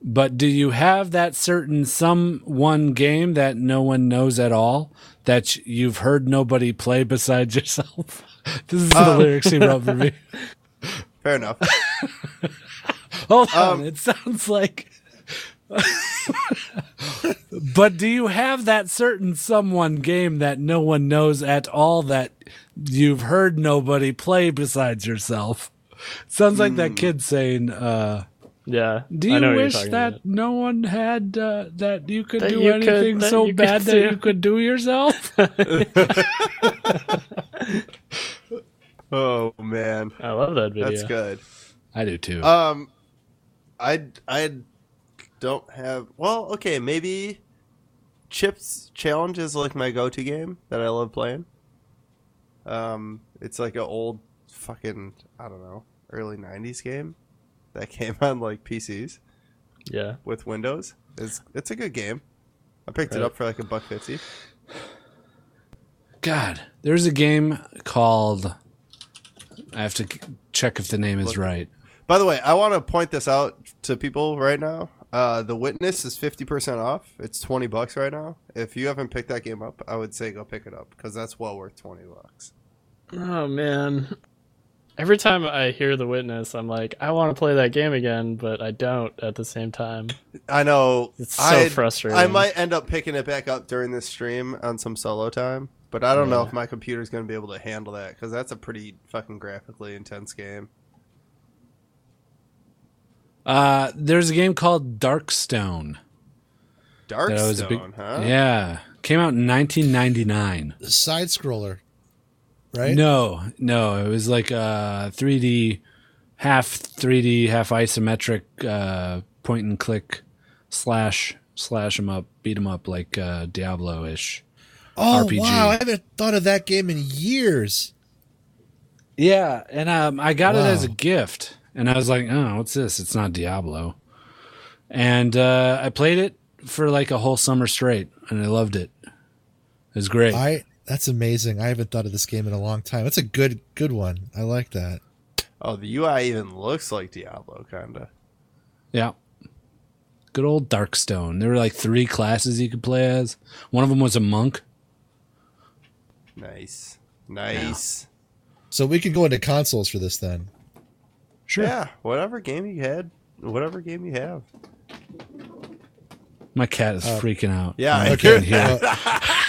S1: But do you have that certain some one game that no one knows at all that you've heard nobody play besides yourself? this is the
S2: Um,
S1: lyrics he wrote for me.
S2: Fair enough.
S1: Hold on, it sounds like. but do you have that certain someone game that no one knows at all that you've heard nobody play besides yourself? Sounds like that kid saying, uh,
S4: Yeah.
S1: "Do
S4: I
S1: you
S4: know what you're
S1: wish
S4: talking
S1: that no one had uh, that you could
S4: That
S1: do
S4: you could-
S1: anything
S4: that
S1: so
S4: you could
S1: bad that
S4: do."
S1: you could do yourself?"
S2: oh man,
S4: I love that video.
S2: That's good.
S1: I do too.
S2: Um, I I don't have. Well, okay, maybe Chips Challenge is like my go-to game that I love playing. Um, it's like an old fucking I don't know early '90s game that came on like PCs.
S4: Yeah.
S2: with Windows. It's it's a good game. I picked it
S1: Right.
S2: up for like a buck fifty.
S1: God, there's a game called. I have to c- check if the name is right.
S2: By the way, I want to point this out to people right now. Uh, the Witness is fifty percent off. It's twenty bucks right now. If you haven't picked that game up, I would say go pick it up because that's well worth twenty bucks.
S4: Oh man. Every time I hear The Witness, I'm like, I want to play that game again, but I don't at the same time.
S2: I know.
S4: It's so
S2: I-
S4: frustrating.
S2: I might end up picking it back up during this stream on some solo time, but I don't know
S4: Yeah.
S2: if my computer's going to be able to handle that because that's a pretty fucking graphically intense game.
S1: Uh, there's a game called Darkstone.
S2: Darkstone,
S1: That I was a big-
S2: huh?
S1: Yeah, came out in 1999.
S3: Side scroller, right?
S1: No, no, it was like a 3D, half 3D, half isometric uh, point and click slash slash 'em up, beat 'em up like uh, Diablo ish.
S3: Oh
S1: RPG.
S3: wow, I haven't thought of that game in years.
S1: Yeah, and um, I got it as a
S3: Wow.
S1: gift, and I was like, "Oh, what's this? It's not Diablo." And uh, I played it for like a whole summer straight, and I loved it. It was great.
S3: I that's amazing. I haven't thought of this game in a long time. That's a good good one. I like that.
S2: Oh, the UI even looks like Diablo, kinda.
S1: Yeah. Good old Darkstone. There were like three classes you could play as. One of them was a monk.
S2: Nice, nice.
S3: So we can go into consoles for this then.
S1: Sure.
S2: Yeah, whatever game you had, whatever game you have.
S1: My cat is freaking out.
S2: yeah, I
S1: I
S2: hear
S1: can't hear.
S3: Uh,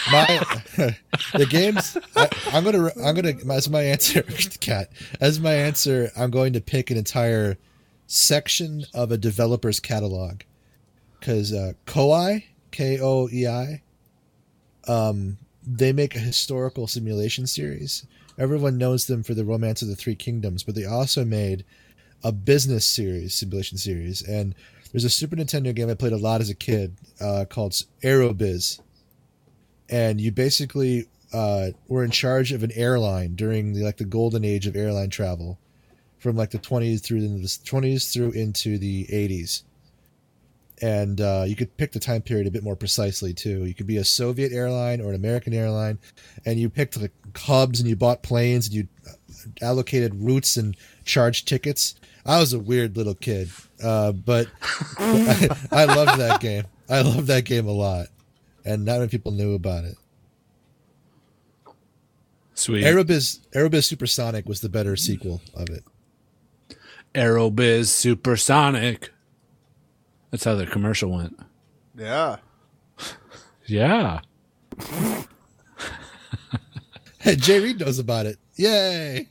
S3: Oh. my the games. I, I'm gonna. I'm gonna. As my answer, cat. As my answer, I'm going to pick an entire section of a developer's catalog because uh, Koei K O E I. Um, they make a historical simulation series. Everyone knows them for the Romance of the Three Kingdoms, but they also made a business series, simulation series, and there's a Super Nintendo game I played a lot as a kid uh, called Aerobiz, and you basically uh, were in charge of an airline during the, like the golden age of airline travel, from like the 20s through into the 20s through into the 80s, and uh, you could pick the time period a bit more precisely too. You could be a Soviet airline or an American airline, and you picked like hubs and you bought planes and you uh, allocated routes and charged tickets. I was a weird little kid, uh, but I, I loved that game. I loved that game a lot, and not many people knew about it.
S1: Sweet.
S3: Aerobiz, Aerobiz Supersonic was the better sequel of it.
S1: Aerobiz Supersonic. That's how the commercial went.
S2: Yeah.
S1: Yeah.
S3: Jay Reed knows about it. Yay!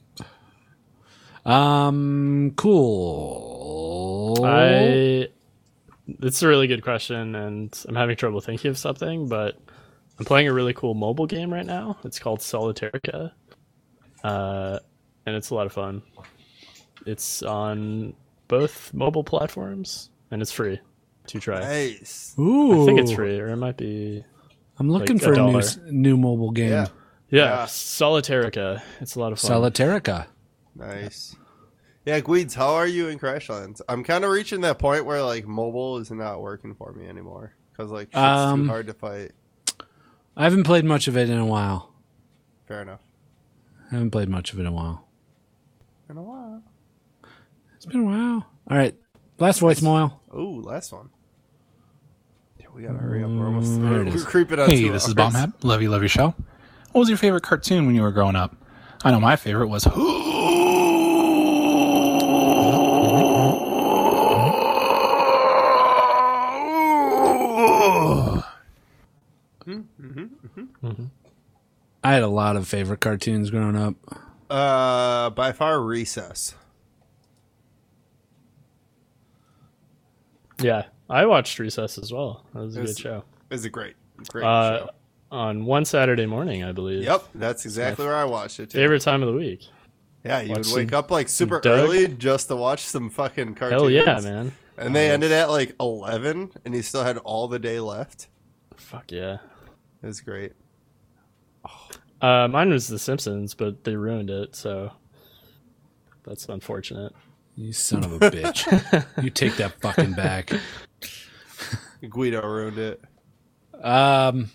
S1: Um. Cool.
S4: I. It's a really good question, and I'm having trouble thinking of something, but I'm playing a really cool mobile game right now. It's called Solitarica, uh, and it's a lot of fun. It's on both mobile platforms, and it's free to try.
S2: Nice.
S1: Ooh.
S4: I think it's free, or it might be.
S1: I'm looking
S4: like,
S1: for a new
S4: dollar.
S1: s- new mobile game.
S2: Yeah.
S4: Yeah, Solitarica. It's a lot of fun.
S1: Solitarica.
S2: Nice. Yeah, Gweeds, how are you in Crashlands? I'm kind of reaching that point where like mobile is not working for me anymore because like it's
S1: Um,
S2: too hard to fight.
S1: I haven't played much of it in a while.
S2: Fair enough.
S1: I haven't played much of it in a while.
S2: In a while.
S1: It's been a while. All right, Last voicemail.
S2: Ooh, last one. Yeah, we gotta hurry up. We're almost
S1: Mm, There it
S2: we're
S1: is.
S2: creeping on
S15: Hey,
S2: two
S15: this is
S2: hours.
S15: Bombhab. Love you, love your show. What was your favorite cartoon when you were growing up? I know my favorite was
S1: Mm-hmm, I had a lot of favorite cartoons growing up.
S2: Uh, by far, Recess.
S4: Yeah, I watched Recess as well. That was a
S2: It's-
S4: good show.
S2: It's a great, great
S4: Uh,
S2: show.
S4: On one Saturday morning, I believe.
S2: Yep, that's exactly where I watched it. Too.
S4: Favorite time of the week.
S2: Yeah, you would
S4: Watch
S2: wake
S4: some-
S2: up like
S4: some
S2: super
S4: Doug.
S2: early just to watch some fucking cartoons.
S4: Hell yeah, man.
S2: And they ended at like eleven, and you still had all the day left.
S4: Fuck yeah,
S2: it was great.
S4: Uh, mine was The Simpsons, but they ruined it, so that's unfortunate.
S1: You son of a bitch. You take that fucking back.
S2: Guido ruined it.
S1: Um,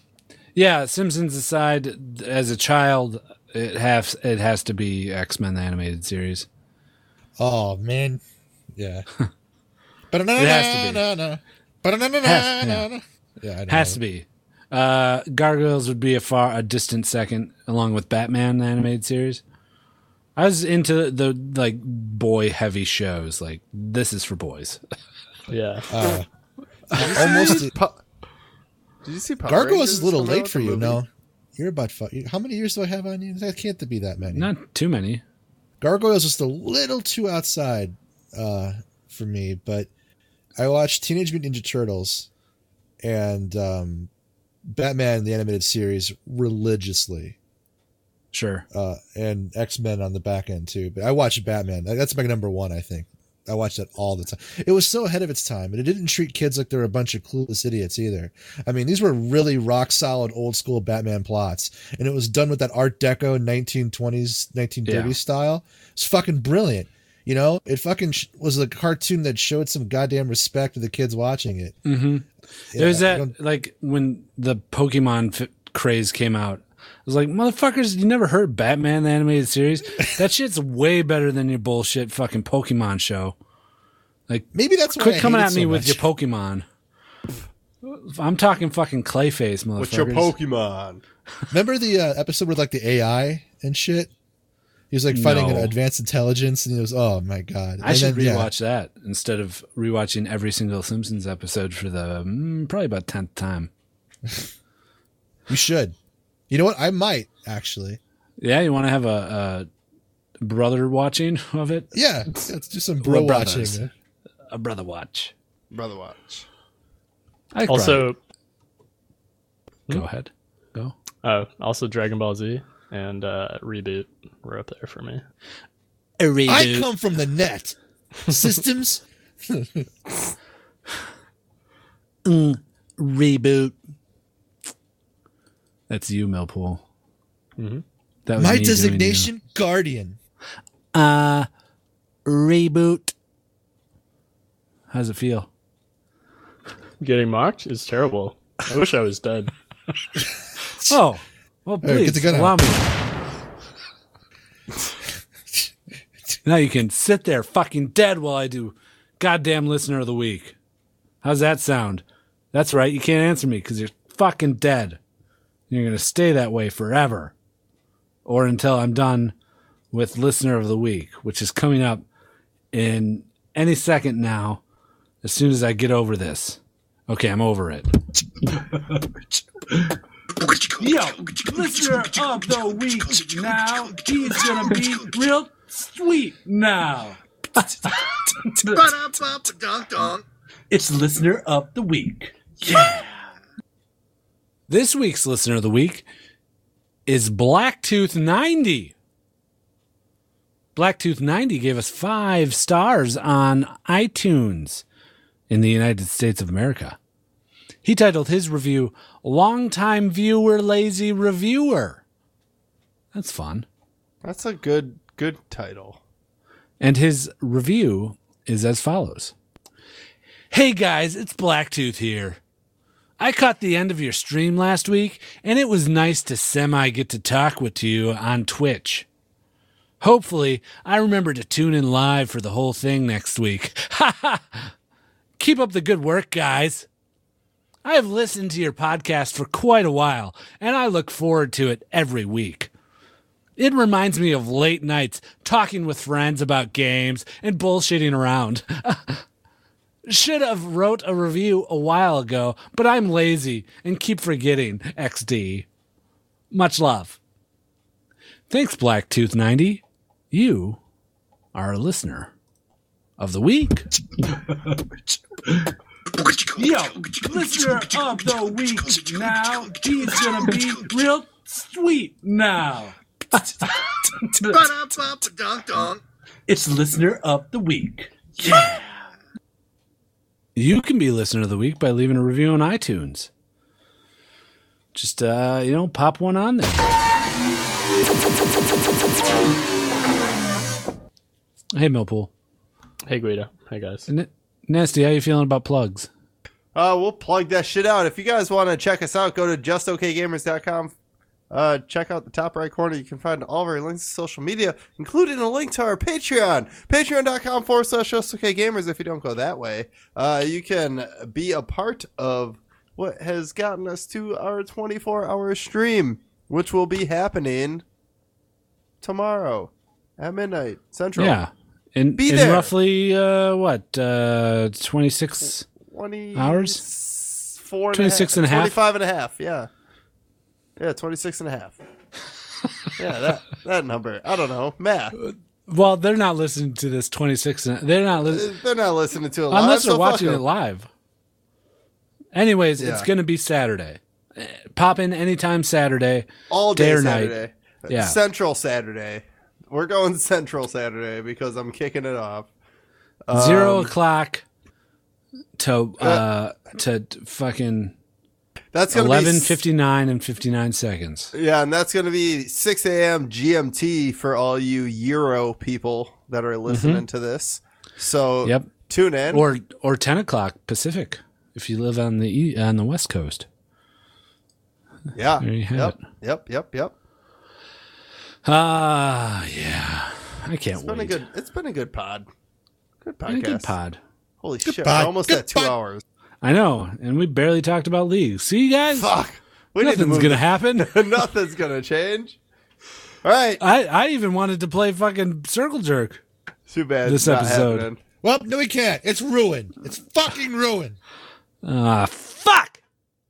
S1: yeah, Simpsons aside, as a child, it has it has to be X Men the animated series.
S3: Oh man, yeah. But
S1: It has to be. Has- yeah.
S3: Yeah, I know.
S1: has to be. Uh, Gargoyles would be a far a distant second, along with Batman the animated series. I was into the like boy heavy shows. Like this is for boys.
S4: Yeah.
S3: Uh,
S2: Did you see-
S3: almost.
S2: Did you see Power
S3: Gargoyles is
S2: Rangers
S3: a little
S2: come out,
S3: late for
S2: the
S3: you.
S2: movie?
S3: No, you're about five. How many years do I have on you? That can't be that many.
S1: Not too many.
S3: Gargoyles just a little too outside uh, for me, but I watched Teenage Mutant Ninja Turtles and um, Batman the animated series religiously.
S1: Sure.
S3: Uh, and X Men on the back end too, but I watched Batman. Like, That's my number one. I think I watched that all the time. It was so ahead of its time, and it didn't treat kids like they were a bunch of clueless idiots either. I mean, these were really rock solid old school Batman plots, and it was done with that Art Deco 1920s, 1930s
S1: Yeah.
S3: style. It's fucking brilliant. You know, it fucking sh- was a cartoon that showed some goddamn respect to the kids watching it.
S1: Mm-hmm.
S3: Yeah,
S1: There's
S3: I
S1: that like when the Pokemon f- craze came out. I was like, motherfuckers, you never heard Batman the animated series? That shit's way better than your bullshit fucking Pokemon show. Like
S3: maybe that's why
S1: quit
S3: I
S1: coming
S3: hate it
S1: at me
S3: so
S1: with
S3: much.
S1: your Pokemon. I'm talking fucking Clayface, motherfuckers.
S3: What's your
S2: Pokemon?
S3: Remember the uh, episode with like the AI and shit? He was like fighting an
S1: No.
S3: advanced intelligence, and he was, oh my god!
S1: I
S3: And
S1: should
S3: then, yeah.
S1: rewatch that instead of rewatching every single Simpsons episode for the mm, probably about tenth time.
S3: You should. You know what? I might actually.
S1: Yeah, you want to have a, a brother watching of it?
S3: Yeah, let's do some bro
S1: We're
S3: watching.
S1: brothers. A brother watch.
S2: Brother Watch.
S1: I could
S4: also,
S1: Go
S4: Hmm?
S1: ahead. Go.
S4: Oh, also Dragon Ball Z and uh, reboot were up there for me.
S3: I come from the net systems.
S1: reboot. That's you, Millpool.
S4: Mm-hmm.
S1: That was
S3: My
S1: me doing you.
S3: designation, guardian.
S1: Uh, reboot. How's it feel?
S4: Getting mocked is terrible. I wish I was dead.
S1: Oh, well,
S4: Hey,
S1: please
S4: get the gun
S1: allow
S4: out.
S1: me. now you can sit there fucking dead while I do goddamn listener of the week. How's that sound? That's right. You can't answer me because you're fucking dead. You're going to stay that way forever or until I'm done with listener of the week, which is coming up in any second now as soon as I get over this. Okay, I'm over it.
S5: Yo, listener of the week now. He's gonna be real sweet now.
S1: It's listener of the week. Yeah. This week's listener of the week is Blacktooth90. Blacktooth90 gave us five stars on iTunes in the United States of America. He titled his review Longtime Viewer Lazy Reviewer. That's fun.
S2: That's a good good title.
S1: And his review is as follows Hey guys, it's Blacktooth here. I caught the end of your stream last week, and it was nice to semi get to talk with you on Twitch. Hopefully, I remember to tune in live for the whole thing next week. Ha ha! Keep up the good work, guys. I have listened to your podcast for quite a while, and I look forward to it every week. It reminds me of late nights talking with friends about games and bullshitting around. Should have wrote a review a while ago, but I'm lazy and keep forgetting. XD. Much love. Thanks, Blacktooth90. You are a listener of the week.
S5: Yo, listener of the week now. He's gonna be real sweet now.
S1: It's listener of the week. Yeah. You can be listener of the week by leaving a review on iTunes. Just uh, you know, pop one on there. Hey Millpool.
S4: Hey Guido. Hey guys.
S1: N- Nasty, how you feeling about plugs?
S2: Uh, we'll plug that shit out. If you guys want to check us out, go to justokgamers.com. Uh, check out the top right corner. You can find all of our links to social media, including a link to our Patreon. Patreon.com forward slash justokgamers if you don't go that way. Uh, you can be a part of what has gotten us to our 24 hour stream, which will be happening tomorrow at midnight central.
S1: Yeah. In,
S2: Be
S1: in
S2: there.
S1: roughly uh, what? Uh, 26
S2: 20
S1: hours?
S2: Four
S1: 26 and a half?
S2: 25 and a half, yeah. Yeah, 26 and a half. yeah, that, that number. I don't know. Math.
S1: Well, they're not listening to this 26 and they're not listening
S2: They're not listening to it live.
S1: unless they're
S2: so fuck
S1: watching it
S2: 'em.
S1: live. Anyways, it's
S2: Yeah.
S1: going to be Saturday. Eh, Pop in anytime Saturday.
S2: All day,
S1: or night.
S2: Saturday.
S1: Yeah.
S2: Central Saturday. We're going Central Saturday because I'm kicking it off.
S1: Zero
S2: Um,
S1: o'clock to uh, to t- fucking
S2: That's gonna be s-
S1: eleven fifty nine and fifty nine seconds.
S2: Yeah, and that's going to be 6 a.m. GMT for all you Euro people that are listening to this. So
S1: Mm-hmm. Yep.
S2: tune in.
S1: Or or ten o'clock Pacific if you live on the e- on the West Coast.
S2: yeah,
S1: There you have
S2: yep, yep, yep, yep.
S1: Ah, yeah. I can't
S2: It's been
S1: wait.
S2: a good. It's been a good pod. Good
S1: Been
S2: podcast.
S1: a good pod.
S2: Holy shit!
S1: pod.
S2: We're almost
S1: Good
S2: at two hours.
S1: I know, and we barely talked about leagues. See you guys.
S2: Fuck. need to
S1: Nothing's
S2: move
S1: gonna
S2: the-
S1: happen.
S2: Nothing's gonna change. All right.
S1: I I even wanted to play fucking circle jerk.
S2: Too bad
S1: this
S2: it's not
S1: episode.
S2: happening.
S3: Well, no, we can't. It's ruined. It's fucking ruined.
S1: Ah, fuck.